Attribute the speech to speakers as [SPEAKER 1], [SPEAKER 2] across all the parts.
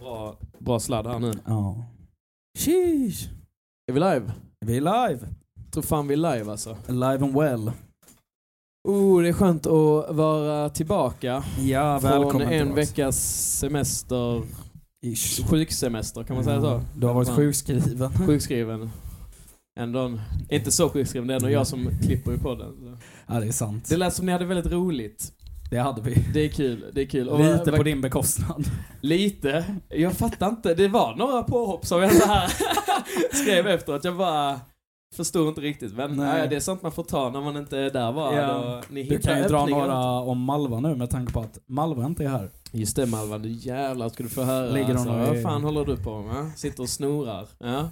[SPEAKER 1] bra, bra sladd här nu.
[SPEAKER 2] Ja. Sheesh.
[SPEAKER 1] Är vi live?
[SPEAKER 2] Vi är live.
[SPEAKER 1] Tror fan vi är live alltså.
[SPEAKER 2] Live and well.
[SPEAKER 1] Oh, det är skönt att vara tillbaka.
[SPEAKER 2] Ja,
[SPEAKER 1] Från
[SPEAKER 2] välkommen
[SPEAKER 1] en
[SPEAKER 2] till oss.
[SPEAKER 1] veckas semester,
[SPEAKER 2] Ish.
[SPEAKER 1] sjuksemester kan man säga så?
[SPEAKER 2] Ja, Du har varit
[SPEAKER 1] Fan.
[SPEAKER 2] sjukskriven.
[SPEAKER 1] Sjukskriven. Ändå. Inte så sjukskriven, det är ändå jag som klipper i podden. så.
[SPEAKER 2] Ja, det är sant.
[SPEAKER 1] Det lät som ni hade väldigt roligt.
[SPEAKER 2] Det hade vi.
[SPEAKER 1] Det är kul, det är kul. Och vad-
[SPEAKER 2] Lite på
[SPEAKER 1] vad-
[SPEAKER 2] din bekostnad.
[SPEAKER 1] Lite? Jag fattar inte. Det var några påhopp som jag så här skrev efteråt. Jag bara förstod inte riktigt. Men
[SPEAKER 2] Nej.
[SPEAKER 1] nej. det är sånt man får ta när man inte är där bara.
[SPEAKER 2] Ja.
[SPEAKER 1] Då, ni
[SPEAKER 2] Du
[SPEAKER 1] hittar
[SPEAKER 2] kan ju dra
[SPEAKER 1] öppningar.
[SPEAKER 2] några om Malva nu med tanke på att Malva inte är här.
[SPEAKER 1] Just det Malva, du jävlar ska du få höra.
[SPEAKER 2] Ligger hon
[SPEAKER 1] alltså,
[SPEAKER 2] och-
[SPEAKER 1] vad fan håller du på med? Sitter och snorar. Ja.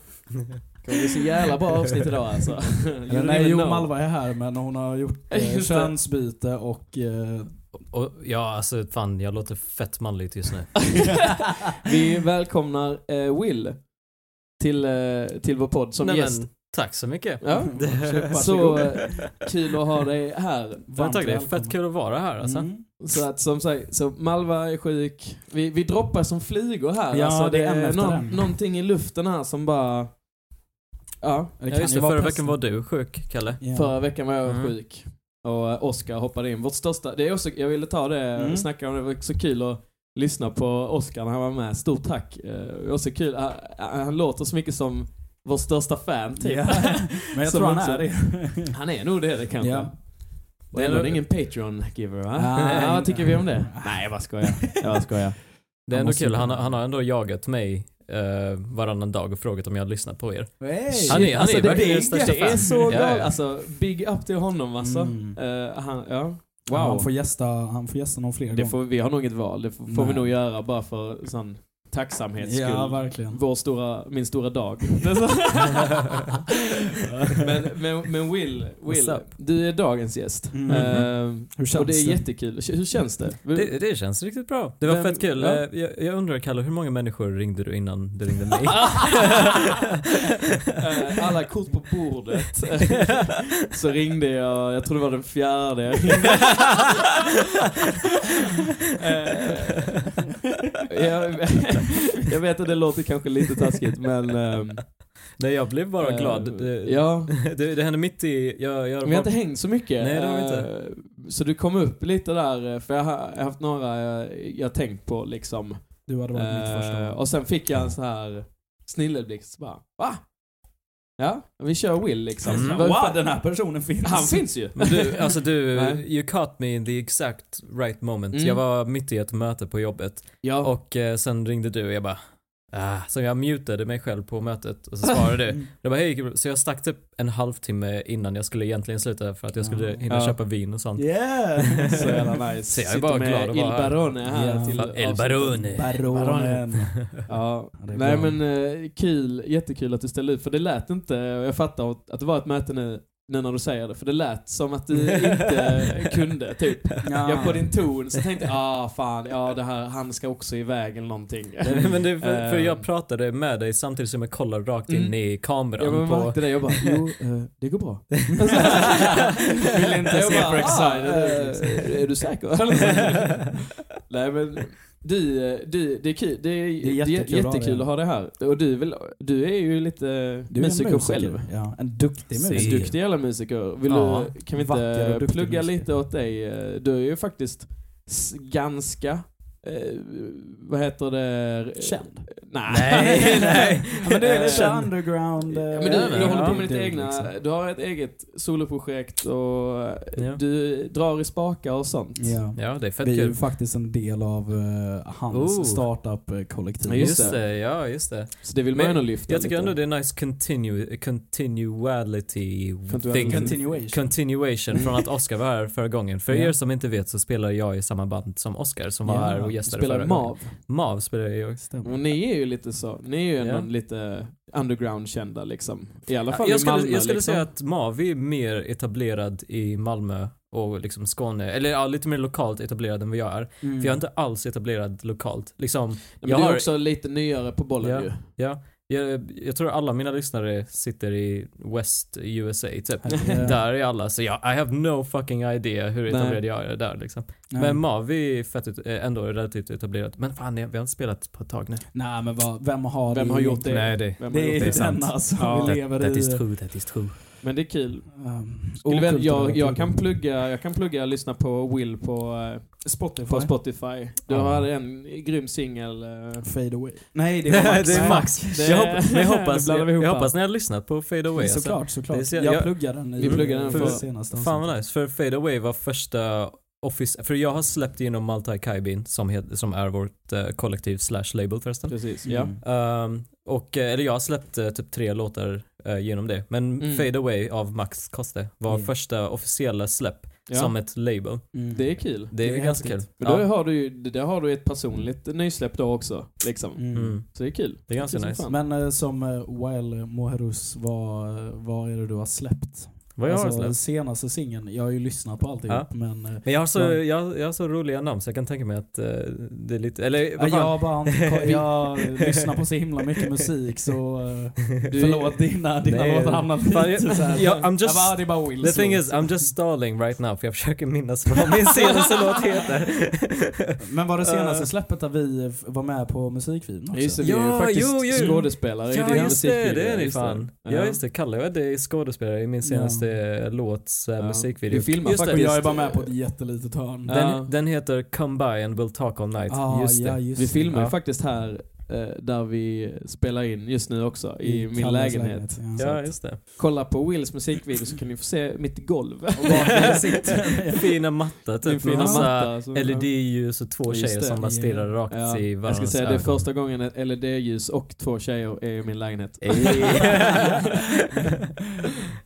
[SPEAKER 1] Det bli så jävla bra avsnitt idag alltså. You
[SPEAKER 2] Eller,
[SPEAKER 1] don't
[SPEAKER 2] nej,
[SPEAKER 1] even
[SPEAKER 2] jo
[SPEAKER 1] know.
[SPEAKER 2] Malva är här men hon har gjort eh,
[SPEAKER 1] Just det.
[SPEAKER 2] könsbyte och... Eh,
[SPEAKER 3] Och, ja, alltså fan jag låter fett manligt just nu.
[SPEAKER 1] Vi välkomnar eh, Will till, eh, till vår podd som
[SPEAKER 3] Nej,
[SPEAKER 1] gäst.
[SPEAKER 3] Men, tack så mycket.
[SPEAKER 1] Ja.
[SPEAKER 3] Det,
[SPEAKER 1] Så eh, kul att ha dig här.
[SPEAKER 2] varmt
[SPEAKER 3] varmt tack, det är
[SPEAKER 2] välkommen.
[SPEAKER 3] fett kul att vara här alltså.
[SPEAKER 2] Mm.
[SPEAKER 1] Så att som sagt, så Malva är sjuk. Vi, vi droppar som flygor här.
[SPEAKER 2] Ja,
[SPEAKER 1] alltså,
[SPEAKER 2] det är en efter en.
[SPEAKER 1] någonting i luften här som bara... Ja,
[SPEAKER 2] Det
[SPEAKER 3] ja,
[SPEAKER 2] kan
[SPEAKER 3] just
[SPEAKER 2] ju
[SPEAKER 3] det,
[SPEAKER 2] vara
[SPEAKER 3] förra
[SPEAKER 2] pesten.
[SPEAKER 3] veckan var du sjuk, Kalle.
[SPEAKER 2] Ja.
[SPEAKER 1] förra veckan var jag
[SPEAKER 3] Mm.
[SPEAKER 1] sjuk. Och eh, Oscar hoppade in. Vårt största, det är också, jag ville ta det,
[SPEAKER 2] Mm.
[SPEAKER 1] snacka om det, det var så kul att lyssna på Oscar när han var med. Stort tack. Eh, Det var så kul, han, han låter så mycket som vår största fan typ.
[SPEAKER 2] Ja, Men jag
[SPEAKER 1] Som
[SPEAKER 2] tror han
[SPEAKER 1] också-
[SPEAKER 2] är det.
[SPEAKER 1] Han är nog det, det kanske.
[SPEAKER 2] Ja.
[SPEAKER 1] Det är nog ingen Patreon-giver va?
[SPEAKER 2] Nej.
[SPEAKER 1] ja, vad tycker vi om det? Nej, jag bara skojar. Jag bara skojar.
[SPEAKER 3] Det är
[SPEAKER 2] Han
[SPEAKER 3] ändå
[SPEAKER 2] måste-
[SPEAKER 3] kul, han, har- han har ändå jagat mig eh, varannan dag och frågat om jag har lyssnat på er.
[SPEAKER 2] Hey.
[SPEAKER 3] Han är- han
[SPEAKER 1] alltså,
[SPEAKER 3] är
[SPEAKER 1] det,
[SPEAKER 3] verkligen
[SPEAKER 1] är,
[SPEAKER 3] den största
[SPEAKER 1] det är
[SPEAKER 3] fan.
[SPEAKER 1] så
[SPEAKER 3] Ja,
[SPEAKER 1] galet.
[SPEAKER 3] ja.
[SPEAKER 1] Alltså, big up till honom alltså.
[SPEAKER 2] Mm.
[SPEAKER 1] Eh, han, ja.
[SPEAKER 2] Wow. Han, får
[SPEAKER 1] Wow.
[SPEAKER 2] gästa, han får gästa någon fler
[SPEAKER 1] Det
[SPEAKER 2] gånger.
[SPEAKER 1] får, vi har nog inget val. Det får, får vi
[SPEAKER 2] Nej.
[SPEAKER 1] nog göra bara för sån tacksamhets skull.
[SPEAKER 2] Ja, verkligen.
[SPEAKER 1] Vår stora, min stora dag. men, men, men Will, Will
[SPEAKER 3] What's up?
[SPEAKER 1] du är dagens gäst.
[SPEAKER 2] Mhm.
[SPEAKER 1] Eh,
[SPEAKER 2] Hur
[SPEAKER 1] och
[SPEAKER 2] känns
[SPEAKER 1] det är
[SPEAKER 2] det?
[SPEAKER 1] jättekul. Hur känns det?
[SPEAKER 3] Det, det känns riktigt bra. Det var
[SPEAKER 1] Vem-
[SPEAKER 3] fett kul.
[SPEAKER 1] ja.
[SPEAKER 3] Eh, Jag, jag undrar Kalle, hur många människor ringde du innan du ringde mig?
[SPEAKER 1] Eh, Alla kort på bordet. Så ringde jag, jag tror det var den fjärde. jag ringde. Eh, jag, jag vet att det låter kanske lite taskigt men... ehm,
[SPEAKER 3] Nej jag blev bara
[SPEAKER 1] eh,
[SPEAKER 3] glad. Det,
[SPEAKER 1] Ja,
[SPEAKER 3] det, det hände mitt i, jag, jag
[SPEAKER 1] men vi har inte hängt så mycket.
[SPEAKER 3] Nej, det har vi inte.
[SPEAKER 1] Eh, Så du kom upp lite där, eh, för jag har jag har haft några jag, jag tänkt på liksom.
[SPEAKER 2] Du hade varit mitt första
[SPEAKER 1] Eh,
[SPEAKER 2] val.
[SPEAKER 1] och sen fick jag en sån här snilleblixt, så bara va? Ja, vi kör Will liksom.
[SPEAKER 3] Mm.
[SPEAKER 1] Vad fan-
[SPEAKER 2] Wow, den här personen finns!
[SPEAKER 1] Han finns ju.
[SPEAKER 3] Men du, alltså du,
[SPEAKER 1] Nej.
[SPEAKER 3] you caught me in the exact right moment.
[SPEAKER 1] Mm.
[SPEAKER 3] Jag var mitt i ett möte på jobbet
[SPEAKER 1] Ja.
[SPEAKER 3] och eh, sen ringde du och jag bara Ah, så jag mutade mig själv på mötet och så svarade du. Jag bara, hej, så jag stack typ en halvtimme innan jag skulle egentligen sluta för att jag skulle hinna
[SPEAKER 1] Ja.
[SPEAKER 3] köpa vin och sånt.
[SPEAKER 2] Yeah!
[SPEAKER 1] Så jävla nice.
[SPEAKER 3] Så jag är
[SPEAKER 1] Sitter
[SPEAKER 3] bara
[SPEAKER 1] med
[SPEAKER 3] glad att vara
[SPEAKER 1] Il
[SPEAKER 3] här.
[SPEAKER 1] Barone här.
[SPEAKER 2] Ja.
[SPEAKER 1] Till
[SPEAKER 3] Fan, El
[SPEAKER 1] avsnittet.
[SPEAKER 3] Barone.
[SPEAKER 2] Baronen.
[SPEAKER 1] Ja.
[SPEAKER 2] det är
[SPEAKER 1] Nej
[SPEAKER 2] bra.
[SPEAKER 1] men eh, kul, jättekul att du ställde ut för det lät inte, jag fattar att det var ett möte nu, nu när du säger det, för det lät som att du inte kunde typ.
[SPEAKER 2] Ja.
[SPEAKER 1] Jag på din ton så tänkte jag, ah fan, ja det här, han ska också iväg eller någonting.
[SPEAKER 3] Men det är för, för
[SPEAKER 1] Ehm.
[SPEAKER 3] jag pratade med dig samtidigt som jag kollar rakt in
[SPEAKER 1] Mm.
[SPEAKER 3] i kameran
[SPEAKER 1] Jag bara
[SPEAKER 3] på...
[SPEAKER 1] märkte det, jag bara jo, eh, det går bra.
[SPEAKER 3] Mm. Vill inte
[SPEAKER 1] Jag
[SPEAKER 3] se
[SPEAKER 1] bara,
[SPEAKER 3] för excited
[SPEAKER 1] ah,
[SPEAKER 3] ut,
[SPEAKER 1] eh, Är du säker? Nej men, du, eh, du, det är kul, det är, det är jättekul,
[SPEAKER 2] jättekul att ha dig.
[SPEAKER 1] att ha det här. Och du, är väl, du är ju lite
[SPEAKER 2] Du är en
[SPEAKER 1] musiker, själv.
[SPEAKER 2] Ja, en duktig
[SPEAKER 3] Se.
[SPEAKER 2] musiker.
[SPEAKER 1] En duktig jävla musiker. Vill
[SPEAKER 3] Ja,
[SPEAKER 1] du, kan vi
[SPEAKER 2] vacker och
[SPEAKER 1] inte
[SPEAKER 2] duktig
[SPEAKER 1] plugga
[SPEAKER 2] musiker.
[SPEAKER 1] lite åt dig? Eh, Du är ju faktiskt s- ganska, eh, vad heter det?
[SPEAKER 2] Känd.
[SPEAKER 1] Nej.
[SPEAKER 3] Nej, nej.
[SPEAKER 2] Ja, men du är lite
[SPEAKER 1] Känd.
[SPEAKER 2] underground... eh,
[SPEAKER 1] Ja, men du,
[SPEAKER 3] Ja, men,
[SPEAKER 1] du håller på
[SPEAKER 3] ja.
[SPEAKER 1] med ditt
[SPEAKER 2] dude,
[SPEAKER 1] egna,
[SPEAKER 2] liksom.
[SPEAKER 1] du har ett eget soloprojekt och eh,
[SPEAKER 3] Ja.
[SPEAKER 1] du drar i spakar och sånt.
[SPEAKER 2] Ja.
[SPEAKER 3] Ja, det är fett
[SPEAKER 2] Vi är ju
[SPEAKER 3] kul.
[SPEAKER 2] faktiskt en del av eh, hans
[SPEAKER 3] Oh.
[SPEAKER 2] startup-kollektiv.
[SPEAKER 1] Ja, just
[SPEAKER 3] Just det, ja just det.
[SPEAKER 1] Så det vill man
[SPEAKER 3] Men
[SPEAKER 1] ändå lyfta
[SPEAKER 3] Jag tycker
[SPEAKER 1] lite.
[SPEAKER 3] ändå det är nice continu, continuality
[SPEAKER 1] Continu-
[SPEAKER 3] thing.
[SPEAKER 2] Continuation.
[SPEAKER 3] Continuation från att Oscar var här förra gången. För
[SPEAKER 2] Ja.
[SPEAKER 3] er som inte vet så spelar jag i samma band som Oscar som var
[SPEAKER 2] Ja,
[SPEAKER 3] här och
[SPEAKER 2] du
[SPEAKER 3] gästade
[SPEAKER 1] Spelar
[SPEAKER 3] förra gången.
[SPEAKER 1] MAV.
[SPEAKER 3] MAV spelar jag i också.
[SPEAKER 2] Stämmer.
[SPEAKER 1] Och ni är ju lite så, ni är ju ändå
[SPEAKER 3] Ja.
[SPEAKER 1] lite underground-kända liksom. I alla fall
[SPEAKER 3] Jag
[SPEAKER 1] i
[SPEAKER 3] skulle,
[SPEAKER 1] Malmö
[SPEAKER 3] jag skulle
[SPEAKER 1] liksom.
[SPEAKER 3] säga att MAV är mer etablerad i Malmö och liksom Skåne, eller ja, lite mer lokalt etablerad än vad jag är.
[SPEAKER 2] Mm.
[SPEAKER 1] Mm.
[SPEAKER 3] För jag är inte alls etablerad lokalt. Liksom,
[SPEAKER 1] Men
[SPEAKER 3] jag
[SPEAKER 1] du är
[SPEAKER 3] har-
[SPEAKER 1] också lite nyare på bollen
[SPEAKER 3] Ja.
[SPEAKER 1] ju.
[SPEAKER 3] ja, Jag, jag tror alla mina lyssnare sitter i West USA typ.
[SPEAKER 2] Herregud.
[SPEAKER 3] Där är alla, så jag, I have no fucking idea hur
[SPEAKER 1] Nej.
[SPEAKER 3] etablerad jag är där liksom.
[SPEAKER 2] Ja.
[SPEAKER 3] Men Mavi är fett, ut- eh, ändå relativt etablerat. Men fan, jag- vi har inte spelat på ett tag nu.
[SPEAKER 2] Nej men vad, vem har
[SPEAKER 1] Vem
[SPEAKER 2] det
[SPEAKER 1] har gjort
[SPEAKER 2] egentligen?
[SPEAKER 3] Nej, det,
[SPEAKER 1] Vem har
[SPEAKER 2] Det
[SPEAKER 1] gjort
[SPEAKER 2] är
[SPEAKER 3] Det är
[SPEAKER 2] det
[SPEAKER 3] sant.
[SPEAKER 2] denna som
[SPEAKER 1] Ja,
[SPEAKER 2] vi lever
[SPEAKER 3] that
[SPEAKER 2] i. eh,
[SPEAKER 3] is true, that is true.
[SPEAKER 1] Men det är kul.
[SPEAKER 2] Um,
[SPEAKER 1] Skulle väl-
[SPEAKER 2] okulturella
[SPEAKER 1] Jag, jag,
[SPEAKER 2] kulturer.
[SPEAKER 1] kan plugga, jag kan plugga och lyssna på Will på, eh,
[SPEAKER 2] Spotify.
[SPEAKER 1] på Spotify. Du
[SPEAKER 3] Ja.
[SPEAKER 1] har en grym singel. eh.
[SPEAKER 2] Fade away. Nej det
[SPEAKER 3] Nej,
[SPEAKER 2] är Max.
[SPEAKER 3] det är
[SPEAKER 2] Nej.
[SPEAKER 3] Max.
[SPEAKER 1] Det-
[SPEAKER 3] jag, hop- men jag,
[SPEAKER 1] det
[SPEAKER 3] hoppas,
[SPEAKER 1] blandar
[SPEAKER 3] jag,
[SPEAKER 1] vi ihop
[SPEAKER 3] jag
[SPEAKER 1] här.
[SPEAKER 3] hoppas ni har lyssnat på Fade Away. alltså.
[SPEAKER 2] Mm, Såklart, såklart.
[SPEAKER 3] Det är så-
[SPEAKER 2] jag,
[SPEAKER 3] jag-
[SPEAKER 2] pluggar den i
[SPEAKER 1] Vi pluggar den
[SPEAKER 2] för
[SPEAKER 1] för-
[SPEAKER 2] senaste
[SPEAKER 3] Fan vad
[SPEAKER 2] avsnittet.
[SPEAKER 3] nice, för Fade Away var första Office, för jag har släppt igenom Maltai Kaibin som, het, som är vårt eh, kollektiv slash label förresten.
[SPEAKER 1] Precis, ja.
[SPEAKER 2] Mm.
[SPEAKER 3] Ehm, och, eh, eller jag har släppt eh, typ tre låtar eh, genom det. Men
[SPEAKER 1] Mm.
[SPEAKER 3] Fade Away av Max Koste var
[SPEAKER 2] Mm.
[SPEAKER 3] första officiella släpp
[SPEAKER 1] ja.
[SPEAKER 3] som ett label.
[SPEAKER 2] Mm.
[SPEAKER 1] det är kul.
[SPEAKER 3] Det är,
[SPEAKER 2] Det är
[SPEAKER 3] ganska kul.
[SPEAKER 2] häftigt.
[SPEAKER 1] Men då
[SPEAKER 3] Ja.
[SPEAKER 1] har du ju där har du ett personligt nysläpp då också. Liksom.
[SPEAKER 2] Mm.
[SPEAKER 3] Mm.
[SPEAKER 1] Så det är kul.
[SPEAKER 3] Det är ganska
[SPEAKER 1] Det är
[SPEAKER 3] nice.
[SPEAKER 1] fan.
[SPEAKER 2] Men eh, som eh, Wael Moherus, vad, vad är det du har släppt?
[SPEAKER 3] Vad jag har
[SPEAKER 2] alltså,
[SPEAKER 3] släppt?
[SPEAKER 2] senaste singeln. Jag har ju lyssnat på alltihop
[SPEAKER 3] Ja.
[SPEAKER 2] men... eh,
[SPEAKER 3] Men jag har, så,
[SPEAKER 2] Ja.
[SPEAKER 3] jag, jag har så roliga namn så jag kan tänka mig att eh, det är lite, eller
[SPEAKER 2] Ja,
[SPEAKER 3] vad fan?
[SPEAKER 2] jag har bara inte koll- jag lyssnar på så himla mycket musik så eh, förlåt dina, dina
[SPEAKER 3] Nej.
[SPEAKER 2] låtar hamnar
[SPEAKER 3] Fan,
[SPEAKER 2] lite
[SPEAKER 3] jag-
[SPEAKER 2] såhär.
[SPEAKER 3] jag- I'm just-
[SPEAKER 2] jag bara, det är bara Will.
[SPEAKER 3] The
[SPEAKER 2] så.
[SPEAKER 3] thing is, I'm just stalling right now för jag försöker minnas vad min senaste låt heter.
[SPEAKER 2] Men var det
[SPEAKER 3] Eh.
[SPEAKER 2] senaste släppet där vi eh, var med på musikvideon också?
[SPEAKER 1] Just det, vi
[SPEAKER 3] Ja,
[SPEAKER 1] är ju faktiskt
[SPEAKER 3] jo, jo.
[SPEAKER 1] skådespelare i
[SPEAKER 3] Ja
[SPEAKER 1] din
[SPEAKER 3] just det, det
[SPEAKER 1] musikvideo,
[SPEAKER 3] är ni
[SPEAKER 1] just
[SPEAKER 3] fan.
[SPEAKER 1] det.
[SPEAKER 3] Ja just det, Kalle jag är skådespelare i min senaste låts eh,
[SPEAKER 1] Ja.
[SPEAKER 3] musikvideo.
[SPEAKER 1] Du filmar
[SPEAKER 3] just det.
[SPEAKER 2] Och jag är bara med på ett jättelitet hörn.
[SPEAKER 1] Ja.
[SPEAKER 3] Den, den heter Come By and We'll Talk All Night.
[SPEAKER 2] Ah,
[SPEAKER 3] just det.
[SPEAKER 2] ja, just
[SPEAKER 1] Vi
[SPEAKER 2] det.
[SPEAKER 1] filmar ju
[SPEAKER 3] Ja.
[SPEAKER 1] faktiskt här eh, där vi spelar in just nu också, i, min
[SPEAKER 2] Kalles
[SPEAKER 1] lägenhet.
[SPEAKER 2] lägenhet,
[SPEAKER 3] Ja, just det.
[SPEAKER 1] Kolla på Wills musikvideo så kan ni få se mitt golv.
[SPEAKER 3] Där sitter fina matta
[SPEAKER 1] Min
[SPEAKER 3] typ med
[SPEAKER 1] fina
[SPEAKER 3] massa
[SPEAKER 1] matta som-
[SPEAKER 3] LED-ljus och två
[SPEAKER 1] Ja, just
[SPEAKER 3] tjejer
[SPEAKER 1] det.
[SPEAKER 3] som bara stirrar rakt
[SPEAKER 1] Ja.
[SPEAKER 3] E i
[SPEAKER 1] Jag ska
[SPEAKER 3] varandras
[SPEAKER 1] säga det är
[SPEAKER 3] ögon.
[SPEAKER 1] första gången ett LED-ljus och två tjejer är i min lägenhet.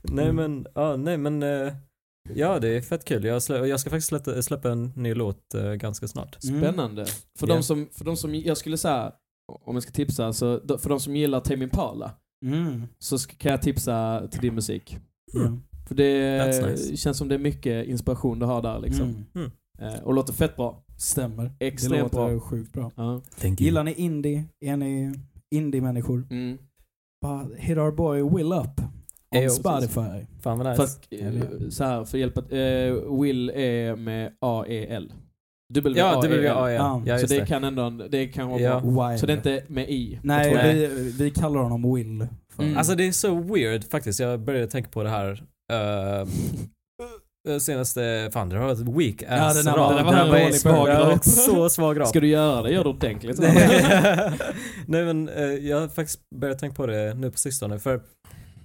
[SPEAKER 3] nej men, ja nej men eh, Ja det är fett kul. Jag, slä, jag ska faktiskt släppa, släppa en ny låt eh, ganska snart.
[SPEAKER 2] Mm.
[SPEAKER 1] Spännande. För,
[SPEAKER 3] Ja.
[SPEAKER 1] de som, för de som, jag skulle säga, om jag ska tipsa, så, d- för de som gillar Tame Impala
[SPEAKER 2] Mm.
[SPEAKER 1] så ska, kan jag tipsa till din musik.
[SPEAKER 2] Ja.
[SPEAKER 1] För det
[SPEAKER 3] That's nice.
[SPEAKER 1] känns som det är mycket inspiration du har där liksom.
[SPEAKER 2] Mm.
[SPEAKER 1] Eh, och låter fett bra.
[SPEAKER 2] Stämmer. det
[SPEAKER 1] Extremt
[SPEAKER 2] låter
[SPEAKER 1] bra.
[SPEAKER 2] sjukt bra.
[SPEAKER 1] Ja.
[SPEAKER 2] Gillar ni indie? Är ni indie-människor?
[SPEAKER 1] Mm.
[SPEAKER 2] Bara hit our boy Will up.
[SPEAKER 3] Ejo,
[SPEAKER 2] On
[SPEAKER 3] precis.
[SPEAKER 2] Spotify.
[SPEAKER 3] Fan vad nice.
[SPEAKER 1] Fast eh, så här för hjälp att eh, Will är med E A-E-L. W-A-E-L.
[SPEAKER 3] Ja, WAL.
[SPEAKER 2] Ja,
[SPEAKER 3] Ja,
[SPEAKER 1] E Så
[SPEAKER 3] just
[SPEAKER 1] det
[SPEAKER 3] det.
[SPEAKER 1] kan ändå, det kan vara
[SPEAKER 3] Ja.
[SPEAKER 1] bra.
[SPEAKER 2] Wild.
[SPEAKER 1] Så det är inte med I.
[SPEAKER 2] Nej,
[SPEAKER 1] Jag tror-
[SPEAKER 2] vi, vi kallar honom Will. för-
[SPEAKER 1] Mm.
[SPEAKER 3] Alltså det är så weird faktiskt. Jag började tänka på det här eh, senaste, fan det har varit weak ass
[SPEAKER 2] den här
[SPEAKER 3] rad.
[SPEAKER 2] var- den här var
[SPEAKER 3] är
[SPEAKER 2] dålig
[SPEAKER 3] svag
[SPEAKER 1] början.
[SPEAKER 3] rad. Så svag rad.
[SPEAKER 1] Ska du göra det, gör det ordentligt.
[SPEAKER 3] Nej men eh, jag har faktiskt börjat tänka på det nu på sistone för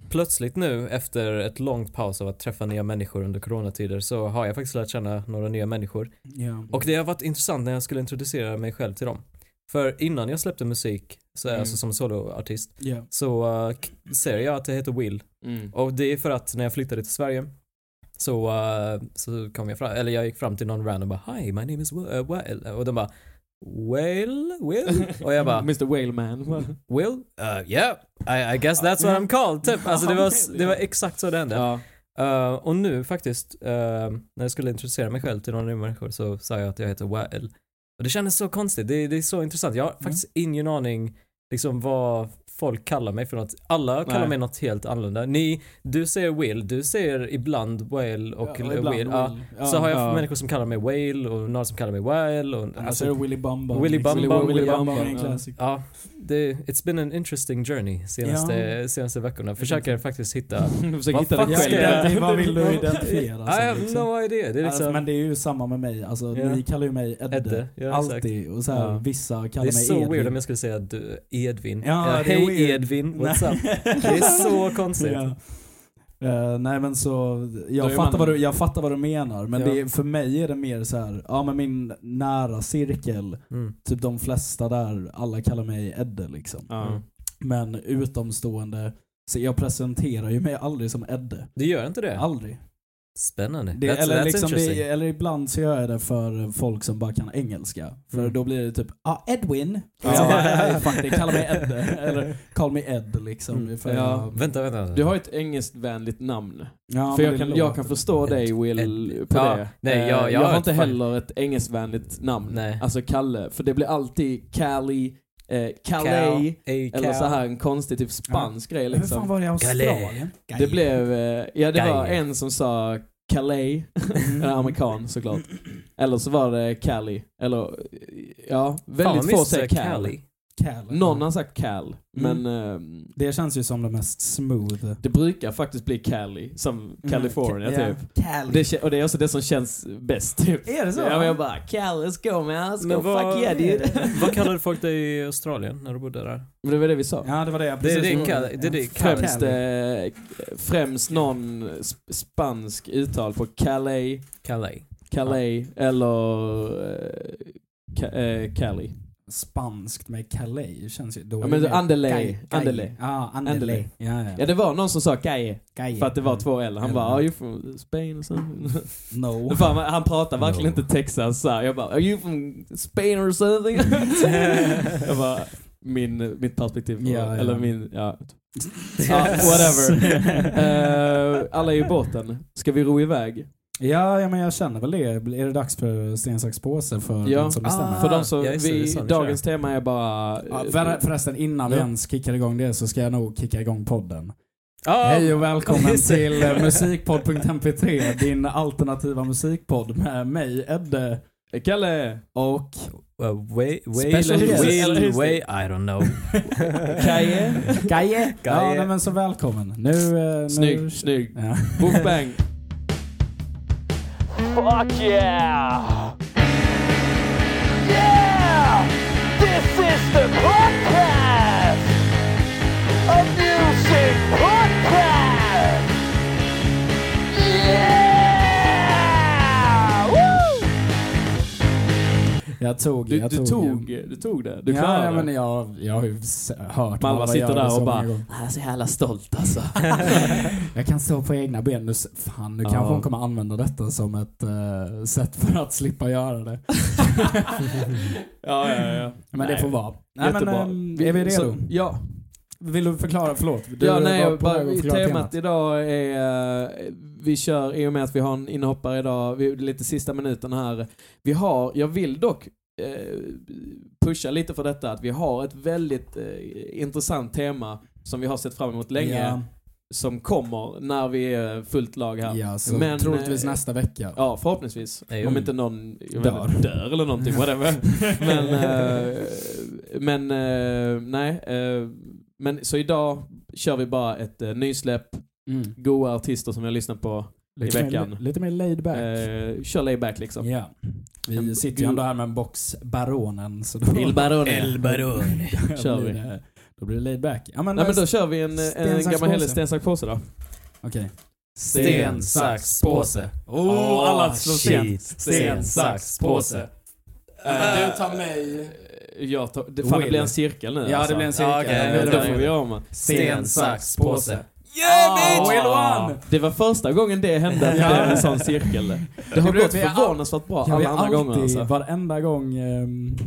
[SPEAKER 3] plötsligt nu efter ett långt paus av att träffa nya människor under coronatider så har jag faktiskt lärt känna några nya människor.
[SPEAKER 2] Ja.
[SPEAKER 3] Och det har varit intressant när jag skulle introducera mig själv till dem. För innan jag släppte musik, så,
[SPEAKER 1] Mm.
[SPEAKER 3] alltså som soloartist,
[SPEAKER 2] Ja.
[SPEAKER 3] så eh, k- ser jag att det heter Will.
[SPEAKER 1] Mm.
[SPEAKER 3] Och det är för att när jag flyttade till Sverige så, eh, så kom jag fram, eller jag gick fram till någon random och bara Hi, my name is Will, eh, Will. Och de bara Will? Will? Och jag bara
[SPEAKER 1] Mr Whaleman.
[SPEAKER 3] Will? Uh, yeah, I, I guess that's what I'm called. Typ. Alltså det var, det var exakt så det hände.
[SPEAKER 1] Ja.
[SPEAKER 3] Eh, och nu faktiskt, eh, när jag skulle introducera mig själv till några nya människor så sa jag att jag heter Wael. Och det kändes så konstigt, det, det är så intressant. Jag
[SPEAKER 2] Mm.
[SPEAKER 3] har faktiskt ingen aning liksom vad folk kallar mig för något. Alla kallar
[SPEAKER 1] Nej.
[SPEAKER 3] mig något helt annorlunda. Ni, du säger Will, du säger ibland Wael och
[SPEAKER 2] Ja,
[SPEAKER 3] Will.
[SPEAKER 2] ibland
[SPEAKER 3] Ja.
[SPEAKER 2] Will. Ja,
[SPEAKER 3] så har jag
[SPEAKER 1] ja.
[SPEAKER 3] människor som kallar mig Wael och några som kallar mig Wael. Och,
[SPEAKER 2] Annars
[SPEAKER 3] alltså,
[SPEAKER 2] är det Willy Bumba.
[SPEAKER 3] Willy Bum
[SPEAKER 1] Willy
[SPEAKER 3] Bum,
[SPEAKER 1] Bum,
[SPEAKER 3] Willy
[SPEAKER 1] Willy
[SPEAKER 3] Bum
[SPEAKER 1] Bum.
[SPEAKER 2] är en
[SPEAKER 1] Ja.
[SPEAKER 2] classic.
[SPEAKER 3] Ja, det, it's been an interesting journey senaste, senaste veckorna. Försöker faktiskt hitta...
[SPEAKER 1] Du försöker
[SPEAKER 3] Vad
[SPEAKER 1] hitta
[SPEAKER 3] fan
[SPEAKER 1] dig
[SPEAKER 2] Ja,
[SPEAKER 3] ska
[SPEAKER 1] själv.
[SPEAKER 3] jag-
[SPEAKER 2] identi- Vad vill du identifiera
[SPEAKER 3] I
[SPEAKER 2] som,
[SPEAKER 3] have
[SPEAKER 2] liksom?
[SPEAKER 3] no idea. Det är
[SPEAKER 2] Alltså,
[SPEAKER 3] liksom...
[SPEAKER 2] men det är ju samma med mig. Alltså,
[SPEAKER 3] Ja.
[SPEAKER 2] Ni kallar ju mig Edde.
[SPEAKER 3] Edde, ja, exakt.
[SPEAKER 2] Alltid. Och så här,
[SPEAKER 3] Ja.
[SPEAKER 2] vissa
[SPEAKER 3] Det
[SPEAKER 2] kallar mig
[SPEAKER 3] är så
[SPEAKER 2] Edvin.
[SPEAKER 3] weird om jag skulle säga du, Edvin.
[SPEAKER 2] Ja,
[SPEAKER 3] Eh,
[SPEAKER 2] det är
[SPEAKER 3] Hej
[SPEAKER 2] weird.
[SPEAKER 3] Edvin, what's
[SPEAKER 2] Nej.
[SPEAKER 3] up? Det är så konstigt.
[SPEAKER 2] Ja. Eh, nej men så,
[SPEAKER 1] Då
[SPEAKER 2] jag
[SPEAKER 1] är
[SPEAKER 2] fattar,
[SPEAKER 1] man-
[SPEAKER 2] vad du, jag fattar vad du menar men
[SPEAKER 3] Ja.
[SPEAKER 2] det är, för mig är det mer så här, ja men min nära cirkel,
[SPEAKER 3] Mm.
[SPEAKER 2] typ de flesta där, alla kallar mig Edde liksom.
[SPEAKER 3] Mm.
[SPEAKER 1] Ja.
[SPEAKER 2] Men utomstående, så jag presenterar ju mig aldrig som Edde.
[SPEAKER 3] Det gör inte det?
[SPEAKER 2] Aldrig.
[SPEAKER 3] Spännande.
[SPEAKER 2] Det,
[SPEAKER 3] that's,
[SPEAKER 2] eller,
[SPEAKER 3] that's
[SPEAKER 2] liksom
[SPEAKER 3] interesting.
[SPEAKER 2] det, eller ibland så gör jag det för folk som bara kan engelska. För
[SPEAKER 3] Mm.
[SPEAKER 2] då blir det typ ah, Edwin.
[SPEAKER 1] Ja.
[SPEAKER 2] Ja. Jag bara, "Nej, fuck det, kalla mig Ed. Eller call me Ed liksom.
[SPEAKER 3] Mm.
[SPEAKER 2] För
[SPEAKER 1] Ja.
[SPEAKER 2] jag-
[SPEAKER 3] Vänta, vänta. vänta.
[SPEAKER 1] Du har ett engelskvänligt namn.
[SPEAKER 2] Ja,
[SPEAKER 1] för
[SPEAKER 2] men
[SPEAKER 1] jag
[SPEAKER 2] det
[SPEAKER 1] kan, jag
[SPEAKER 2] låter-
[SPEAKER 1] kan förstå dig Will
[SPEAKER 3] Ed-
[SPEAKER 1] på
[SPEAKER 3] Ja,
[SPEAKER 1] det.
[SPEAKER 3] nej,
[SPEAKER 1] Eh,
[SPEAKER 3] jag- jag
[SPEAKER 1] jag
[SPEAKER 3] har
[SPEAKER 1] har
[SPEAKER 3] ett
[SPEAKER 1] inte
[SPEAKER 3] fan-
[SPEAKER 1] heller ett engelskvänligt namn.
[SPEAKER 3] Nej.
[SPEAKER 1] Alltså Kalle. För det blir alltid Callie, eh,
[SPEAKER 3] Cow.
[SPEAKER 1] Calais,
[SPEAKER 3] Ey, cow.
[SPEAKER 1] eller så här en konstig typ spansk grej
[SPEAKER 2] Hur fan
[SPEAKER 1] liksom.
[SPEAKER 2] var det i Australien?
[SPEAKER 1] Det blev, eh, ja det var
[SPEAKER 3] Gaia.
[SPEAKER 1] en som sa Calais, en
[SPEAKER 2] Mm.
[SPEAKER 1] amerikan såklart. Eller så var det Cali, eller ja,
[SPEAKER 3] Fan,
[SPEAKER 1] väldigt
[SPEAKER 3] vad
[SPEAKER 1] få
[SPEAKER 3] mysigt
[SPEAKER 1] säger
[SPEAKER 3] att säga
[SPEAKER 1] Cal.
[SPEAKER 3] Cali.
[SPEAKER 2] Cali.
[SPEAKER 1] Någon har sagt Cal,
[SPEAKER 3] Mm.
[SPEAKER 1] men eh,
[SPEAKER 2] Det känns ju som det mest smooth.
[SPEAKER 1] det brukar faktiskt bli Cali, som California
[SPEAKER 2] Mm,
[SPEAKER 1] typ.
[SPEAKER 2] Cali.
[SPEAKER 1] Det, kä- och det är också det som känns bäst typ.
[SPEAKER 2] är det så?
[SPEAKER 1] Ja, men jag bara, Cal, let's go man, let's
[SPEAKER 3] Men
[SPEAKER 1] go,
[SPEAKER 3] vad-
[SPEAKER 1] fuck yeah dude.
[SPEAKER 3] Vad kallade folk dig i Australien när du bodde där?
[SPEAKER 1] Men det var det vi sa.
[SPEAKER 2] Ja, det var det jag
[SPEAKER 3] Det är
[SPEAKER 2] precis
[SPEAKER 3] det
[SPEAKER 2] gjorde.
[SPEAKER 3] Cali- det är det Cali.
[SPEAKER 1] Främst, eh, främst någon sp- spansk uttal på Calais,
[SPEAKER 3] Calais.
[SPEAKER 1] Calais eller eh, Ca- eh, Cali.
[SPEAKER 2] Spanskt med Calais känns ju då
[SPEAKER 1] Ja,
[SPEAKER 2] är
[SPEAKER 1] men
[SPEAKER 2] det-
[SPEAKER 1] Anderley.
[SPEAKER 2] Gai- Gai.
[SPEAKER 1] Anderley.
[SPEAKER 2] Ja, Anderley.
[SPEAKER 1] Anderley.
[SPEAKER 2] Ja, ja.
[SPEAKER 1] Ja det var någon som sa Gaie
[SPEAKER 2] Gai.
[SPEAKER 1] för att det var två L. Han
[SPEAKER 2] Ja.
[SPEAKER 1] bara 'Are you from Spain?' Och så.
[SPEAKER 2] No.
[SPEAKER 1] Men Fan, han pratar verkligen
[SPEAKER 3] No.
[SPEAKER 1] inte Texas så här. Jag bara 'Are you from Spain or something?' jag bara, min, mitt perspektiv.
[SPEAKER 2] Ja, ja.
[SPEAKER 1] Eller min, ja. ja whatever. Eh, alla är i båten. Ska vi ro iväg?
[SPEAKER 2] Ja, ja, men jag känner väl det. Är det dags för sten, sax, påse för
[SPEAKER 1] Ja.
[SPEAKER 2] den som bestämmer?
[SPEAKER 3] Ah,
[SPEAKER 1] För de som,
[SPEAKER 3] ja, just det, det är
[SPEAKER 1] vi,
[SPEAKER 3] så vi
[SPEAKER 1] dagens tema är bara...
[SPEAKER 2] Ja, för, förresten, innan vi
[SPEAKER 1] Eh, Ja.
[SPEAKER 2] ens kickar igång det så ska jag nog kicka igång podden.
[SPEAKER 3] Ah,
[SPEAKER 2] Hej och välkommen
[SPEAKER 3] just det.
[SPEAKER 2] till eh, musikpodd.mp3, din alternativa musikpodd med mig, Edde
[SPEAKER 1] Eh, Kalle!
[SPEAKER 2] och...
[SPEAKER 3] Well, way, way,
[SPEAKER 2] Special
[SPEAKER 3] way,
[SPEAKER 2] guest.
[SPEAKER 1] Eller
[SPEAKER 3] way,
[SPEAKER 1] hur?
[SPEAKER 3] way, I don't know.
[SPEAKER 1] Kaje.
[SPEAKER 2] Gaje! Ja,
[SPEAKER 3] Gaje.
[SPEAKER 2] nej, men så välkommen. Nu... eh, nu
[SPEAKER 1] Snygg, snygg.
[SPEAKER 2] Ja.
[SPEAKER 1] Boof bang.
[SPEAKER 4] Fuck yeah! Yeah! This is the podcast! A music podcast! Yeah! Woo!
[SPEAKER 2] Jag tog...
[SPEAKER 1] Du,
[SPEAKER 2] jag
[SPEAKER 1] du, tog, du tog det. Du
[SPEAKER 2] ja,
[SPEAKER 1] klarade
[SPEAKER 2] ja,
[SPEAKER 1] det.
[SPEAKER 2] men jag, jag har ju s- hört
[SPEAKER 1] Malva
[SPEAKER 2] vad jag
[SPEAKER 1] sitter
[SPEAKER 2] gör
[SPEAKER 1] där
[SPEAKER 2] så
[SPEAKER 1] och
[SPEAKER 2] många
[SPEAKER 1] bara,
[SPEAKER 2] gånger.
[SPEAKER 1] Jag är så jävla stolt alltså.
[SPEAKER 2] Jag kan stå på egna ben. Nu, s- fan, nu
[SPEAKER 1] Ja.
[SPEAKER 2] kanske hon kommer använda detta som ett eh, sätt för att slippa göra det.
[SPEAKER 1] ja, ja, ja.
[SPEAKER 2] Men det får vara. Nej, men,
[SPEAKER 1] Jättebra.
[SPEAKER 2] ehm, är vi redo?
[SPEAKER 1] Så, ja.
[SPEAKER 2] Vill du förklara? Förlåt. Du
[SPEAKER 1] ja,
[SPEAKER 2] var
[SPEAKER 1] nej, jag
[SPEAKER 2] på väg
[SPEAKER 1] bara,
[SPEAKER 2] att
[SPEAKER 1] temat,
[SPEAKER 2] förklara temat.
[SPEAKER 1] idag är... eh, Vi kör, i och med att vi har en inhoppare idag, vi, lite sista minuten här. Vi har, jag vill dock eh, pusha lite för detta, att vi har ett väldigt eh, intressant tema som vi har sett fram emot länge, som kommer när vi är fullt lag
[SPEAKER 2] Ja,
[SPEAKER 1] här.
[SPEAKER 2] ja så
[SPEAKER 1] Men,
[SPEAKER 2] troligtvis
[SPEAKER 1] eh,
[SPEAKER 2] nästa vecka.
[SPEAKER 1] Ja, förhoppningsvis.
[SPEAKER 3] Nej,
[SPEAKER 1] Om
[SPEAKER 3] om-
[SPEAKER 1] inte någon jag
[SPEAKER 2] Dör.
[SPEAKER 1] Vet, inte, dör eller någonting, whatever. men, eh, men eh, nej. eh, men så idag kör vi bara ett eh, nysläpp,
[SPEAKER 2] Mm.
[SPEAKER 1] goa artister som vi har lyssnat på.
[SPEAKER 2] Lite,
[SPEAKER 1] veckan.
[SPEAKER 2] Mer, lite mer laid back. Mm.
[SPEAKER 1] Eh, kör layback liksom.
[SPEAKER 2] ja. Vi
[SPEAKER 1] en-
[SPEAKER 2] sitter ju ändå här med en box Baronen. Så då,
[SPEAKER 1] Il Barone.
[SPEAKER 3] Baron.
[SPEAKER 2] då
[SPEAKER 1] kör
[SPEAKER 2] blir
[SPEAKER 1] vi.
[SPEAKER 2] det- Då blir det laid back. Ja, men,
[SPEAKER 1] Nej men då kör vi en,
[SPEAKER 2] Sten,
[SPEAKER 1] en
[SPEAKER 2] sax,
[SPEAKER 1] gammal helig
[SPEAKER 2] påse.
[SPEAKER 1] sten, sax, påse då.
[SPEAKER 2] Okej.
[SPEAKER 1] Sten,
[SPEAKER 3] sax, påse.
[SPEAKER 2] Oh, alla slår sten.
[SPEAKER 3] Sten, sax, påse.
[SPEAKER 1] Eh,
[SPEAKER 2] Du tar mig.
[SPEAKER 1] Jag tar, det, fan, det
[SPEAKER 2] Will.
[SPEAKER 1] blir en cirkel nu
[SPEAKER 2] Ja,
[SPEAKER 1] alltså.
[SPEAKER 2] det blir en cirkel.
[SPEAKER 3] Ja, okej,
[SPEAKER 2] det blir
[SPEAKER 1] Då
[SPEAKER 2] det.
[SPEAKER 1] får vi göra om det.
[SPEAKER 3] Sten, sax, påse.
[SPEAKER 2] Yeah, bitch! Ah, Will one!
[SPEAKER 1] Det var första gången det hände, att det
[SPEAKER 2] Ja.
[SPEAKER 1] blev en sån cirkel. Det har
[SPEAKER 2] Det blir-
[SPEAKER 1] gått
[SPEAKER 2] vi har all-
[SPEAKER 1] förvånansvärt bra
[SPEAKER 2] Jag
[SPEAKER 1] alla andra
[SPEAKER 2] alltid,
[SPEAKER 1] gånger alltså.
[SPEAKER 2] varenda gång um,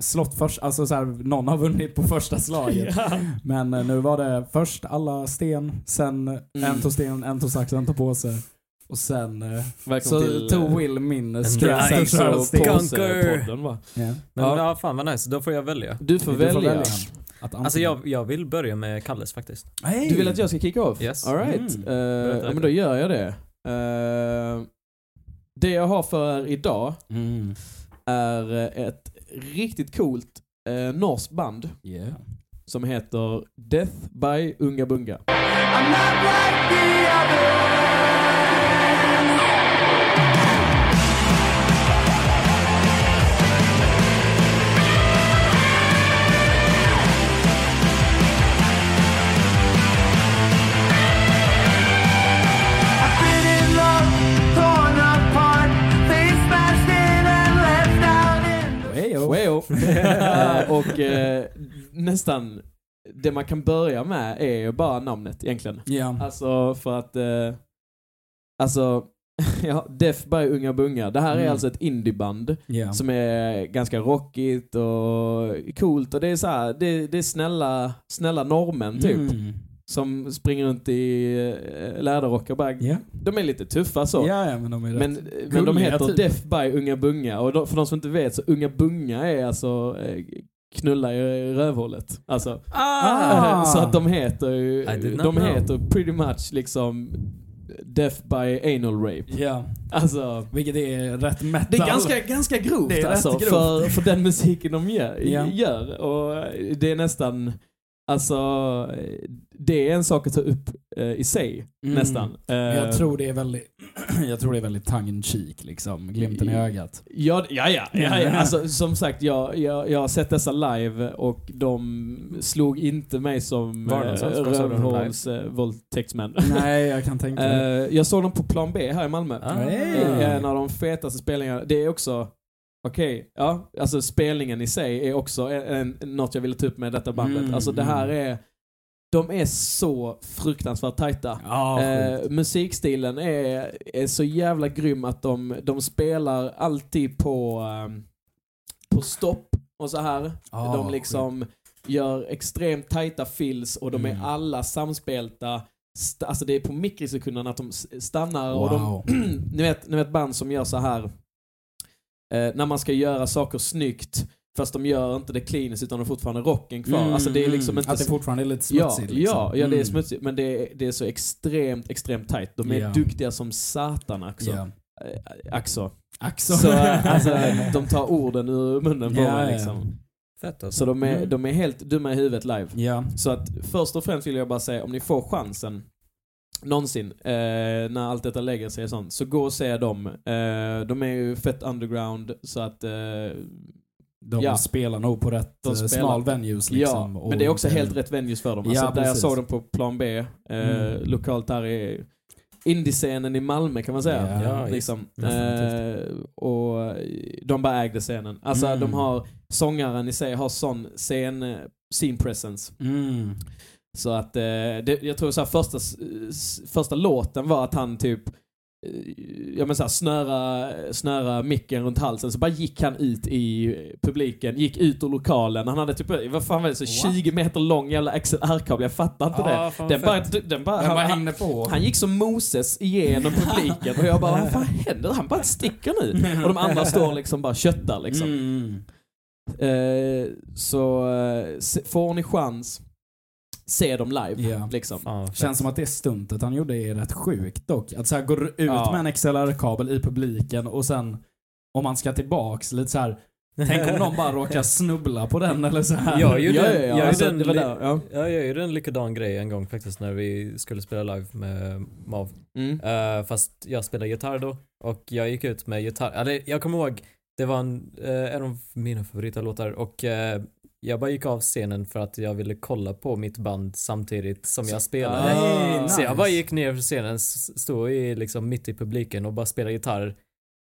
[SPEAKER 2] slått först, alltså så här, någon har vunnit på första slaget. Men eh, nu var det först alla sten, sen
[SPEAKER 1] Mm.
[SPEAKER 2] en tog sten, en tog sax, en tog påse. Och sen eh,
[SPEAKER 1] Välkommen
[SPEAKER 2] så
[SPEAKER 1] till... eh,
[SPEAKER 2] tog Will min
[SPEAKER 3] drive
[SPEAKER 2] stress
[SPEAKER 3] to
[SPEAKER 2] så sten.
[SPEAKER 3] påse.
[SPEAKER 1] podden va?
[SPEAKER 2] Ja.
[SPEAKER 3] Men
[SPEAKER 1] Ja.
[SPEAKER 3] ja. fan vad nice, då får jag välja.
[SPEAKER 1] Du får
[SPEAKER 2] Du
[SPEAKER 1] välja.
[SPEAKER 2] Att
[SPEAKER 3] Alltså jag, jag vill börja med Kalles faktiskt.
[SPEAKER 2] Hej!
[SPEAKER 1] Du vill att jag ska kicka off?
[SPEAKER 3] Yes.
[SPEAKER 1] Alright.
[SPEAKER 2] Mm.
[SPEAKER 1] ja, men då gör jag det. Eh, det jag har för er idag
[SPEAKER 2] Mm.
[SPEAKER 1] är eh, ett riktigt coolt uh, norskt band
[SPEAKER 2] Yeah.
[SPEAKER 1] som heter Death by Unga Bunga.
[SPEAKER 4] I'm not like the others. I've been in love, torn apart, things smashed in and left out in the
[SPEAKER 2] Hejo.
[SPEAKER 1] Wow. Eh, och eh, nästan det man kan börja med är ju bara namnet egentligen.
[SPEAKER 2] Ja.
[SPEAKER 1] Alltså för att... Eh, alltså, ja, Def by Unga Bunga. Det här är
[SPEAKER 2] Mm.
[SPEAKER 1] alltså ett indieband
[SPEAKER 2] Ja.
[SPEAKER 1] som är ganska rockigt och coolt. Och det är så här, det, det är snälla, snälla norrmän typ.
[SPEAKER 2] Mm.
[SPEAKER 1] Som springer runt i eh, läderrockar. Bara,
[SPEAKER 2] Ja.
[SPEAKER 1] De är lite tuffa så.
[SPEAKER 2] ja, ja, men de är rätt.
[SPEAKER 1] Men, eh, men de
[SPEAKER 2] Gulliga
[SPEAKER 1] heter
[SPEAKER 2] typ.
[SPEAKER 1] Def by Unga Bunga och de, för de som inte vet så Unga Bunga är alltså eh, knulla i rövhålet. Alltså,
[SPEAKER 2] Ah.
[SPEAKER 1] så att de heter ju,
[SPEAKER 3] I did not
[SPEAKER 1] de
[SPEAKER 3] know.
[SPEAKER 1] heter pretty much liksom Death by anal rape.
[SPEAKER 2] Ja,
[SPEAKER 1] Alltså,
[SPEAKER 2] vilket är rätt metal.
[SPEAKER 1] det är ganska, ganska grovt
[SPEAKER 2] Det är rätt
[SPEAKER 1] alltså,
[SPEAKER 2] grovt.
[SPEAKER 1] För, för den musiken de gör,
[SPEAKER 2] Ja.
[SPEAKER 1] gör. Och det är nästan, alltså, det är en sak att ta upp eh, i sig,
[SPEAKER 2] Mm.
[SPEAKER 1] nästan. Eh,
[SPEAKER 2] Men Jag tror det är väldigt, jag tror det är väldigt tongue in cheek liksom. Glimten
[SPEAKER 1] Mm.
[SPEAKER 2] i ögat.
[SPEAKER 1] Ja, ja, ja, ja, ja. Alltså, som sagt, jag, jag, jag har sett dessa live och de slog inte mig som eh,
[SPEAKER 3] Var någonstans? Var såg du dem
[SPEAKER 1] rövhålsvåldtäktsmän.
[SPEAKER 2] Nej, jag kan tänka mig.
[SPEAKER 1] Eh, jag såg dem på Plan B här i Malmö.
[SPEAKER 3] Ah.
[SPEAKER 1] Eh, Det är En
[SPEAKER 2] Hey.
[SPEAKER 1] av de fetaste spelningarna. Det är också, okej, ja, alltså spelningen i sig är också en, en, något jag ville ta upp med detta bandet.
[SPEAKER 2] Mm,
[SPEAKER 1] alltså det här
[SPEAKER 2] mm.
[SPEAKER 1] är, de är så fruktansvärt tajta.
[SPEAKER 2] Ja,
[SPEAKER 1] Eh,
[SPEAKER 2] sjukt.
[SPEAKER 1] musikstilen är, är så jävla grym att de, de spelar alltid på, ehm, på stopp och så här.
[SPEAKER 2] Ja,
[SPEAKER 1] de liksom gör extremt tajta fills och de
[SPEAKER 2] Mm.
[SPEAKER 1] är alla samspelta. St- alltså det är på mikrosekunderna att de s- stannar och de,
[SPEAKER 2] Wow.
[SPEAKER 1] ni vet, ni vet band som gör så här eh, när man ska göra saker snyggt fast de gör inte det kliniskt utan de har fortfarande rocken kvar.
[SPEAKER 2] Mm,
[SPEAKER 1] alltså det är
[SPEAKER 2] mm.
[SPEAKER 1] liksom inte
[SPEAKER 2] Att det fortfarande är lite
[SPEAKER 1] Ja,
[SPEAKER 2] smutsigt liksom.
[SPEAKER 1] ja, ja, det är
[SPEAKER 2] Mm.
[SPEAKER 1] smutsigt. Men det är, det är så extremt, extremt tajt. De är
[SPEAKER 2] Ja.
[SPEAKER 1] duktiga som satan också.
[SPEAKER 2] Ja.
[SPEAKER 1] Eh, Axo.
[SPEAKER 2] Axel.
[SPEAKER 1] Så, eh, alltså, de tar orden ur munnen på
[SPEAKER 2] Ja,
[SPEAKER 1] mig,
[SPEAKER 2] ja.
[SPEAKER 1] liksom.
[SPEAKER 3] Fett alltså.
[SPEAKER 1] Så de är,
[SPEAKER 2] Mm.
[SPEAKER 1] de är helt dumma i huvudet live.
[SPEAKER 2] Ja.
[SPEAKER 1] Så att först och främst vill jag bara säga, om ni får chansen någonsin eh, när allt detta lägger sig och sånt, så gå och se dem. Eh, de är ju fett underground så att eh,
[SPEAKER 2] De
[SPEAKER 1] Ja.
[SPEAKER 2] spelar nog på rätt
[SPEAKER 1] De
[SPEAKER 2] eh,
[SPEAKER 1] spelar-
[SPEAKER 2] smal venues
[SPEAKER 1] ja,
[SPEAKER 2] liksom.
[SPEAKER 1] men det är också helt rätt venues för dem. Alltså,
[SPEAKER 2] Ja,
[SPEAKER 1] där jag
[SPEAKER 2] precis.
[SPEAKER 1] såg dem på Plan B, eh,
[SPEAKER 2] Mm.
[SPEAKER 1] lokalt här i indiescenen i Malmö kan man säga.
[SPEAKER 2] Ja,
[SPEAKER 3] Ja,
[SPEAKER 1] liksom.
[SPEAKER 3] definitivt.
[SPEAKER 1] eh, och de bara ägde scenen. Alltså
[SPEAKER 2] Mm.
[SPEAKER 1] de har, sångaren i sig har sån scen, eh, scene presence.
[SPEAKER 2] Mm.
[SPEAKER 1] Så att, eh, det, jag tror så här, första, s- s- första låten var att han typ eh, Ja men såhär snöra, snöra micken runt halsen så bara gick han ut i publiken, gick ut ur lokalen. Han hade typ, vad fan var det, så 20 meter lång jävla XLR-kabel, jag fattar inte det.
[SPEAKER 3] fan
[SPEAKER 1] Den
[SPEAKER 3] fett.
[SPEAKER 1] bara, den bara,
[SPEAKER 2] Den
[SPEAKER 1] han,
[SPEAKER 2] bara
[SPEAKER 1] han,
[SPEAKER 2] hängde på.
[SPEAKER 1] han gick som Moses igenom publiken och jag bara, vad fan händer? Han bara sticker nu. Och de andra står liksom bara köttar liksom.
[SPEAKER 2] Mm.
[SPEAKER 1] Eh, så eh, se- får ni chans, se dem live.
[SPEAKER 2] Ja.
[SPEAKER 1] Liksom.
[SPEAKER 3] Fan, vad fett.
[SPEAKER 2] Känns som att det stuntet han gjorde är rätt sjukt dock. Att så här gå ut
[SPEAKER 1] Ja.
[SPEAKER 2] med en XLR-kabel i publiken och sen om man ska tillbaks lite så här. Tänk om någon bara råkar snubbla på den eller så här. Ah,
[SPEAKER 3] Jag gjorde-
[SPEAKER 1] ja, ja, ja.
[SPEAKER 3] jag
[SPEAKER 1] alltså,
[SPEAKER 3] gjorde en
[SPEAKER 1] det var
[SPEAKER 3] li-
[SPEAKER 1] där. Ja.
[SPEAKER 3] Ja, jag gjorde en likadan grej en gång faktiskt när vi skulle spela live med Mav.
[SPEAKER 1] Mm.
[SPEAKER 3] Eh, fast jag spelade gitarr då och jag gick ut med gitarr. Eller jag kommer ihåg, det var en, eh, en av mina favoritlåtar och eh, jag bara gick av scenen för att jag ville kolla på mitt band samtidigt som jag spelade.
[SPEAKER 2] Ah,
[SPEAKER 3] Så jag bara
[SPEAKER 2] nice.
[SPEAKER 3] gick ner för scenen, s- stod i, liksom mitt i publiken och bara spelade gitarr.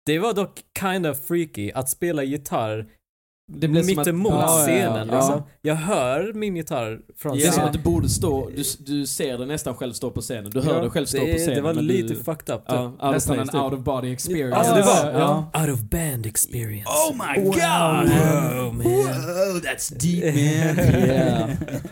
[SPEAKER 3] Det var dock kinda freaky att spela gitarr
[SPEAKER 1] Det blir som att-
[SPEAKER 3] mittemot
[SPEAKER 1] Ja, ja, ja.
[SPEAKER 3] scenen.
[SPEAKER 1] Ja.
[SPEAKER 3] Liksom. Jag hör min gitarr från
[SPEAKER 1] Det är som
[SPEAKER 3] scenen.
[SPEAKER 1] att du borde stå, du, du ser dig nästan själv stå på scenen. Du hör dig själv stå
[SPEAKER 3] det,
[SPEAKER 1] på scenen.
[SPEAKER 3] det var
[SPEAKER 1] men
[SPEAKER 3] lite
[SPEAKER 1] du,
[SPEAKER 3] fucked up.
[SPEAKER 1] ja, out of
[SPEAKER 2] Nästan
[SPEAKER 1] place,
[SPEAKER 2] en
[SPEAKER 1] typ.
[SPEAKER 2] out of body experience.
[SPEAKER 3] Alltså, det var-
[SPEAKER 2] Ja.
[SPEAKER 3] Out of band experience.
[SPEAKER 2] Oh my
[SPEAKER 1] Wow.
[SPEAKER 2] god!
[SPEAKER 3] Wow, man.
[SPEAKER 2] Whoa, that's deep man.
[SPEAKER 1] Yeah.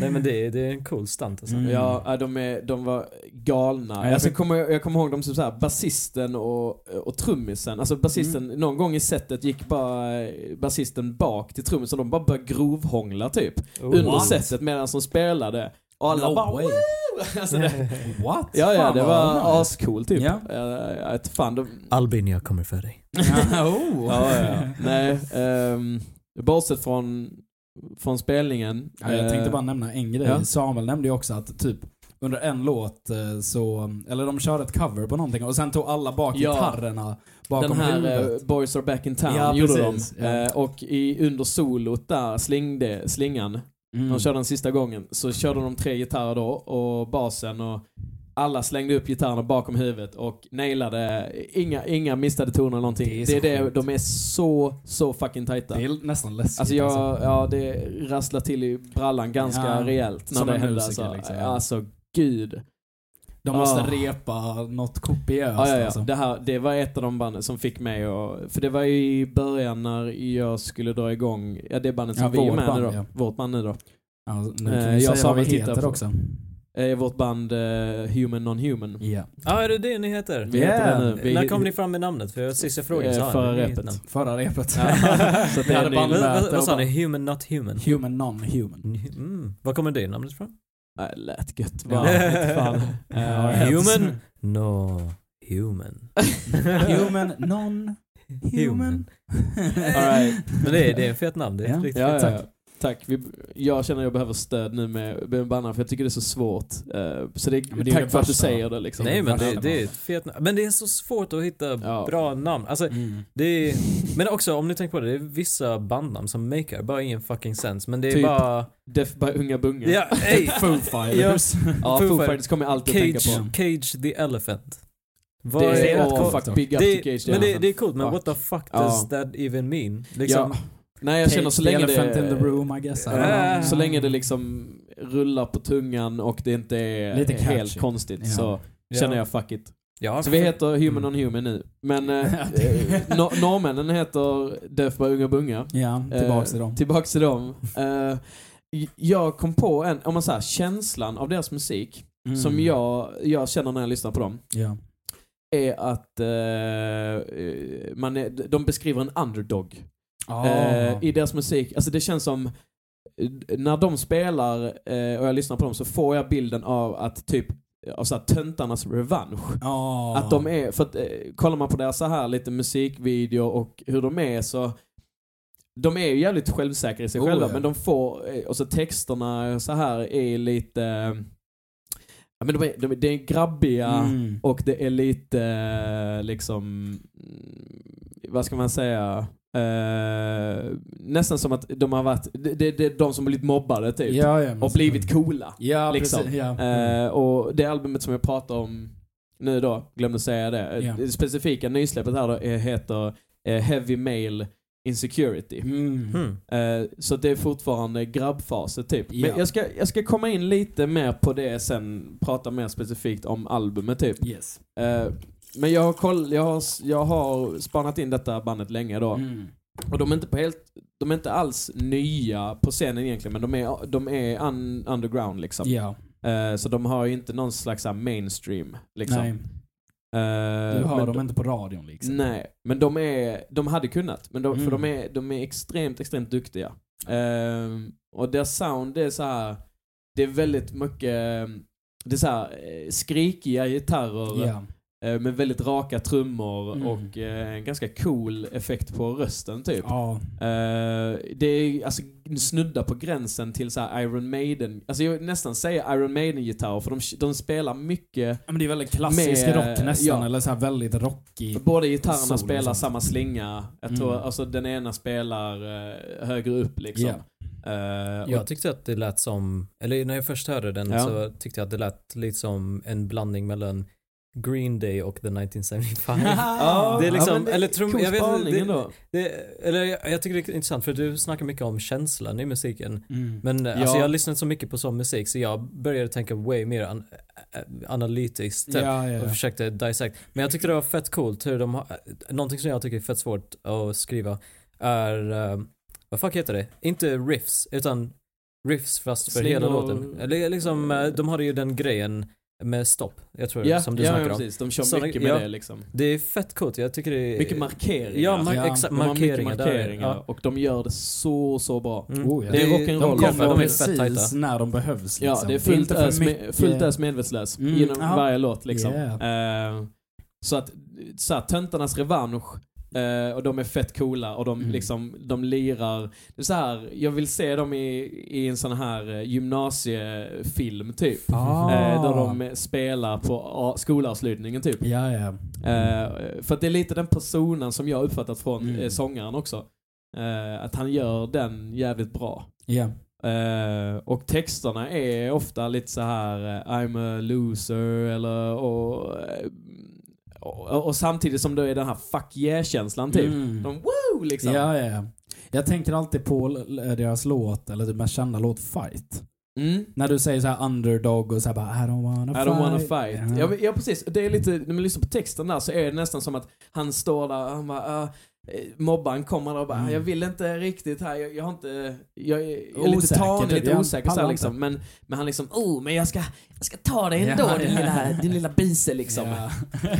[SPEAKER 3] Nej men det, är- det är en cool stunt alltså.
[SPEAKER 2] Mm.
[SPEAKER 1] Ja, äh, de, är, de var galna.
[SPEAKER 2] jag
[SPEAKER 1] jag, alltså,
[SPEAKER 2] fick-
[SPEAKER 1] kommer, jag kommer ihåg dem som så här, basisten och, och trummisen. Alltså basisten,
[SPEAKER 2] Mm.
[SPEAKER 1] någon gång i setet gick bara eh, basisten bak till trummisen. De bara började grovhångla typ. under
[SPEAKER 2] what?
[SPEAKER 1] setet medan de spelade. Och alla
[SPEAKER 2] No
[SPEAKER 1] bara
[SPEAKER 2] way.
[SPEAKER 1] "Woo!" alltså, det,
[SPEAKER 2] What?
[SPEAKER 1] Ja, ja,
[SPEAKER 2] Fan,
[SPEAKER 1] det
[SPEAKER 2] vad
[SPEAKER 1] var
[SPEAKER 2] nice.
[SPEAKER 1] ascoolt typ.
[SPEAKER 2] Ja.
[SPEAKER 1] Ja. Jag vet fan, de,
[SPEAKER 3] Albin, jag kommer för dig.
[SPEAKER 1] Ja,
[SPEAKER 2] oh.
[SPEAKER 1] ja, ja. Nej, ehm, bortsett från, från spelningen.
[SPEAKER 2] Ja, jag tänkte
[SPEAKER 1] eh,
[SPEAKER 2] bara nämna en grej.
[SPEAKER 1] ja.
[SPEAKER 2] Samuel nämnde ju också att typ under en låt eh, så, eller de körde ett cover på någonting och sen tog alla bak
[SPEAKER 1] Ja.
[SPEAKER 2] gitarrerna bakom
[SPEAKER 1] den här
[SPEAKER 2] huvudet.
[SPEAKER 1] eh, Boys Are Back In Town
[SPEAKER 2] Ja,
[SPEAKER 1] gjorde
[SPEAKER 2] precis,
[SPEAKER 1] de.
[SPEAKER 2] ja.
[SPEAKER 1] Eh, och i, under solot där, slingde, slingan,
[SPEAKER 2] Mm.
[SPEAKER 1] de körde den sista gången, så körde de tre gitarrer då och basen och alla slängde upp gitarrerna bakom huvudet och nailade, inga, inga missade toner eller någonting.
[SPEAKER 2] Det
[SPEAKER 1] Det
[SPEAKER 2] är
[SPEAKER 1] är,
[SPEAKER 2] så
[SPEAKER 1] det,
[SPEAKER 2] sjukt.
[SPEAKER 1] de är så, så fucking tajta.
[SPEAKER 2] Det är nästan läskigt.
[SPEAKER 1] Alltså jag, ja det rasslar till i brallan ganska
[SPEAKER 2] Ja,
[SPEAKER 1] rejält när
[SPEAKER 2] som
[SPEAKER 1] det
[SPEAKER 2] en
[SPEAKER 1] händer.
[SPEAKER 2] musiker,
[SPEAKER 1] Alltså,
[SPEAKER 2] liksom.
[SPEAKER 1] alltså gud.
[SPEAKER 2] De måste
[SPEAKER 1] Ah.
[SPEAKER 2] repa något kopiöst.
[SPEAKER 1] Ja, ja, ja.
[SPEAKER 2] Alltså.
[SPEAKER 1] Det, här, det var ett av de banden som fick mig att... För det var ju i början när jag skulle dra igång, ja det bandet som
[SPEAKER 2] Ja,
[SPEAKER 1] vi är
[SPEAKER 2] vårt
[SPEAKER 1] med
[SPEAKER 2] band,
[SPEAKER 1] nu då.
[SPEAKER 2] ja.
[SPEAKER 1] Vårt band nu då.
[SPEAKER 2] Ja, nu kan
[SPEAKER 1] Eh,
[SPEAKER 2] vi
[SPEAKER 1] jag
[SPEAKER 2] säga
[SPEAKER 1] sa
[SPEAKER 2] vad vi
[SPEAKER 1] vi tittar
[SPEAKER 2] heter
[SPEAKER 1] på-
[SPEAKER 2] också.
[SPEAKER 1] eh, vårt band eh, Human Non-Human.
[SPEAKER 2] Ja.
[SPEAKER 3] Ja, är det det ni heter?
[SPEAKER 1] Vi heter det nu. Vi,
[SPEAKER 3] När kom ni fram med namnet? För sist jag frågade så
[SPEAKER 1] Eh,
[SPEAKER 3] har
[SPEAKER 1] förra
[SPEAKER 3] ni inget
[SPEAKER 1] repet.
[SPEAKER 3] namn.
[SPEAKER 2] Förra repet.
[SPEAKER 3] Ja.
[SPEAKER 1] Så att
[SPEAKER 2] Vi
[SPEAKER 1] det
[SPEAKER 2] hade
[SPEAKER 1] är
[SPEAKER 2] bara-
[SPEAKER 1] ny,
[SPEAKER 3] Vad-
[SPEAKER 2] Lät
[SPEAKER 3] Vad
[SPEAKER 2] och
[SPEAKER 3] vad sa
[SPEAKER 2] bara-
[SPEAKER 3] ni? Human not human?
[SPEAKER 2] Human non-human.
[SPEAKER 3] Mm. Var kommer det namnet ifrån?
[SPEAKER 1] Nej, lät gött bara. Inte fan.
[SPEAKER 2] Ja,
[SPEAKER 1] Eh,
[SPEAKER 3] human? No. Human.
[SPEAKER 2] Human non-human.
[SPEAKER 1] All right.
[SPEAKER 3] Men det är, det är en fet namn. Det är
[SPEAKER 2] Ja.
[SPEAKER 3] riktigt
[SPEAKER 1] Ja, ja,
[SPEAKER 3] fett.
[SPEAKER 1] ja. Tack. Vi, jag känner att jag behöver stöd nu med, med bannar för jag tycker det är så svårt. Eh, så det,
[SPEAKER 2] men
[SPEAKER 1] det är
[SPEAKER 2] tack
[SPEAKER 1] tack för att du
[SPEAKER 2] första.
[SPEAKER 1] säger det liksom.
[SPEAKER 3] Nej men
[SPEAKER 2] Värsta
[SPEAKER 3] det, det är
[SPEAKER 2] namn.
[SPEAKER 3] ett fet namn. Men det är så svårt att hitta
[SPEAKER 1] Ja.
[SPEAKER 3] bra namn. Alltså,
[SPEAKER 2] Mm.
[SPEAKER 3] det är, men också om ni tänker på det, det är vissa bandnamn som makar bara ingen fucking sense. Men det är
[SPEAKER 1] Typ.
[SPEAKER 3] bara...
[SPEAKER 1] Death by Unga Bunga.
[SPEAKER 3] Ja, ey,
[SPEAKER 2] Foo Fighters.
[SPEAKER 1] ja Foo
[SPEAKER 3] Foo Fighters.
[SPEAKER 1] Fighters kommer jag alltid att
[SPEAKER 3] Cage,
[SPEAKER 1] tänka på.
[SPEAKER 3] Cage the Elephant. Vad
[SPEAKER 1] Det
[SPEAKER 2] är
[SPEAKER 1] är,
[SPEAKER 2] rätt
[SPEAKER 1] åh,
[SPEAKER 2] coolt
[SPEAKER 1] fuck,
[SPEAKER 2] då.
[SPEAKER 1] big up
[SPEAKER 3] det-
[SPEAKER 1] to Cage the
[SPEAKER 3] men det,
[SPEAKER 1] Elephant.
[SPEAKER 3] det är coolt, men
[SPEAKER 1] Fuck.
[SPEAKER 3] what the fuck does
[SPEAKER 1] Ja.
[SPEAKER 3] that even mean? Liksom,
[SPEAKER 1] Nej jag känner så länge
[SPEAKER 2] Elephant in the
[SPEAKER 1] det...
[SPEAKER 2] room I guess. I don't
[SPEAKER 1] Ja,
[SPEAKER 2] know.
[SPEAKER 1] Så länge det liksom rullar på tungan och det inte är
[SPEAKER 2] Lite catchy.
[SPEAKER 1] helt konstigt
[SPEAKER 2] Ja.
[SPEAKER 1] så
[SPEAKER 3] ja.
[SPEAKER 1] känner jag fuck it.
[SPEAKER 3] Ja,
[SPEAKER 1] Så vi heter Human
[SPEAKER 2] Mm.
[SPEAKER 1] on Human nu. Men eh, no norrmännen heter Death by Unga Bunga.
[SPEAKER 2] Ja, tillbaks till dem.
[SPEAKER 1] Tillbaks eh, till dem. Eh, j- jag kom på en, om man säger känslan av deras musik
[SPEAKER 2] Mm.
[SPEAKER 1] som jag, jag känner när jag lyssnar på dem
[SPEAKER 2] Ja.
[SPEAKER 1] är att eh, man är, de beskriver en underdog eh,
[SPEAKER 2] Ah.
[SPEAKER 1] i deras musik. Alltså det känns som eh, när de spelar eh, och jag lyssnar på dem så får jag bilden av att typ av så här, töntarnas revansch.
[SPEAKER 2] Ah.
[SPEAKER 1] Att de är, för att eh, kollar man på deras så här lite musikvideo och hur de är så de är ju jävligt självsäkra i sig
[SPEAKER 2] Oh,
[SPEAKER 1] själva
[SPEAKER 2] ja.
[SPEAKER 1] men de får, eh, och så texterna så här är lite, eh, ja men de är, de är, det är grabbiga
[SPEAKER 2] Mm.
[SPEAKER 1] och det är lite eh, liksom, mm, vad ska man säga, eh, nästan som att de har varit, det, det, det är de som har blivit mobbade typ.
[SPEAKER 2] Ja, Mm. ja, men
[SPEAKER 1] Och
[SPEAKER 2] så-
[SPEAKER 1] blivit coola.
[SPEAKER 2] Ja,
[SPEAKER 1] liksom.
[SPEAKER 2] precis. Ja.
[SPEAKER 1] Eh, och det albumet som jag pratar om nu då, glömde säga det. Eh,
[SPEAKER 2] Ja.
[SPEAKER 1] Det specifika nysläppet här då eh, heter eh, Heavy Male Insecurity.
[SPEAKER 2] Mm.
[SPEAKER 3] Hmm.
[SPEAKER 1] Eh, så det är fortfarande grabbfaset typ.
[SPEAKER 2] Ja.
[SPEAKER 1] Men jag ska, jag ska komma in lite mer på det sen, prata mer specifikt om albumet typ.
[SPEAKER 2] Yes.
[SPEAKER 1] Eh, men jag har, koll, jag, har, jag har spanat in detta bandet länge då.
[SPEAKER 2] Mm.
[SPEAKER 1] Och de är inte, på helt, de är inte alls nya på scenen egentligen men de är, de är un, underground liksom.
[SPEAKER 2] Ja.
[SPEAKER 1] Eh, så de har ju inte någon slags så här mainstream. Liksom.
[SPEAKER 2] Nej,
[SPEAKER 1] Eh,
[SPEAKER 2] du hör
[SPEAKER 1] men
[SPEAKER 2] dem
[SPEAKER 1] de-
[SPEAKER 2] inte på radion liksom.
[SPEAKER 1] Nej, men de, är, de hade kunnat. Men de, För
[SPEAKER 2] Mm.
[SPEAKER 1] de är, de är extremt, extremt duktiga. Eh, och deras sound det är så här. Det är väldigt mycket det är så här, eh, skrikiga gitarrer
[SPEAKER 2] Ja.
[SPEAKER 1] eh, med väldigt raka trummor
[SPEAKER 2] Mm.
[SPEAKER 1] och eh, en ganska cool effekt på rösten typ.
[SPEAKER 2] Ja.
[SPEAKER 1] Eh, det är alltså snudda på gränsen till så här Iron Maiden. Alltså jag vill nästan säga Iron Maiden-gitarrer för de, de spelar mycket.
[SPEAKER 2] Ja, Men det är väldigt klassisk
[SPEAKER 1] Med,
[SPEAKER 2] rock nästan,
[SPEAKER 1] ja.
[SPEAKER 2] eller så här väldigt rockig.
[SPEAKER 1] Båda gitarrerna
[SPEAKER 2] Solo och
[SPEAKER 1] spelar
[SPEAKER 3] liksom.
[SPEAKER 2] sånt.
[SPEAKER 1] samma slinga. Jag tror
[SPEAKER 2] Mm.
[SPEAKER 1] alltså den ena spelar eh, högre upp liksom.
[SPEAKER 2] Ja.
[SPEAKER 1] Eh, och,
[SPEAKER 3] Jag tyckte att det lät som, eller när jag först hörde den
[SPEAKER 1] Ja.
[SPEAKER 3] så tyckte jag att det lät lite som en blandning mellan Green Day och The 1975.
[SPEAKER 1] Ja,
[SPEAKER 3] Det är liksom-
[SPEAKER 1] men det är
[SPEAKER 3] eller trum-
[SPEAKER 1] cool
[SPEAKER 3] jag vet inte,
[SPEAKER 1] spaning
[SPEAKER 3] det-
[SPEAKER 1] ändå.
[SPEAKER 3] det, eller jag, jag tycker det är intressant för du snackar mycket om känslan i musiken.
[SPEAKER 2] Mm.
[SPEAKER 3] Men eh,
[SPEAKER 1] Ja.
[SPEAKER 3] alltså jag har lyssnat så mycket på sån musik så jag började tänka way mer an, ä- ä- analytiskt. typ.
[SPEAKER 2] ja, ja.
[SPEAKER 3] och försökte dissect. Men jag tyckte det var fett coolt hur de har, någonting som jag tycker är fett svårt att skriva är, eh, vad fuck heter det? Inte riffs, utan riffs fast för
[SPEAKER 1] Slingor.
[SPEAKER 3] hela låten. Eller liksom, eh, de hade ju den grejen med stopp, jag tror
[SPEAKER 1] Ja,
[SPEAKER 3] som du
[SPEAKER 1] ja,
[SPEAKER 3] snackar
[SPEAKER 1] ja,
[SPEAKER 3] om.
[SPEAKER 1] precis. De kör
[SPEAKER 3] Sådana-
[SPEAKER 1] mycket med
[SPEAKER 3] ja.
[SPEAKER 1] det liksom.
[SPEAKER 3] Det är fett coolt, jag tycker det är...
[SPEAKER 1] Mycket markeringar.
[SPEAKER 3] Ja, mar-
[SPEAKER 2] Ja.
[SPEAKER 3] exakt,
[SPEAKER 1] de har mycket
[SPEAKER 3] markeringar. där.
[SPEAKER 1] markeringar
[SPEAKER 3] Ja.
[SPEAKER 1] och de gör det så, så bra.
[SPEAKER 3] Mm.
[SPEAKER 2] Oh, ja.
[SPEAKER 1] Det är
[SPEAKER 2] De
[SPEAKER 1] rock'n'roll.
[SPEAKER 3] Ja, för
[SPEAKER 2] kommer
[SPEAKER 3] de är fett
[SPEAKER 2] precis
[SPEAKER 3] tajta.
[SPEAKER 2] när de behövs.
[SPEAKER 1] Ja,
[SPEAKER 2] Liksom.
[SPEAKER 1] det är fullt
[SPEAKER 2] inte för
[SPEAKER 1] ös,
[SPEAKER 2] mycket-
[SPEAKER 1] med, fullt ös medvetslös
[SPEAKER 2] Mm,
[SPEAKER 1] genom
[SPEAKER 2] ja.
[SPEAKER 1] varje låt liksom.
[SPEAKER 2] Yeah.
[SPEAKER 1] Eh, så att, så här, töntarnas revansch eh, och de är fett coola och de
[SPEAKER 2] Mm.
[SPEAKER 1] liksom, de lirar. Det är så här, jag vill se dem i, i en sån här eh, gymnasiefilm typ.
[SPEAKER 2] Ah.
[SPEAKER 1] Eh, där de spelar på a- skolavslutningen typ.
[SPEAKER 2] Ja, ja.
[SPEAKER 1] Eh, för att det är lite den personen som jag uppfattat från
[SPEAKER 2] Mm.
[SPEAKER 1] eh, sångaren också. Eh, att han gör den jävligt bra.
[SPEAKER 2] Ja.
[SPEAKER 1] Eh, och texterna är ofta lite så här eh, I'm a loser eller och, eh, och, och samtidigt som det är den här fuck yeah-känslan typ.
[SPEAKER 2] Mm.
[SPEAKER 1] De woo liksom.
[SPEAKER 2] Ja, ja, ja. Jag tänker alltid på l- l- deras låt, eller typ mest kända låt, Fight.
[SPEAKER 1] Mm.
[SPEAKER 2] När du säger så här underdog och så här bara I don't wanna
[SPEAKER 1] I
[SPEAKER 2] fight.
[SPEAKER 1] don't wanna fight.
[SPEAKER 2] Ja.
[SPEAKER 1] Ja, men- ja precis, det är lite, när man lyssnar på texten där så är det nästan som att han står där och han bara "Ah, eh, mobbaren kommer där och bara, "Ah,
[SPEAKER 2] Mm.
[SPEAKER 1] jag vill inte riktigt här, jag, jag har inte, jag, är- jag är lite
[SPEAKER 2] Osäker,
[SPEAKER 1] tanig,
[SPEAKER 2] typ.
[SPEAKER 1] lite
[SPEAKER 2] Jag
[SPEAKER 1] osäker så här,
[SPEAKER 2] pallar
[SPEAKER 1] liksom. Men, men han liksom, oh, men jag ska, jag ska ta dig ändå
[SPEAKER 2] Ja,
[SPEAKER 1] din,
[SPEAKER 2] ja.
[SPEAKER 1] Lilla, din lilla bise liksom.
[SPEAKER 2] Ja.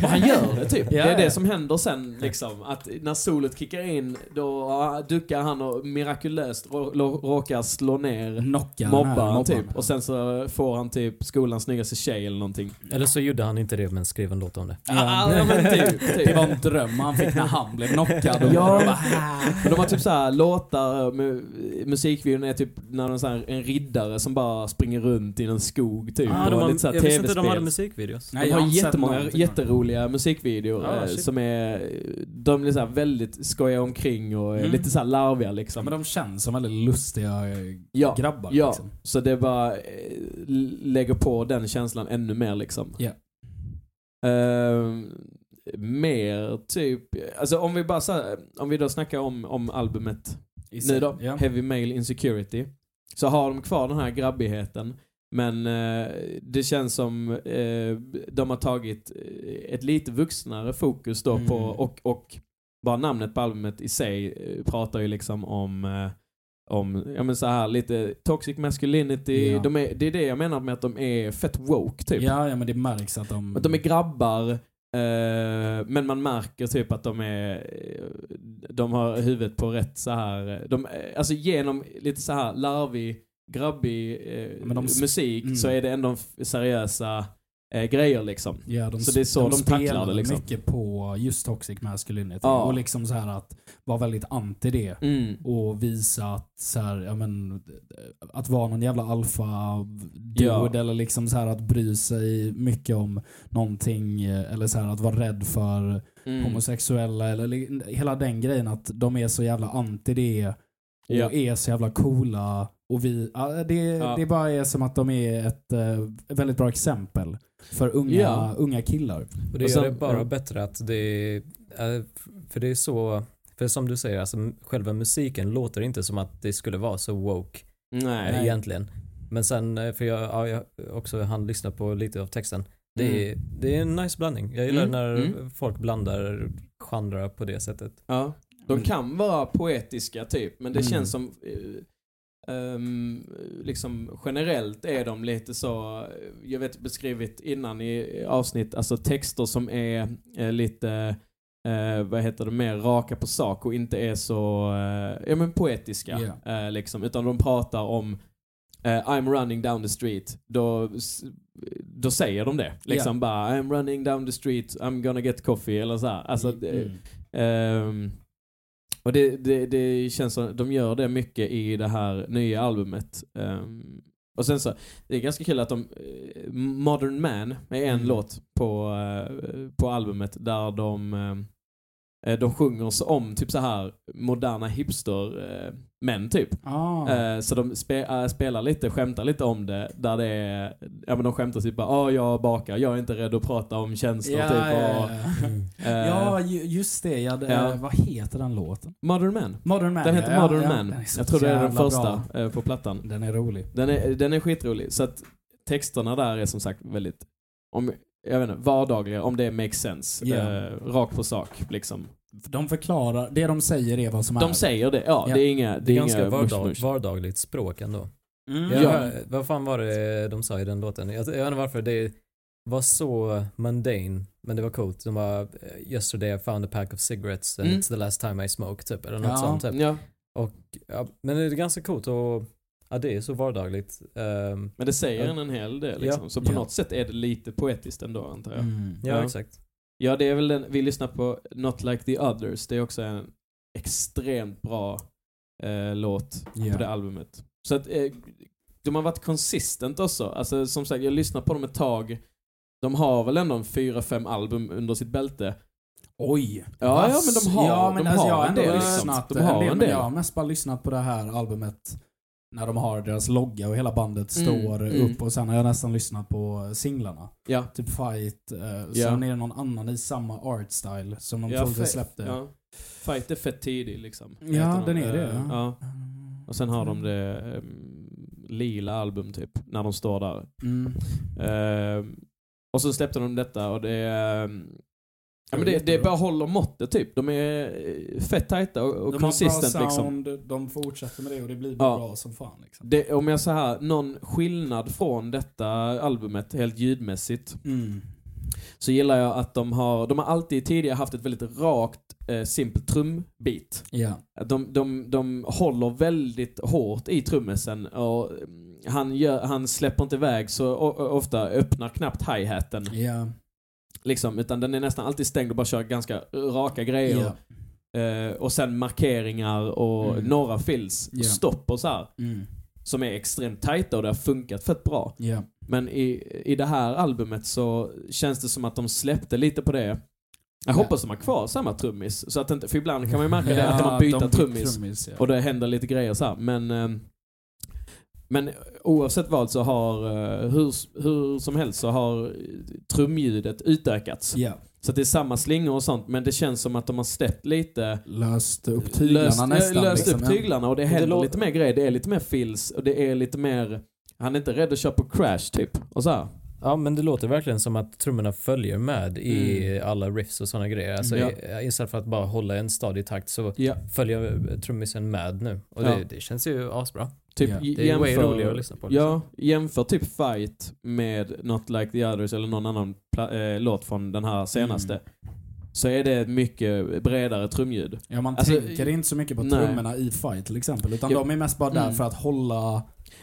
[SPEAKER 1] Och han gör det typ.
[SPEAKER 2] Ja,
[SPEAKER 1] det är det
[SPEAKER 2] ja.
[SPEAKER 1] som händer sen liksom. Att när solet kickar in då ah, duckar han och mirakulöst rå- lo- råkar slå ner
[SPEAKER 2] Knocka
[SPEAKER 1] mobbaren typ. Och sen så får han typ skolans snyggaste tjej eller någonting.
[SPEAKER 3] Eller så gjorde han inte det men skrev en låt om det.
[SPEAKER 1] Ah, ja, men typ, typ.
[SPEAKER 2] Det var en dröm han fick när han blev knockad. Och
[SPEAKER 1] Ja.
[SPEAKER 2] ja. bara, "Ah."
[SPEAKER 1] Men de har typ såhär låtar, mu- musikvideon är typ när de så här, en riddare som bara springer runt i en skog typ.
[SPEAKER 3] Ah,
[SPEAKER 1] och
[SPEAKER 3] de har,
[SPEAKER 1] lite såhär
[SPEAKER 3] jag visste inte de hade
[SPEAKER 1] tv-spel.
[SPEAKER 3] musikvideos.
[SPEAKER 1] De
[SPEAKER 2] Nej, jag
[SPEAKER 1] har
[SPEAKER 2] inte sett
[SPEAKER 1] jättemånga
[SPEAKER 2] någonting.
[SPEAKER 1] jätteroliga musikvideor
[SPEAKER 3] Ah,
[SPEAKER 1] eh,
[SPEAKER 3] shit.
[SPEAKER 1] som är, de blir så här väldigt skoja omkring och är
[SPEAKER 2] Mm.
[SPEAKER 1] lite så här larviga liksom.
[SPEAKER 2] Ja, men de känns som väldigt lustiga eh,
[SPEAKER 1] ja.
[SPEAKER 2] grabbar
[SPEAKER 1] ja.
[SPEAKER 2] liksom.
[SPEAKER 1] Så det bara eh, l- lägger på den känslan ännu mer liksom.
[SPEAKER 2] Ja.
[SPEAKER 1] Ehm, mer typ, alltså om vi bara så här, om vi då snackar om, om albumet
[SPEAKER 2] I
[SPEAKER 1] nu
[SPEAKER 2] sig.
[SPEAKER 1] då,
[SPEAKER 2] Ja.
[SPEAKER 1] Heavy Male Insecurity. Så har de kvar den här grabbigheten. Men eh, det känns som eh, de har tagit eh, ett lite vuxnare fokus då
[SPEAKER 2] Mm.
[SPEAKER 1] på, och, och bara namnet på albumet i sig eh, pratar ju liksom om eh, om, ja men så här lite toxic masculinity,
[SPEAKER 2] Ja.
[SPEAKER 1] de är, det är det jag menar med att de är fett woke typ.
[SPEAKER 2] Ja, ja, men det märks att de...
[SPEAKER 1] Att de är grabbar, eh, men man märker typ att de är eh, de har huvudet på rätt så här eh, de, eh, alltså genom lite så här larvig, grabbig eh,
[SPEAKER 2] Men de sp-
[SPEAKER 1] musik
[SPEAKER 2] mm.
[SPEAKER 1] så är det ändå f- seriösa eh, grejer liksom.
[SPEAKER 2] Ja, de,
[SPEAKER 1] Så det är så de
[SPEAKER 2] spelar
[SPEAKER 1] tacklar det, liksom.
[SPEAKER 2] mycket på just toxic masculinity.
[SPEAKER 1] Ja.
[SPEAKER 2] Och liksom så här att vara väldigt anti det.
[SPEAKER 1] Mm.
[SPEAKER 2] Och visa att så här, ja men, att vara någon jävla alfa dude eller liksom så här att bry sig mycket om någonting eh, eller så här att vara rädd för
[SPEAKER 1] Mm.
[SPEAKER 2] homosexuella eller li- hela den grejen att de är så jävla anti det och
[SPEAKER 1] Ja.
[SPEAKER 2] är så jävla coola och vi, ja, det,
[SPEAKER 1] Ja.
[SPEAKER 2] det bara är som att de är ett eh, väldigt bra exempel för unga,
[SPEAKER 1] Ja.
[SPEAKER 2] unga killar.
[SPEAKER 3] Och det
[SPEAKER 1] Och
[SPEAKER 3] gör
[SPEAKER 1] sen-
[SPEAKER 3] det bara
[SPEAKER 1] ja.
[SPEAKER 3] bättre att det är, eh, för det är så, för som du säger, alltså m- själva musiken låter inte som att det skulle vara så woke eh,
[SPEAKER 1] Nej.
[SPEAKER 3] egentligen. Men sen, eh, för jag, ja, jag också han lyssna på lite av texten. Det är, det är en nice blandning. Jag gillar
[SPEAKER 1] Mm,
[SPEAKER 3] när
[SPEAKER 1] mm.
[SPEAKER 3] folk blandar genrer på det sättet.
[SPEAKER 1] Ja. De kan vara poetiska typ, men det
[SPEAKER 2] Mm.
[SPEAKER 1] känns som eh, ehm, liksom generellt är de lite så, eh, jag vet beskrivit innan i avsnitt, alltså texter som är eh, lite, eh, vad heter det, mer raka på sak och inte är så, eh, ja men poetiska. Eh, liksom, utan de pratar om eh, I'm running down the street. Då, s- då säger de det. Liksom bara I'm running down the street, I'm gonna get coffee eller så här. Alltså, det-
[SPEAKER 2] Mm.
[SPEAKER 1] Ehm, och det, det, det känns som de gör det mycket i det här nya albumet. Ehm, och sen så, det är ganska kul att de, eh, Modern Man är en
[SPEAKER 2] Mm.
[SPEAKER 1] låt på, eh, på albumet där de, eh, de sjunger så om typ så här moderna hipster-män typ.
[SPEAKER 2] Ah.
[SPEAKER 1] Eh, Så de spe, äh, spelar lite, skämtar lite om det. Där det är, ja men de skämtar typ bara, ah, jag bakar, jag är inte rädd att prata om känslor
[SPEAKER 2] ja,
[SPEAKER 1] typ.
[SPEAKER 2] ja,
[SPEAKER 1] Och,
[SPEAKER 2] ja.
[SPEAKER 1] eh,
[SPEAKER 2] ja, ju- just det. Ja, det
[SPEAKER 1] ja.
[SPEAKER 2] Vad heter den låten?
[SPEAKER 1] Modern Man.
[SPEAKER 2] Modern Man.
[SPEAKER 1] Den heter
[SPEAKER 2] ja,
[SPEAKER 1] Modern
[SPEAKER 2] ja,
[SPEAKER 1] Man.
[SPEAKER 2] den är så
[SPEAKER 1] Jag tror det är den
[SPEAKER 2] jävla
[SPEAKER 1] första
[SPEAKER 2] bra.
[SPEAKER 1] eh, på plattan.
[SPEAKER 2] Den är rolig.
[SPEAKER 1] Den är, den är skitrolig. Så att texterna där är som sagt väldigt, om, jag vet inte, vardagliga, om det makes sense.
[SPEAKER 2] Ja.
[SPEAKER 1] Eh, rakt på sak liksom.
[SPEAKER 2] De förklarar, det de säger är vad som är.
[SPEAKER 1] De säger det, ja.
[SPEAKER 2] Ja.
[SPEAKER 1] Det är inga, det är
[SPEAKER 3] Det är ganska
[SPEAKER 1] inga
[SPEAKER 3] vardag,
[SPEAKER 1] mush-mush.
[SPEAKER 3] vardagligt språk ändå.
[SPEAKER 2] Mm.
[SPEAKER 3] Jag
[SPEAKER 1] Ja.
[SPEAKER 3] hör, vad fan var det de sa i den låten? Jag, jag vet inte varför det var så mundane, men det var coolt. De var eh, “Yesterday I found a pack of cigarettes and
[SPEAKER 1] Mm.
[SPEAKER 3] it's the last time I smoke” typ, eller något
[SPEAKER 2] Ja.
[SPEAKER 3] sånt typ.
[SPEAKER 1] Ja,
[SPEAKER 3] Ja, men det är ganska coolt och ja, det är så vardagligt. Ehm,
[SPEAKER 1] men det säger
[SPEAKER 3] Ja.
[SPEAKER 1] en en hel del
[SPEAKER 3] Ja.
[SPEAKER 1] liksom. Så på
[SPEAKER 2] Ja.
[SPEAKER 1] något sätt är det lite poetiskt ändå antar jag.
[SPEAKER 2] Mm.
[SPEAKER 3] ja,
[SPEAKER 1] Ja.
[SPEAKER 3] exakt.
[SPEAKER 1] Ja, det är väl den, vi lyssnar på Not Like The Others. Det är också en extremt bra eh, låt
[SPEAKER 2] Ja.
[SPEAKER 1] på det albumet. Så att eh, de har varit konsistent också. Alltså som sagt, jag lyssnar på dem ett tag. De har väl ändå en fyra, fem album under sitt bälte.
[SPEAKER 2] Oj.
[SPEAKER 1] Ja,
[SPEAKER 2] Vass.
[SPEAKER 1] ja, men de har-
[SPEAKER 2] ja, men
[SPEAKER 1] de
[SPEAKER 2] alltså,
[SPEAKER 1] har
[SPEAKER 2] jag har
[SPEAKER 1] en
[SPEAKER 2] ändå
[SPEAKER 1] del, liksom.
[SPEAKER 2] lyssnat.
[SPEAKER 1] De
[SPEAKER 2] en
[SPEAKER 1] har
[SPEAKER 2] del,
[SPEAKER 1] en
[SPEAKER 2] men
[SPEAKER 1] del.
[SPEAKER 2] Jag har mest bara lyssnat på det här albumet när de har deras logga och hela bandet
[SPEAKER 1] Mm,
[SPEAKER 2] står
[SPEAKER 1] mm.
[SPEAKER 2] upp och sen har jag nästan lyssnat på singlarna.
[SPEAKER 1] Ja.
[SPEAKER 2] Typ Fight, eh,
[SPEAKER 1] Ja.
[SPEAKER 2] sen är det någon annan i samma artstyle som de
[SPEAKER 1] ja,
[SPEAKER 2] trodde
[SPEAKER 1] fe-
[SPEAKER 2] släppte.
[SPEAKER 1] Ja. Fight är fett tidig liksom.
[SPEAKER 2] Ja,
[SPEAKER 1] Heter
[SPEAKER 2] den är
[SPEAKER 1] Eh,
[SPEAKER 2] det, ja. Mm.
[SPEAKER 1] ja. Och sen har de det ehm, lila album typ, när de står där.
[SPEAKER 2] Mm.
[SPEAKER 1] Ehm, och så släppte de detta och det... ehm, Ja, men det, det bara håller måttet typ. De är eh, fett tajta och, och
[SPEAKER 2] de har ett
[SPEAKER 1] consistent
[SPEAKER 2] bra
[SPEAKER 1] liksom.
[SPEAKER 2] sound, de fortsätter med det och det blir
[SPEAKER 1] Ja.
[SPEAKER 2] bra som fan. Liksom.
[SPEAKER 1] Det, om jag säger här, någon skillnad från detta albumet helt ljudmässigt
[SPEAKER 2] Mm.
[SPEAKER 1] så gillar jag att de har, de har alltid tidigare haft ett väldigt rakt, eh, simpelt trumbeat.
[SPEAKER 2] Ja.
[SPEAKER 1] Att De, de, de håller väldigt hårt i trummisen och mm, han, gör, han släpper inte iväg så o- o- ofta, öppnar knappt hi-haten.
[SPEAKER 2] Ja.
[SPEAKER 1] Liksom, utan den är nästan alltid stängd och bara kör ganska raka grejer.
[SPEAKER 2] Ja.
[SPEAKER 1] Eh, och sen markeringar och
[SPEAKER 2] Mm.
[SPEAKER 1] några fills
[SPEAKER 2] Ja.
[SPEAKER 1] och stopp och så här.
[SPEAKER 2] Mm.
[SPEAKER 1] Som är extremt tajta och det har funkat fett bra.
[SPEAKER 2] Ja.
[SPEAKER 1] Men i, i det här albumet så känns det som att de släppte lite på det. Jag
[SPEAKER 2] Ja.
[SPEAKER 1] hoppas de har kvar samma trummis. Så att inte, för ibland kan man ju märka det,
[SPEAKER 2] Ja,
[SPEAKER 1] att de har bytt
[SPEAKER 2] byter
[SPEAKER 1] trummis.
[SPEAKER 2] trummis, ja.
[SPEAKER 1] Och det händer lite grejer så här. Men, eh, men oavsett vad så har, eh, hur, hur som helst så har eh, trumljudet utökats.
[SPEAKER 2] ja.
[SPEAKER 1] Så att det är samma slingor och sånt men det känns som att de har släppt lite
[SPEAKER 2] Löst upp tyglarna
[SPEAKER 1] löst, eh,
[SPEAKER 2] nästan.
[SPEAKER 1] löst
[SPEAKER 2] liksom.
[SPEAKER 1] upp tyglarna och det händer
[SPEAKER 3] lå-
[SPEAKER 1] lite mer grejer. Det är lite mer fills och det är lite mer han är inte rädd att köra på crash typ. Och så här.
[SPEAKER 3] Ja men det låter verkligen som att trummorna följer med i alla riffs och sådana grejer. Alltså,
[SPEAKER 1] Mm. Ja.
[SPEAKER 3] i, istället för att bara hålla en stadig takt så
[SPEAKER 1] Ja.
[SPEAKER 3] följer trummisen med nu. Och
[SPEAKER 1] Ja.
[SPEAKER 3] det, det känns ju asbra.
[SPEAKER 1] Typ
[SPEAKER 2] Ja.
[SPEAKER 3] Det är way
[SPEAKER 1] jämför-
[SPEAKER 3] roligare att lyssna på.
[SPEAKER 1] Ja, jämför typ Fight med Not Like The Others eller någon annan pla- eh, låt från den här senaste.
[SPEAKER 2] Mm.
[SPEAKER 1] Så är det ett mycket bredare trumljud.
[SPEAKER 2] Ja, man
[SPEAKER 1] Alltså,
[SPEAKER 2] tänker inte så mycket på
[SPEAKER 1] nej.
[SPEAKER 2] trummorna i fight till exempel. Utan
[SPEAKER 1] Ja.
[SPEAKER 2] de är mest bara där
[SPEAKER 1] Mm.
[SPEAKER 2] för att hålla...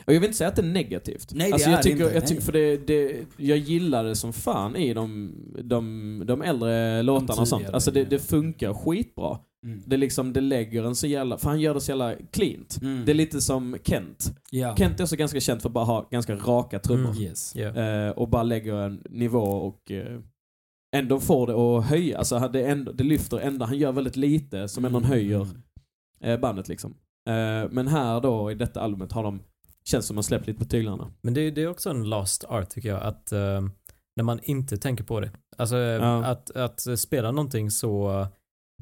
[SPEAKER 1] Och jag vill inte säga att det är negativt.
[SPEAKER 2] Nej, det
[SPEAKER 1] alltså,
[SPEAKER 2] är
[SPEAKER 1] jag
[SPEAKER 2] det
[SPEAKER 1] tycker,
[SPEAKER 2] inte.
[SPEAKER 1] Jag, tycker,
[SPEAKER 2] Nej.
[SPEAKER 1] för det, det, jag gillar det som fan i de, de, de äldre låtarna och sånt.
[SPEAKER 2] tidigare,
[SPEAKER 1] Alltså det,
[SPEAKER 2] ja.
[SPEAKER 1] det funkar skitbra.
[SPEAKER 2] Mm.
[SPEAKER 1] Det, är liksom, det lägger en så jävla... För han gör det så jävla cleant.
[SPEAKER 2] Mm.
[SPEAKER 1] Det är lite som Kent.
[SPEAKER 2] Ja.
[SPEAKER 1] Kent är också ganska känd för att bara ha ganska raka trummor.
[SPEAKER 3] Mm.
[SPEAKER 2] Yes.
[SPEAKER 3] Yeah.
[SPEAKER 1] Eh, och bara lägger en nivå och eh, ändå får det att höja. Alltså han- det, är ändå, det lyfter ändå, han gör väldigt lite som ändå höjer
[SPEAKER 2] Mm.
[SPEAKER 1] eh, bandet liksom. Eh, men här då i detta albumet har de, känns som man släppt lite på tyglarna.
[SPEAKER 3] Men det, det är också en lost art tycker jag, att eh, när man inte tänker på det. Alltså eh,
[SPEAKER 1] Ja.
[SPEAKER 3] att, att spela någonting så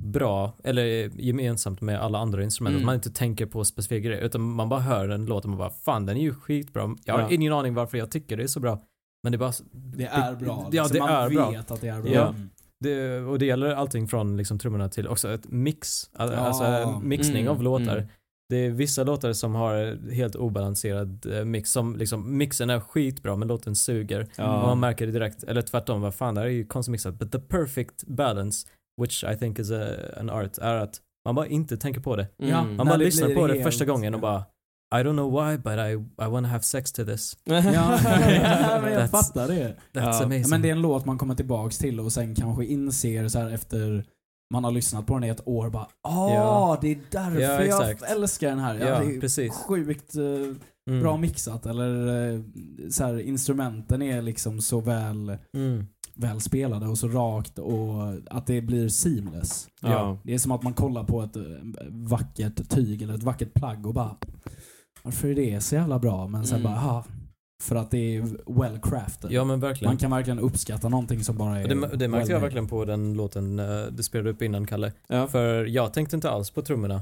[SPEAKER 3] bra, eller eh, gemensamt med alla andra instrument, att
[SPEAKER 1] Mm.
[SPEAKER 3] man inte tänker på specifika grejer, utan man bara hör den låten och man bara fan den är ju skitbra. Jag har
[SPEAKER 1] Ja.
[SPEAKER 3] ingen aning varför jag tycker det är så bra. Men det är bara,
[SPEAKER 2] Det är bra.
[SPEAKER 3] Ja,
[SPEAKER 2] liksom.
[SPEAKER 3] det
[SPEAKER 2] man
[SPEAKER 3] är bra.
[SPEAKER 2] vet att det är bra.
[SPEAKER 1] Ja.
[SPEAKER 2] Mm.
[SPEAKER 3] det, och det gäller allting från liksom trummorna till också ett mix, al-
[SPEAKER 2] Ja.
[SPEAKER 3] alltså en mixning
[SPEAKER 1] Mm,
[SPEAKER 3] av låtar.
[SPEAKER 1] mm.
[SPEAKER 3] Det är vissa låtar som har helt obalanserad eh, mix, som liksom mixen är skitbra men låten suger.
[SPEAKER 1] Ja.
[SPEAKER 3] Och man märker det direkt, eller tvärtom, vad fan det här är ju konstigt mixat. But the perfect balance, which I think is a, an art, är att man bara inte tänker på det.
[SPEAKER 1] Mm.
[SPEAKER 2] Ja,
[SPEAKER 3] Man
[SPEAKER 2] När
[SPEAKER 3] bara
[SPEAKER 2] det
[SPEAKER 3] lyssnar
[SPEAKER 2] blir
[SPEAKER 3] på det
[SPEAKER 2] helt-
[SPEAKER 3] första gången och bara I don't know why but I, I wanna have sex to this.
[SPEAKER 2] Ja, men
[SPEAKER 3] That's-
[SPEAKER 2] jag fattar det.
[SPEAKER 3] That's
[SPEAKER 1] Ja,
[SPEAKER 3] amazing.
[SPEAKER 2] Ja, men det är en låt man kommer tillbaks till och sen kanske inser så här efter man har lyssnat på den i ett år bara ah
[SPEAKER 3] Ja.
[SPEAKER 2] det är därför
[SPEAKER 3] Ja,
[SPEAKER 2] jag
[SPEAKER 3] exakt.
[SPEAKER 2] älskar den här. Ja,
[SPEAKER 3] Ja,
[SPEAKER 2] det är
[SPEAKER 3] precis.
[SPEAKER 2] sjukt eh,
[SPEAKER 3] Mm.
[SPEAKER 2] bra mixat eller eh, så här, instrumenten är liksom så väl,
[SPEAKER 3] Mm.
[SPEAKER 2] väl spelade och så rakt och att det blir seamless.
[SPEAKER 1] Ja.
[SPEAKER 2] Det är som att man kollar på ett eh, vackert tyg eller ett vackert plagg och bara varför är det så jävla bra? Men sen
[SPEAKER 1] Mm.
[SPEAKER 2] bara ah, för att det är well crafted.
[SPEAKER 3] Ja men verkligen.
[SPEAKER 2] Man kan verkligen uppskatta någonting som bara är...
[SPEAKER 3] Och Det, det märkte jag
[SPEAKER 2] well-made.
[SPEAKER 3] verkligen på den låten eh, du spelade upp innan Kalle.
[SPEAKER 1] Ja.
[SPEAKER 3] För jag tänkte inte alls på trummorna.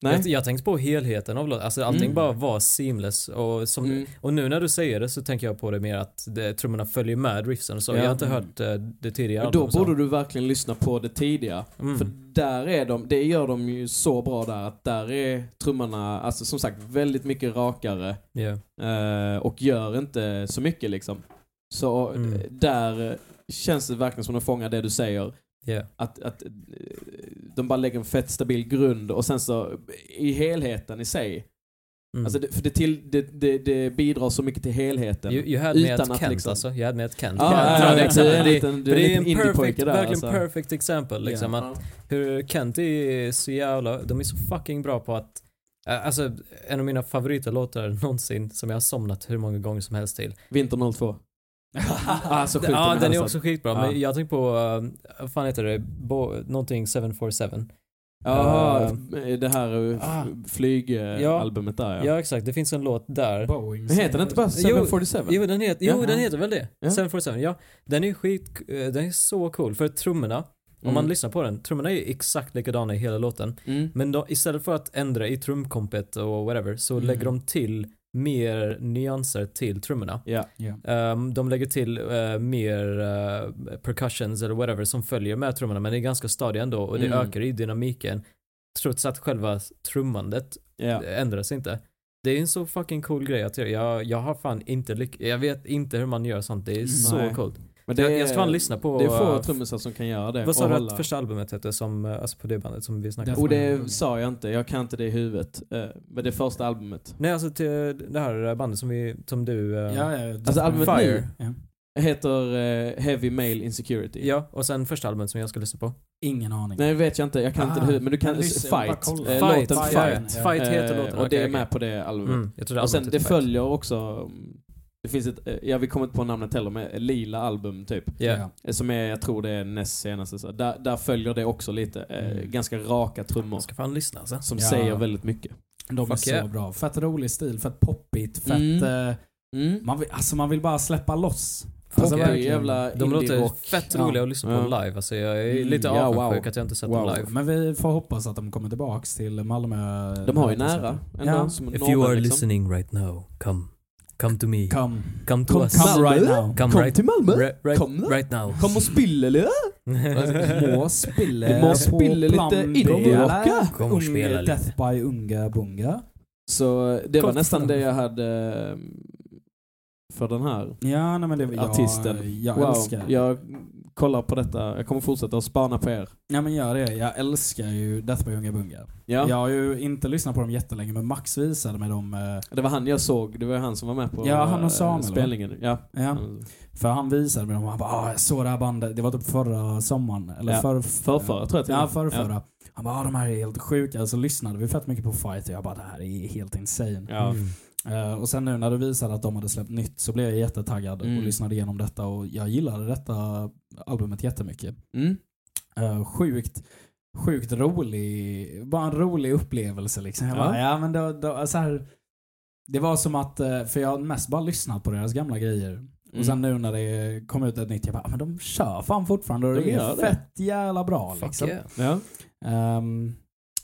[SPEAKER 3] Jag,
[SPEAKER 1] Nej.
[SPEAKER 3] jag tänkte på helheten av låten. Alltså allting
[SPEAKER 2] Mm.
[SPEAKER 3] bara var seamless. Och, som,
[SPEAKER 1] Mm.
[SPEAKER 3] och nu när du säger det så tänker jag på det mer att det, trummorna följer med riffsen och så.
[SPEAKER 1] Ja.
[SPEAKER 3] Jag har inte hört eh, det tidigare.
[SPEAKER 1] Då
[SPEAKER 3] albumet, så.
[SPEAKER 1] borde du verkligen lyssna på det tidiga.
[SPEAKER 3] Mm.
[SPEAKER 1] För där är de, det gör de ju så bra där att där är trummorna, alltså som sagt väldigt mycket rakare.
[SPEAKER 3] Ja.
[SPEAKER 1] Eh, och gör inte så mycket liksom. Så
[SPEAKER 3] Mm.
[SPEAKER 1] eh, där eh, känns det verkligen som de fångar det du säger.
[SPEAKER 3] Ja.
[SPEAKER 1] Att, att eh, de bara lägger en fett stabil grund och sen så eh, i helheten i sig.
[SPEAKER 3] Mm.
[SPEAKER 1] Alltså det, för det, till, det, det, det bidrar så mycket till helheten.
[SPEAKER 3] you, you had me
[SPEAKER 1] utan
[SPEAKER 3] at
[SPEAKER 1] att
[SPEAKER 3] Kent
[SPEAKER 1] liksom-
[SPEAKER 3] alltså. You had me at Kent.
[SPEAKER 1] Ja,
[SPEAKER 3] Jag
[SPEAKER 1] ja,
[SPEAKER 3] drar
[SPEAKER 1] ja,
[SPEAKER 3] det
[SPEAKER 1] ja,
[SPEAKER 3] exemplet.
[SPEAKER 1] du är en liten-
[SPEAKER 3] Det-
[SPEAKER 1] du är
[SPEAKER 3] för
[SPEAKER 1] en
[SPEAKER 3] det är
[SPEAKER 1] liten
[SPEAKER 3] en perfect,
[SPEAKER 1] indiepojke där,
[SPEAKER 3] verkligen
[SPEAKER 1] alltså.
[SPEAKER 3] perfect exempel liksom. Att hur Kent är så jävla, de är så fucking bra på att eh, Alltså en av mina favoritlåtar någonsin som jag har somnat hur många gånger som helst till.
[SPEAKER 1] Vinter 02. ah, så sjukt
[SPEAKER 3] ja den är
[SPEAKER 1] alltså.
[SPEAKER 3] också skitbra
[SPEAKER 1] Ja.
[SPEAKER 3] men jag tänkte på, eh, vad fan heter det, Bo, någonting 747.
[SPEAKER 1] Ja,
[SPEAKER 3] Eh,
[SPEAKER 1] det här eh,
[SPEAKER 3] ah. Ja.
[SPEAKER 1] flygalbumet där
[SPEAKER 3] Ja.
[SPEAKER 1] ja.
[SPEAKER 3] exakt, det finns en låt där.
[SPEAKER 2] Boeing.
[SPEAKER 1] Men Heter den inte bara
[SPEAKER 3] Jo,
[SPEAKER 1] 747?
[SPEAKER 3] Jo, den heter, jo
[SPEAKER 1] Ja.
[SPEAKER 3] den heter väl det?
[SPEAKER 1] Ja.
[SPEAKER 3] 747, ja. Den är skit, eh, den är så cool för trummorna, om man
[SPEAKER 1] Mm.
[SPEAKER 3] lyssnar på den, trummorna är exakt likadana i hela låten.
[SPEAKER 1] Mm.
[SPEAKER 3] Men då, istället för att ändra i trumkompet och whatever så
[SPEAKER 2] Mm.
[SPEAKER 3] lägger de till mer nyanser till trummorna.
[SPEAKER 1] Ja.
[SPEAKER 3] Ehm, de lägger till eh, mer eh, percussions eller whatever som följer med trummorna men det är ganska stadiga ändå och det
[SPEAKER 1] Mm.
[SPEAKER 3] ökar i dynamiken trots att själva trummandet
[SPEAKER 1] Ja.
[SPEAKER 3] ändras inte. Det är en så fucking cool grej att göra. Jag, jag har fan inte lyck- Jag vet inte hur man gör sånt. Det är så
[SPEAKER 1] Nej.
[SPEAKER 3] coolt.
[SPEAKER 1] Men
[SPEAKER 3] jag, jag ska fan lyssna på...
[SPEAKER 1] Det är få
[SPEAKER 3] eh,
[SPEAKER 1] trummisar som kan göra det.
[SPEAKER 3] vad sa
[SPEAKER 1] och
[SPEAKER 3] du
[SPEAKER 1] hålla-
[SPEAKER 3] att första albumet hette som, eh, alltså på det bandet som vi snackade om?
[SPEAKER 2] Death
[SPEAKER 1] Och Oh, det
[SPEAKER 2] Magnet.
[SPEAKER 1] sa jag inte, jag kan inte det i huvudet. Eh, Men det första albumet.
[SPEAKER 3] Nej alltså till det här bandet som vi, som du... eh,
[SPEAKER 2] Ja, ja,
[SPEAKER 1] Alltså albumet
[SPEAKER 3] Fire.
[SPEAKER 1] nu
[SPEAKER 2] Ja.
[SPEAKER 1] heter eh, Heavy Male Insecurity.
[SPEAKER 3] Ja, och sen första albumet som jag ska lyssna på.
[SPEAKER 2] Ingen aning.
[SPEAKER 1] Nej det vet jag inte, jag kan inte det
[SPEAKER 2] Ah,
[SPEAKER 1] i huvudet. Men du kan...
[SPEAKER 2] men lyssna, jag
[SPEAKER 1] fight.
[SPEAKER 2] bara kollar.
[SPEAKER 1] eh,
[SPEAKER 3] Fight,
[SPEAKER 1] Låten
[SPEAKER 2] Fight.
[SPEAKER 1] Fight.
[SPEAKER 2] Ja.
[SPEAKER 3] Fight heter
[SPEAKER 1] Eh,
[SPEAKER 3] låten.
[SPEAKER 1] Och det
[SPEAKER 3] okej,
[SPEAKER 1] är med
[SPEAKER 3] okej.
[SPEAKER 1] på det albumet.
[SPEAKER 3] Mm, jag trodde
[SPEAKER 1] Och sen
[SPEAKER 3] albumet
[SPEAKER 1] det
[SPEAKER 3] hette Fight.
[SPEAKER 1] följer också, mm, det finns ett, eh, ja vi kommer inte på namnet heller, men lila album typ.
[SPEAKER 3] Ja.
[SPEAKER 1] Eh, Som är, jag tror det är näst senaste. Så där, där följer det också lite. eh,
[SPEAKER 2] Mm.
[SPEAKER 1] Ganska raka trummor.
[SPEAKER 3] Man ska fan lyssna alltså.
[SPEAKER 1] Som
[SPEAKER 2] Ja.
[SPEAKER 1] säger väldigt mycket.
[SPEAKER 2] De är
[SPEAKER 3] Fuck
[SPEAKER 2] så
[SPEAKER 3] yeah.
[SPEAKER 2] bra. Fett rolig stil, fett poppigt, fett...
[SPEAKER 1] Mm.
[SPEAKER 2] eh,
[SPEAKER 1] Mm.
[SPEAKER 2] man, vill, alltså man vill bara släppa loss. Alltså,
[SPEAKER 1] Poppy,
[SPEAKER 2] verkligen.
[SPEAKER 1] jävla
[SPEAKER 3] De låter
[SPEAKER 1] indie-rock.
[SPEAKER 3] fett
[SPEAKER 2] Ja.
[SPEAKER 3] roliga att lyssna på live. Alltså jag är
[SPEAKER 2] Mm,
[SPEAKER 3] lite
[SPEAKER 1] ja,
[SPEAKER 3] avundsjuk
[SPEAKER 1] wow.
[SPEAKER 3] att jag inte sett
[SPEAKER 1] Wow.
[SPEAKER 3] dem live.
[SPEAKER 2] Men vi får hoppas att de kommer tillbaks till Malmö. eh,
[SPEAKER 1] De har ju nära. Ändå,
[SPEAKER 2] Ja.
[SPEAKER 1] som norrmän, liksom.
[SPEAKER 3] listening right now, come. Come to me.
[SPEAKER 2] Come.
[SPEAKER 3] Come
[SPEAKER 2] Come, come right now.
[SPEAKER 3] Come
[SPEAKER 1] Kom
[SPEAKER 3] right-
[SPEAKER 1] till Malmö!
[SPEAKER 3] Re- right-
[SPEAKER 1] Kom då.
[SPEAKER 3] right now.
[SPEAKER 1] Kom och spill eller?
[SPEAKER 2] Må spille
[SPEAKER 1] Du Alltså, må spille
[SPEAKER 2] på
[SPEAKER 1] lite
[SPEAKER 2] plan B,
[SPEAKER 1] indie-rocka.
[SPEAKER 2] eller?
[SPEAKER 3] Kom och spela
[SPEAKER 2] Unge Death by Unga Bunga.
[SPEAKER 1] Så eh, det var
[SPEAKER 2] Kom.
[SPEAKER 1] nästan det jag hade eh, för den här
[SPEAKER 2] Ja, nej, men det, jag,
[SPEAKER 1] artisten.
[SPEAKER 2] Jag
[SPEAKER 1] wow.
[SPEAKER 2] älskar.
[SPEAKER 1] Jag kollar på detta. Jag kommer fortsätta att spana på er.
[SPEAKER 2] Ja men gör det. Jag älskar ju Death by Unga Bunga.
[SPEAKER 1] Ja.
[SPEAKER 2] Jag har ju inte lyssnat på dem jättelänge men Max visade mig dem. eh,
[SPEAKER 1] Det var han jag såg. Det var han som var med på
[SPEAKER 2] Ja, han och
[SPEAKER 1] eh,
[SPEAKER 2] Samuel, va?
[SPEAKER 1] spelningen. Ja.
[SPEAKER 2] Ja, för han visade mig dem och han bara ah, jag såg det här bandet. Det var typ förra sommaren. Eller
[SPEAKER 1] Ja,
[SPEAKER 2] förr-
[SPEAKER 1] Förrförra tror jag till och
[SPEAKER 2] Ja,
[SPEAKER 1] med.
[SPEAKER 2] förra, förra. Han bara ah, de här är helt sjuka. Så lyssnade vi fett mycket på Fight och jag bara det här är helt insane.
[SPEAKER 1] Ja.
[SPEAKER 3] Mm.
[SPEAKER 2] Eh, och sen nu när du visade att de hade släppt nytt så blev jag jättetaggad
[SPEAKER 1] Mm.
[SPEAKER 2] och lyssnade igenom detta och jag gillade detta albumet jättemycket.
[SPEAKER 1] Mm.
[SPEAKER 2] Eh, sjukt, sjukt rolig, bara en rolig upplevelse liksom. Jag
[SPEAKER 1] Ja.
[SPEAKER 2] bara, ja men det, det, så här, det var som att, eh, för jag har mest bara lyssnat på deras gamla grejer.
[SPEAKER 1] Mm.
[SPEAKER 2] Och sen nu när det kom ut ett nytt, jag bara, "Ah, men de kör fan fortfarande och
[SPEAKER 1] De
[SPEAKER 2] det
[SPEAKER 1] gör
[SPEAKER 2] är
[SPEAKER 1] det.
[SPEAKER 2] fett jävla bra
[SPEAKER 3] Fuck
[SPEAKER 2] liksom.
[SPEAKER 3] yeah.
[SPEAKER 1] Ja.
[SPEAKER 2] Ehm,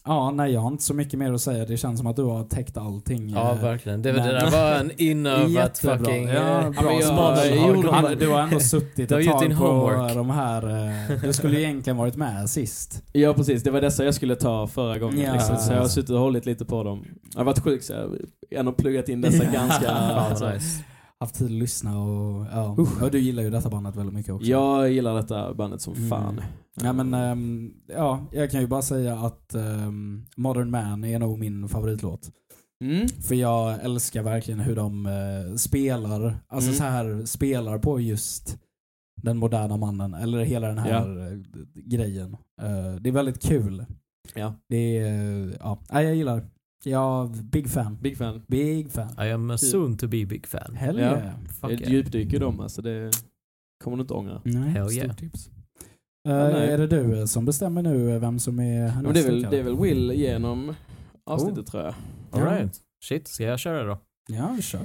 [SPEAKER 2] ja, nej jag har inte så mycket mer att säga. Det känns som att du har täckt allting.
[SPEAKER 3] Ja,
[SPEAKER 2] eh,
[SPEAKER 3] verkligen. Det, var- det
[SPEAKER 2] Men-
[SPEAKER 3] där var en inövat
[SPEAKER 2] Jättebra.
[SPEAKER 3] fucking...
[SPEAKER 2] Ja,
[SPEAKER 3] eh,
[SPEAKER 2] bra.
[SPEAKER 1] men jag-
[SPEAKER 3] spaden
[SPEAKER 1] jag
[SPEAKER 3] har
[SPEAKER 1] gjorde
[SPEAKER 3] kommit.
[SPEAKER 2] Han, du har ändå suttit
[SPEAKER 3] Du har
[SPEAKER 2] ett
[SPEAKER 3] gjort
[SPEAKER 2] tag
[SPEAKER 3] din
[SPEAKER 2] på
[SPEAKER 3] homework.
[SPEAKER 2] de här... eh, Du skulle ju egentligen varit med sist.
[SPEAKER 1] Ja precis, det var dessa jag skulle ta förra gången.
[SPEAKER 2] Ja.
[SPEAKER 1] Liksom. Så jag har suttit och hållit lite på dem. Jag har varit sjuk så jag har ändå pluggat in dessa
[SPEAKER 2] Ja.
[SPEAKER 1] ganska...
[SPEAKER 3] Fan, vad
[SPEAKER 1] Alltså.
[SPEAKER 3] nice.
[SPEAKER 2] Haft tid att lyssna och... Ja. Och du gillar ju detta bandet väldigt mycket också.
[SPEAKER 1] Jag gillar detta bandet som
[SPEAKER 2] Mm.
[SPEAKER 1] fan.
[SPEAKER 2] Ja, men, ehm, ja, jag kan ju bara säga att ehm, Modern Man är nog min favoritlåt.
[SPEAKER 1] Mm.
[SPEAKER 2] För jag älskar verkligen hur de eh, spelar, alltså
[SPEAKER 1] Mm.
[SPEAKER 2] så här spelar på just den moderna mannen, eller hela den här eh, grejen. Eh, det är väldigt kul.
[SPEAKER 1] Ja.
[SPEAKER 2] Det är, eh, ja, Nej, jag gillar. Jag, big fan.
[SPEAKER 1] Big fan.
[SPEAKER 2] Big fan.
[SPEAKER 3] I am a soon to be big fan.
[SPEAKER 2] Hell
[SPEAKER 1] Ja.
[SPEAKER 2] yeah.
[SPEAKER 3] Fuck
[SPEAKER 1] det
[SPEAKER 3] yeah.
[SPEAKER 1] djupdyker de alltså, det kommer du inte ångra.
[SPEAKER 2] Nej,
[SPEAKER 3] Hell
[SPEAKER 2] stort
[SPEAKER 3] yeah.
[SPEAKER 2] tips.
[SPEAKER 1] Ja,
[SPEAKER 2] Eh,
[SPEAKER 1] nej.
[SPEAKER 2] är det du eh, som bestämmer nu eh, vem som är
[SPEAKER 1] Men det, är väl,
[SPEAKER 2] nästa
[SPEAKER 1] det är väl Will genom avsnittet tror jag.
[SPEAKER 3] All right. Shit, ska jag köra då?
[SPEAKER 2] Ja, kör.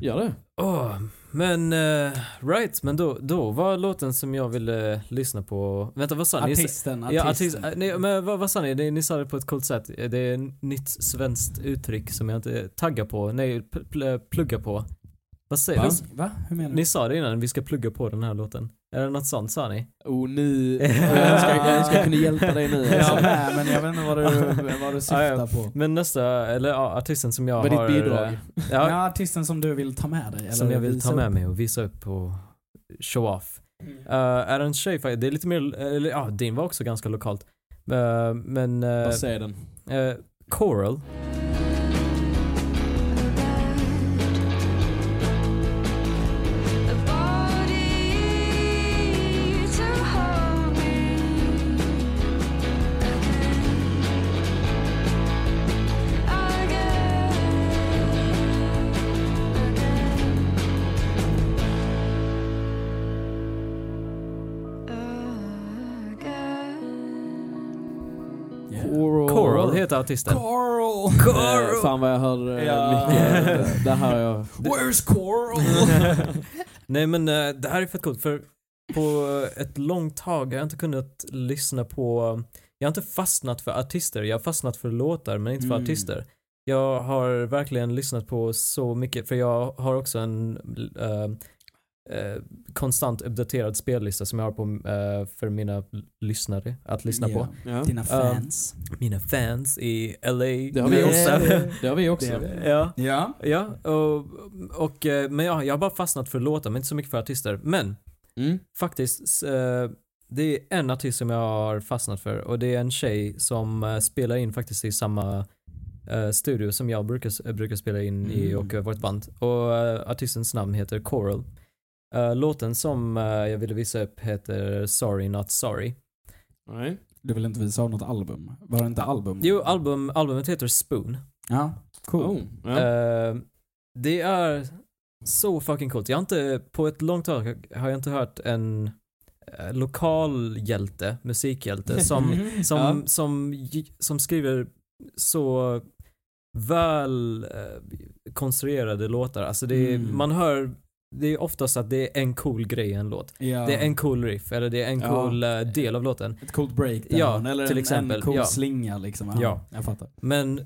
[SPEAKER 1] Gör det.
[SPEAKER 3] Åh, men eh, right, men då, då var låten som jag ville lyssna på... Vänta, vad sa ni?
[SPEAKER 2] Artisten.
[SPEAKER 3] Ja, artist, eh, nej, men vad, vad sa ni? ni? Ni sa det på ett coolt sätt. Eh, Det är ett nytt svenskt uttryck som jag inte taggar på, nej, pl pl plugga på. Vad säger
[SPEAKER 1] Va?
[SPEAKER 3] Va?
[SPEAKER 2] Va? Hur menar du?
[SPEAKER 3] Ni sa det innan, vi ska plugga på den här låten. Är det något sånt sa ni?
[SPEAKER 1] Oh, nu. jag önskar jag önskar jag kunde hjälpa dig nu.
[SPEAKER 2] Ja,
[SPEAKER 1] Alltså.
[SPEAKER 2] nej, men jag vet inte vad du, vad du syftar på.
[SPEAKER 3] Men nästa, eller ja, artisten som jag
[SPEAKER 1] Vad är
[SPEAKER 3] har...
[SPEAKER 1] ditt bidrag?
[SPEAKER 3] eh, Ja,
[SPEAKER 2] Ja, artisten som du vill ta med dig. Eller
[SPEAKER 3] som jag vill
[SPEAKER 2] visa
[SPEAKER 3] ta med
[SPEAKER 2] upp. Mm.
[SPEAKER 3] mig och visa upp och show off. Eh, är en tjej faktiskt, det är lite mer, eller ja, din var också ganska lokalt. Eh, men... eh,
[SPEAKER 1] Bara se den.
[SPEAKER 3] eh, Coral.
[SPEAKER 2] Yeah.
[SPEAKER 1] Coral.
[SPEAKER 3] Coral heter artisten.
[SPEAKER 2] Coral!
[SPEAKER 1] Eh, fan vad jag hörde
[SPEAKER 2] Ja.
[SPEAKER 1] ja. mycket. Det här har jag.
[SPEAKER 2] Where's Coral?
[SPEAKER 3] Nej men eh, det här är fett coolt för på eh, ett långt tag har jag inte kunnat lyssna på Jag har inte fastnat för artister, jag har fastnat för låtar men inte för
[SPEAKER 2] Mm.
[SPEAKER 3] artister. Jag har verkligen lyssnat på så mycket, för jag har också en eh, eh, konstant uppdaterad spellista som jag har på, eh, för mina lyssnare att lyssna på.
[SPEAKER 1] Ja.
[SPEAKER 2] Dina
[SPEAKER 3] fans.
[SPEAKER 2] fans.
[SPEAKER 3] Mina fans i LA.
[SPEAKER 1] Det har vi
[SPEAKER 3] USA.
[SPEAKER 1] också. Det har vi också.
[SPEAKER 3] ja.
[SPEAKER 2] Ja.
[SPEAKER 3] Ja, och, och, eh, men jag, jag har bara fastnat för låtar, men inte så mycket för artister. Men
[SPEAKER 1] Mm.
[SPEAKER 3] faktiskt, s- eh, det är en artist som jag har fastnat för och det är en tjej som eh, spelar in faktiskt i samma eh, studio som jag brukar, s- eh, brukar spela in i
[SPEAKER 2] Mm.
[SPEAKER 3] och eh, vårt band. Och eh, artistens namn heter Coral. Eh, Låten som eh, jag ville visa upp heter Sorry Not Sorry.
[SPEAKER 1] Nej.
[SPEAKER 2] Du vill inte visa av något album? Var det inte album?
[SPEAKER 3] Jo, album, albumet heter Spoon.
[SPEAKER 2] Ja, cool.
[SPEAKER 1] Oh, ja.
[SPEAKER 3] Eh, det är så fucking coolt. Jag har inte, på ett långt tag har jag inte hört en eh, lokal hjälte, musikhjälte, som, som,
[SPEAKER 1] Ja.
[SPEAKER 3] som, j- som skriver så väl eh, konstruerade låtar. Alltså det är,
[SPEAKER 2] Mm.
[SPEAKER 3] man hör, det är oftast att det är en cool grej i en låt.
[SPEAKER 2] Ja.
[SPEAKER 3] Det är en cool riff, eller det är en
[SPEAKER 2] Ja.
[SPEAKER 3] cool eh, del av låten.
[SPEAKER 2] Ett coolt breakdown.
[SPEAKER 3] Ja,
[SPEAKER 2] eller
[SPEAKER 3] till
[SPEAKER 2] en,
[SPEAKER 3] exempel,
[SPEAKER 2] en cool
[SPEAKER 3] ja.
[SPEAKER 2] slinga liksom. Ja,
[SPEAKER 3] Ja.
[SPEAKER 2] Jag fattar.
[SPEAKER 3] Men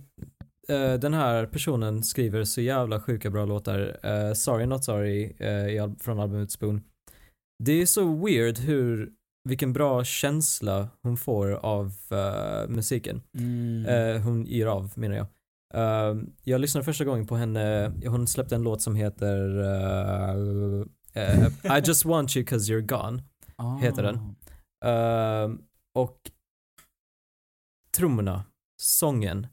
[SPEAKER 3] eh, den här personen skriver så jävla sjuka bra låtar. Eh, sorry Not Sorry eh, i al- från albumet Spoon. Det är så weird hur, vilken bra känsla hon får av eh, musiken.
[SPEAKER 2] Mm.
[SPEAKER 3] Eh, hon ger av menar jag. Eh, jag lyssnade första gången på henne, hon släppte en låt som heter eh, eh, I just want you cause you're gone.
[SPEAKER 2] Ah.
[SPEAKER 3] heter den. Ehm, och trummorna, sången,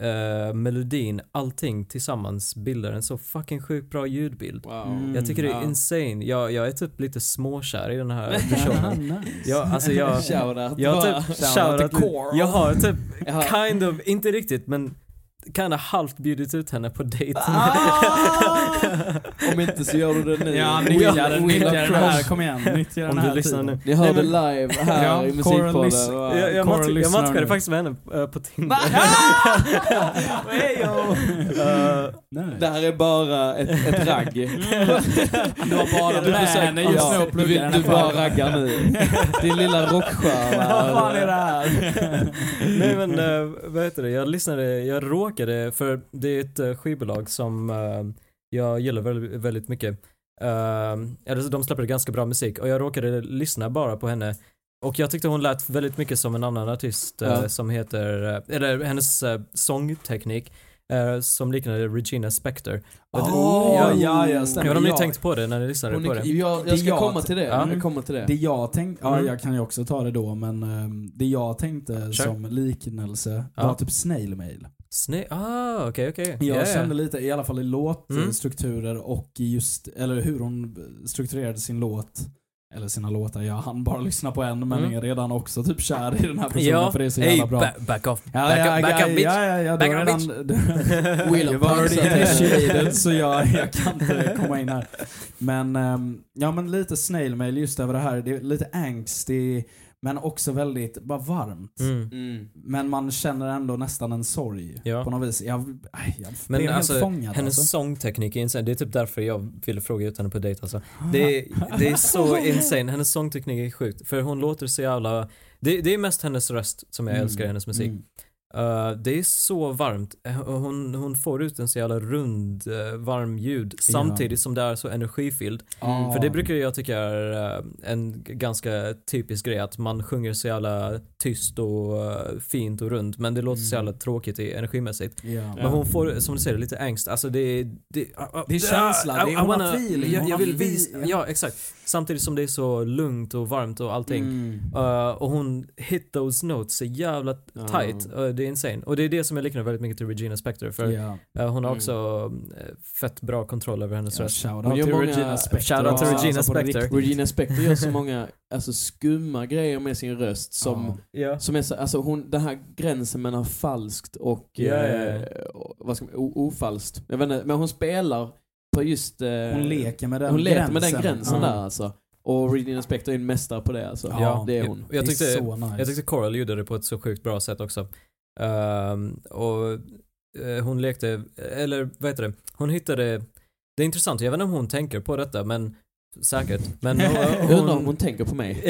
[SPEAKER 3] eh, melodin, allting tillsammans bildar en så fucking sjukt bra ljudbild.
[SPEAKER 1] Wow.
[SPEAKER 2] Mm.
[SPEAKER 3] jag tycker det är
[SPEAKER 1] ja.
[SPEAKER 3] insane. Jag, jag är typ lite småkär i den här
[SPEAKER 2] Ja,
[SPEAKER 3] personen.
[SPEAKER 2] nice.
[SPEAKER 3] jag, alltså jag,
[SPEAKER 1] Shoutout.
[SPEAKER 3] jag har
[SPEAKER 1] bara.
[SPEAKER 3] typ
[SPEAKER 1] Shoutout
[SPEAKER 3] shoutout,
[SPEAKER 1] till Core.
[SPEAKER 3] jag har typ
[SPEAKER 1] Ja.
[SPEAKER 3] kind of, inte riktigt men kind of halvt bjudit ut henne på dejt.
[SPEAKER 1] Ah! Om inte så gör du det nu.
[SPEAKER 2] Ja,
[SPEAKER 1] We
[SPEAKER 2] nyttja
[SPEAKER 1] love
[SPEAKER 2] den, nyttja den här.
[SPEAKER 1] Cross.
[SPEAKER 2] Kom igen, nyttja den
[SPEAKER 3] Om
[SPEAKER 2] här
[SPEAKER 3] du lyssnar nu.
[SPEAKER 2] tiden.
[SPEAKER 1] Ni hör
[SPEAKER 3] Nej,
[SPEAKER 1] det
[SPEAKER 3] men-
[SPEAKER 1] live här
[SPEAKER 2] Ja,
[SPEAKER 1] i
[SPEAKER 2] Coral
[SPEAKER 1] musikpodden.
[SPEAKER 2] Miss-
[SPEAKER 1] Wow.
[SPEAKER 3] Jag, jag,
[SPEAKER 2] Cora
[SPEAKER 3] mat, jag
[SPEAKER 2] lyssnar
[SPEAKER 3] matchade
[SPEAKER 2] nu.
[SPEAKER 3] faktiskt med henne eh, på Tinder. Eh,
[SPEAKER 2] Nej.
[SPEAKER 1] Det här är bara ett, ett ragg.
[SPEAKER 2] Du har bara
[SPEAKER 1] Du
[SPEAKER 2] med
[SPEAKER 1] försöker-
[SPEAKER 2] henne just
[SPEAKER 1] ja,
[SPEAKER 2] nu och
[SPEAKER 1] du,
[SPEAKER 2] pluggar
[SPEAKER 1] vill-
[SPEAKER 2] den
[SPEAKER 1] du
[SPEAKER 2] här
[SPEAKER 1] bara
[SPEAKER 2] podden.
[SPEAKER 1] raggar nu. Din lilla rockstjärna.
[SPEAKER 2] Vad fan är det här?
[SPEAKER 3] Nej men eh, vad heter det, jag lyssnade, jag råkade, för det är ett eh, skivbolag som eh, jag gillar väldigt, väldigt mycket. Eh, eller så de släpper ganska bra musik och jag råkade lyssna bara på henne och jag tyckte hon lät väldigt mycket som en annan artist eh,
[SPEAKER 1] Ja.
[SPEAKER 3] som heter, eh, eller hennes eh, sångteknik eh, som liknade Regina Spektor. Och det-
[SPEAKER 2] Åh,
[SPEAKER 3] ja,
[SPEAKER 2] Ah, ja, ja,
[SPEAKER 3] jag
[SPEAKER 2] stämmer.
[SPEAKER 3] vet inte om ni
[SPEAKER 1] Jag-
[SPEAKER 3] tänkt på det när ni lyssnade
[SPEAKER 1] Hon
[SPEAKER 3] på
[SPEAKER 1] är,
[SPEAKER 3] det.
[SPEAKER 1] jag,
[SPEAKER 2] Det är
[SPEAKER 1] jag ska
[SPEAKER 2] jag.
[SPEAKER 1] komma till det.
[SPEAKER 3] Ja.
[SPEAKER 1] Jag kommer till det.
[SPEAKER 2] Det jag tänkte, ja
[SPEAKER 3] Mm.
[SPEAKER 2] jag kan ju också ta det då, men ehm, det jag tänkte som liknelse
[SPEAKER 3] Ja.
[SPEAKER 2] var typ snail mail.
[SPEAKER 3] Sne- ah, okej okej.
[SPEAKER 2] Jag
[SPEAKER 3] Ja, ja.
[SPEAKER 2] kände lite, i alla fall i
[SPEAKER 3] Mm.
[SPEAKER 2] låtstrukturer och i just, eller hur hon strukturerade sin låt, eller sina låtar, jag hann bara lyssna på en men
[SPEAKER 3] Mm.
[SPEAKER 2] är redan också typ kär i den här personen
[SPEAKER 3] Ja,
[SPEAKER 2] för det är så
[SPEAKER 3] hey,
[SPEAKER 2] jävla bra.
[SPEAKER 3] ba- back off,
[SPEAKER 2] Ja,
[SPEAKER 3] back,
[SPEAKER 2] ja,
[SPEAKER 3] up, back
[SPEAKER 2] ja,
[SPEAKER 3] up bitch.
[SPEAKER 2] Ja, ja, ja,
[SPEAKER 3] Back
[SPEAKER 2] back
[SPEAKER 3] up,
[SPEAKER 2] redan,
[SPEAKER 1] Will
[SPEAKER 2] Jag var
[SPEAKER 1] of
[SPEAKER 2] already
[SPEAKER 1] Punks.
[SPEAKER 2] initiated så jag, jag kan inte komma in här. Men, ehm, ja men lite snail mail just över det här. Det är lite angstig men också väldigt, bara varmt.
[SPEAKER 3] Mm.
[SPEAKER 1] Mm.
[SPEAKER 2] Men man känner ändå nästan en sorg
[SPEAKER 3] Ja.
[SPEAKER 2] på något vis. Jag, aj, jag
[SPEAKER 3] Men
[SPEAKER 2] blev
[SPEAKER 3] alltså,
[SPEAKER 2] helt fångad
[SPEAKER 3] Hennes
[SPEAKER 2] alltså.
[SPEAKER 3] sångteknik är insane, det är typ därför jag ville fråga ut henne på dejt alltså. det, är, det är så insane, hennes sångteknik är sjukt. För hon låter så jävla, det, det är mest hennes röst som jag
[SPEAKER 2] Mm.
[SPEAKER 3] älskar i hennes musik.
[SPEAKER 2] Mm.
[SPEAKER 3] Eh, det är så varmt, Eh, hon, hon får ut en så jävla rund, eh, varm ljud samtidigt som det är så energifylld.
[SPEAKER 2] Ja.
[SPEAKER 3] För det brukar jag tycka är eh, en g- ganska typisk grej, att man sjunger så jävla tyst och eh, fint och runt men det låter så
[SPEAKER 2] Mm.
[SPEAKER 3] jävla tråkigt i, energimässigt.
[SPEAKER 2] Ja.
[SPEAKER 1] Ja.
[SPEAKER 3] Men hon får, som du säger, lite angst. Alltså det är... Det, ah, ah,
[SPEAKER 2] Det är känsla, det är- liksom. hon har feeling,
[SPEAKER 3] jag,
[SPEAKER 2] hon
[SPEAKER 3] jag
[SPEAKER 2] har
[SPEAKER 3] vill visa,
[SPEAKER 2] feeling.
[SPEAKER 3] ja exakt. Samtidigt som det är så lugnt och varmt och allting.
[SPEAKER 2] Mm.
[SPEAKER 3] Eh, och hon hit those notes så jävla tight. Eh, det är insane. Och det är det som jag liknar väldigt mycket till Regina Spektor för
[SPEAKER 2] Ja.
[SPEAKER 3] eh, hon har
[SPEAKER 1] Mm.
[SPEAKER 3] också eh, fett bra kontroll över hennes
[SPEAKER 2] Ja,
[SPEAKER 3] röst.
[SPEAKER 2] Shoutout
[SPEAKER 1] Hon gör
[SPEAKER 2] till
[SPEAKER 1] många-
[SPEAKER 2] Regina Spektor.
[SPEAKER 3] Shoutout till
[SPEAKER 2] Ja,
[SPEAKER 3] Regina
[SPEAKER 2] alltså på
[SPEAKER 3] Spektor.
[SPEAKER 2] riktigt.
[SPEAKER 1] Regina Spektor gör så många alltså, skumma grejer med sin röst som
[SPEAKER 2] Ja.
[SPEAKER 3] Ja.
[SPEAKER 1] Som är så, alltså hon, den här gränsen mellan falskt och,
[SPEAKER 3] Ja, ja, ja.
[SPEAKER 1] eh, och vad ska man, o, ofalskt. Jag vet inte, men hon spelar på just... Eh,
[SPEAKER 2] Hon leker med den
[SPEAKER 1] hon leker
[SPEAKER 2] gränsen.
[SPEAKER 1] med den gränsen
[SPEAKER 2] Ja.
[SPEAKER 1] där alltså. Och Regina Spektor är en mästare på det alltså.
[SPEAKER 2] Ja.
[SPEAKER 1] det är
[SPEAKER 3] Jag-
[SPEAKER 1] hon.
[SPEAKER 3] Jag tyckte,
[SPEAKER 2] det är så nice.
[SPEAKER 3] Jag tyckte Coral gjorde det på ett så sjukt bra sätt också. Ehm, och eh, hon lekte, eller vad heter det, hon hittade, det är intressant, jag vet inte om hon tänker på detta men Säkert. Men
[SPEAKER 1] Jag undrar om hon tänker på mig.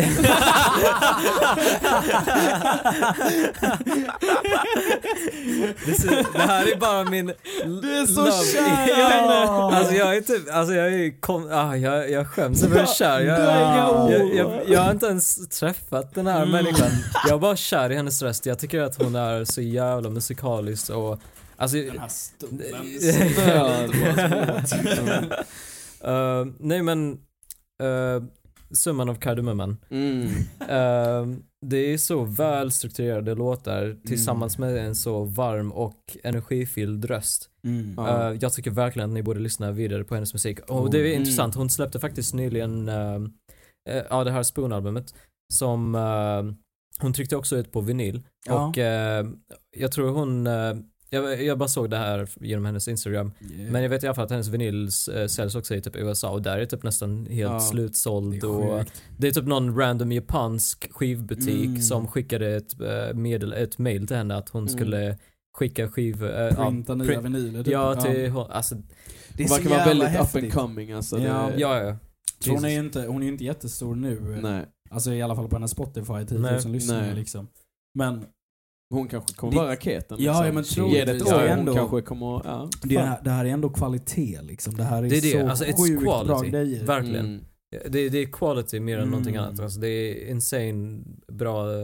[SPEAKER 3] This is, det här är bara min Du är
[SPEAKER 1] så
[SPEAKER 3] kär
[SPEAKER 1] i henne.
[SPEAKER 3] Alltså jag är typ, alltså jag är kom, ah, jag, jag skäms över hur kär jag
[SPEAKER 1] Du har
[SPEAKER 3] är.
[SPEAKER 1] inga ord.
[SPEAKER 3] Jag, jag, jag har inte ens träffat den här människan. Jag är bara kär i hennes röst. Jag tycker att hon är så jävla musikalisk och alltså,
[SPEAKER 2] Den här stubben.
[SPEAKER 3] eh, nej men, eh, summan av kardemumman.
[SPEAKER 1] Mm.
[SPEAKER 3] Ehm, det är så väl strukturerade låtar tillsammans med en så varm och energifylld röst.
[SPEAKER 2] Mm.
[SPEAKER 1] Ja.
[SPEAKER 3] Ehm, jag tycker verkligen att ni borde lyssna vidare på hennes musik. Och
[SPEAKER 2] Oh.
[SPEAKER 3] det är
[SPEAKER 1] Mm.
[SPEAKER 3] intressant, hon släppte faktiskt nyligen ehm, eh, ja, det här Spoon-albumet som ehm, hon tryckte också ut på vinyl.
[SPEAKER 2] Ja.
[SPEAKER 3] Och ehm, jag tror hon, eh, jag, jag bara såg det här genom hennes Instagram. eh, Men jag vet i alla fall att hennes vinyl eh, säljs också i typ USA och där är typ nästan helt
[SPEAKER 1] Ja.
[SPEAKER 3] slutsåld.
[SPEAKER 2] Det är
[SPEAKER 3] och,
[SPEAKER 2] sjukt.
[SPEAKER 3] det är typ någon random japansk skivbutik
[SPEAKER 2] Mm.
[SPEAKER 3] som skickade ett, eh, medel, ett mail till henne att hon
[SPEAKER 1] Mm.
[SPEAKER 3] skulle skicka skiv... eh, ja,
[SPEAKER 2] Printa nya
[SPEAKER 3] print-
[SPEAKER 2] vinyler. typ.
[SPEAKER 3] ja, till hon, alltså,
[SPEAKER 1] Hon verkar vara väldigt up and coming alltså.
[SPEAKER 2] Ja.
[SPEAKER 1] Det,
[SPEAKER 3] ja, ja.
[SPEAKER 2] Så Hon är ju
[SPEAKER 3] Jesus.
[SPEAKER 2] inte, hon är ju inte jättestor nu.
[SPEAKER 1] Nej.
[SPEAKER 2] Alltså i alla fall på hennes Spotify, 10 000
[SPEAKER 3] Nej.
[SPEAKER 2] lyssnare
[SPEAKER 1] Nej.
[SPEAKER 2] liksom. Men
[SPEAKER 1] Hon kanske kommer
[SPEAKER 2] Det-
[SPEAKER 1] vara raketen. liksom.
[SPEAKER 2] Ja, ja, men
[SPEAKER 1] Ge det ett
[SPEAKER 2] troligtvis.
[SPEAKER 1] år,
[SPEAKER 2] Ja,
[SPEAKER 1] hon
[SPEAKER 2] ändå.
[SPEAKER 1] kanske kommer... Ja.
[SPEAKER 2] det här, det här är ändå kvalitet liksom. Det här är,
[SPEAKER 3] Det är det,
[SPEAKER 2] så
[SPEAKER 3] alltså, it's
[SPEAKER 2] sjukt bra
[SPEAKER 3] quality.
[SPEAKER 2] grejer.
[SPEAKER 3] Verkligen.
[SPEAKER 1] Mm.
[SPEAKER 3] Det, det är quality mer än
[SPEAKER 2] Mm.
[SPEAKER 3] någonting annat. Alltså, det är insane bra... eh,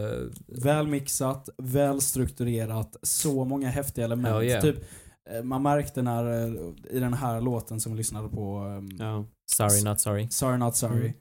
[SPEAKER 2] Väl mixat, väl strukturerat, så många häftiga element.
[SPEAKER 3] Oh, yeah.
[SPEAKER 2] typ, eh, man märkte när, eh, i den här låten som vi lyssnade på, ehm,
[SPEAKER 1] Ja.
[SPEAKER 3] Sorry not sorry.
[SPEAKER 2] Sorry Not Sorry,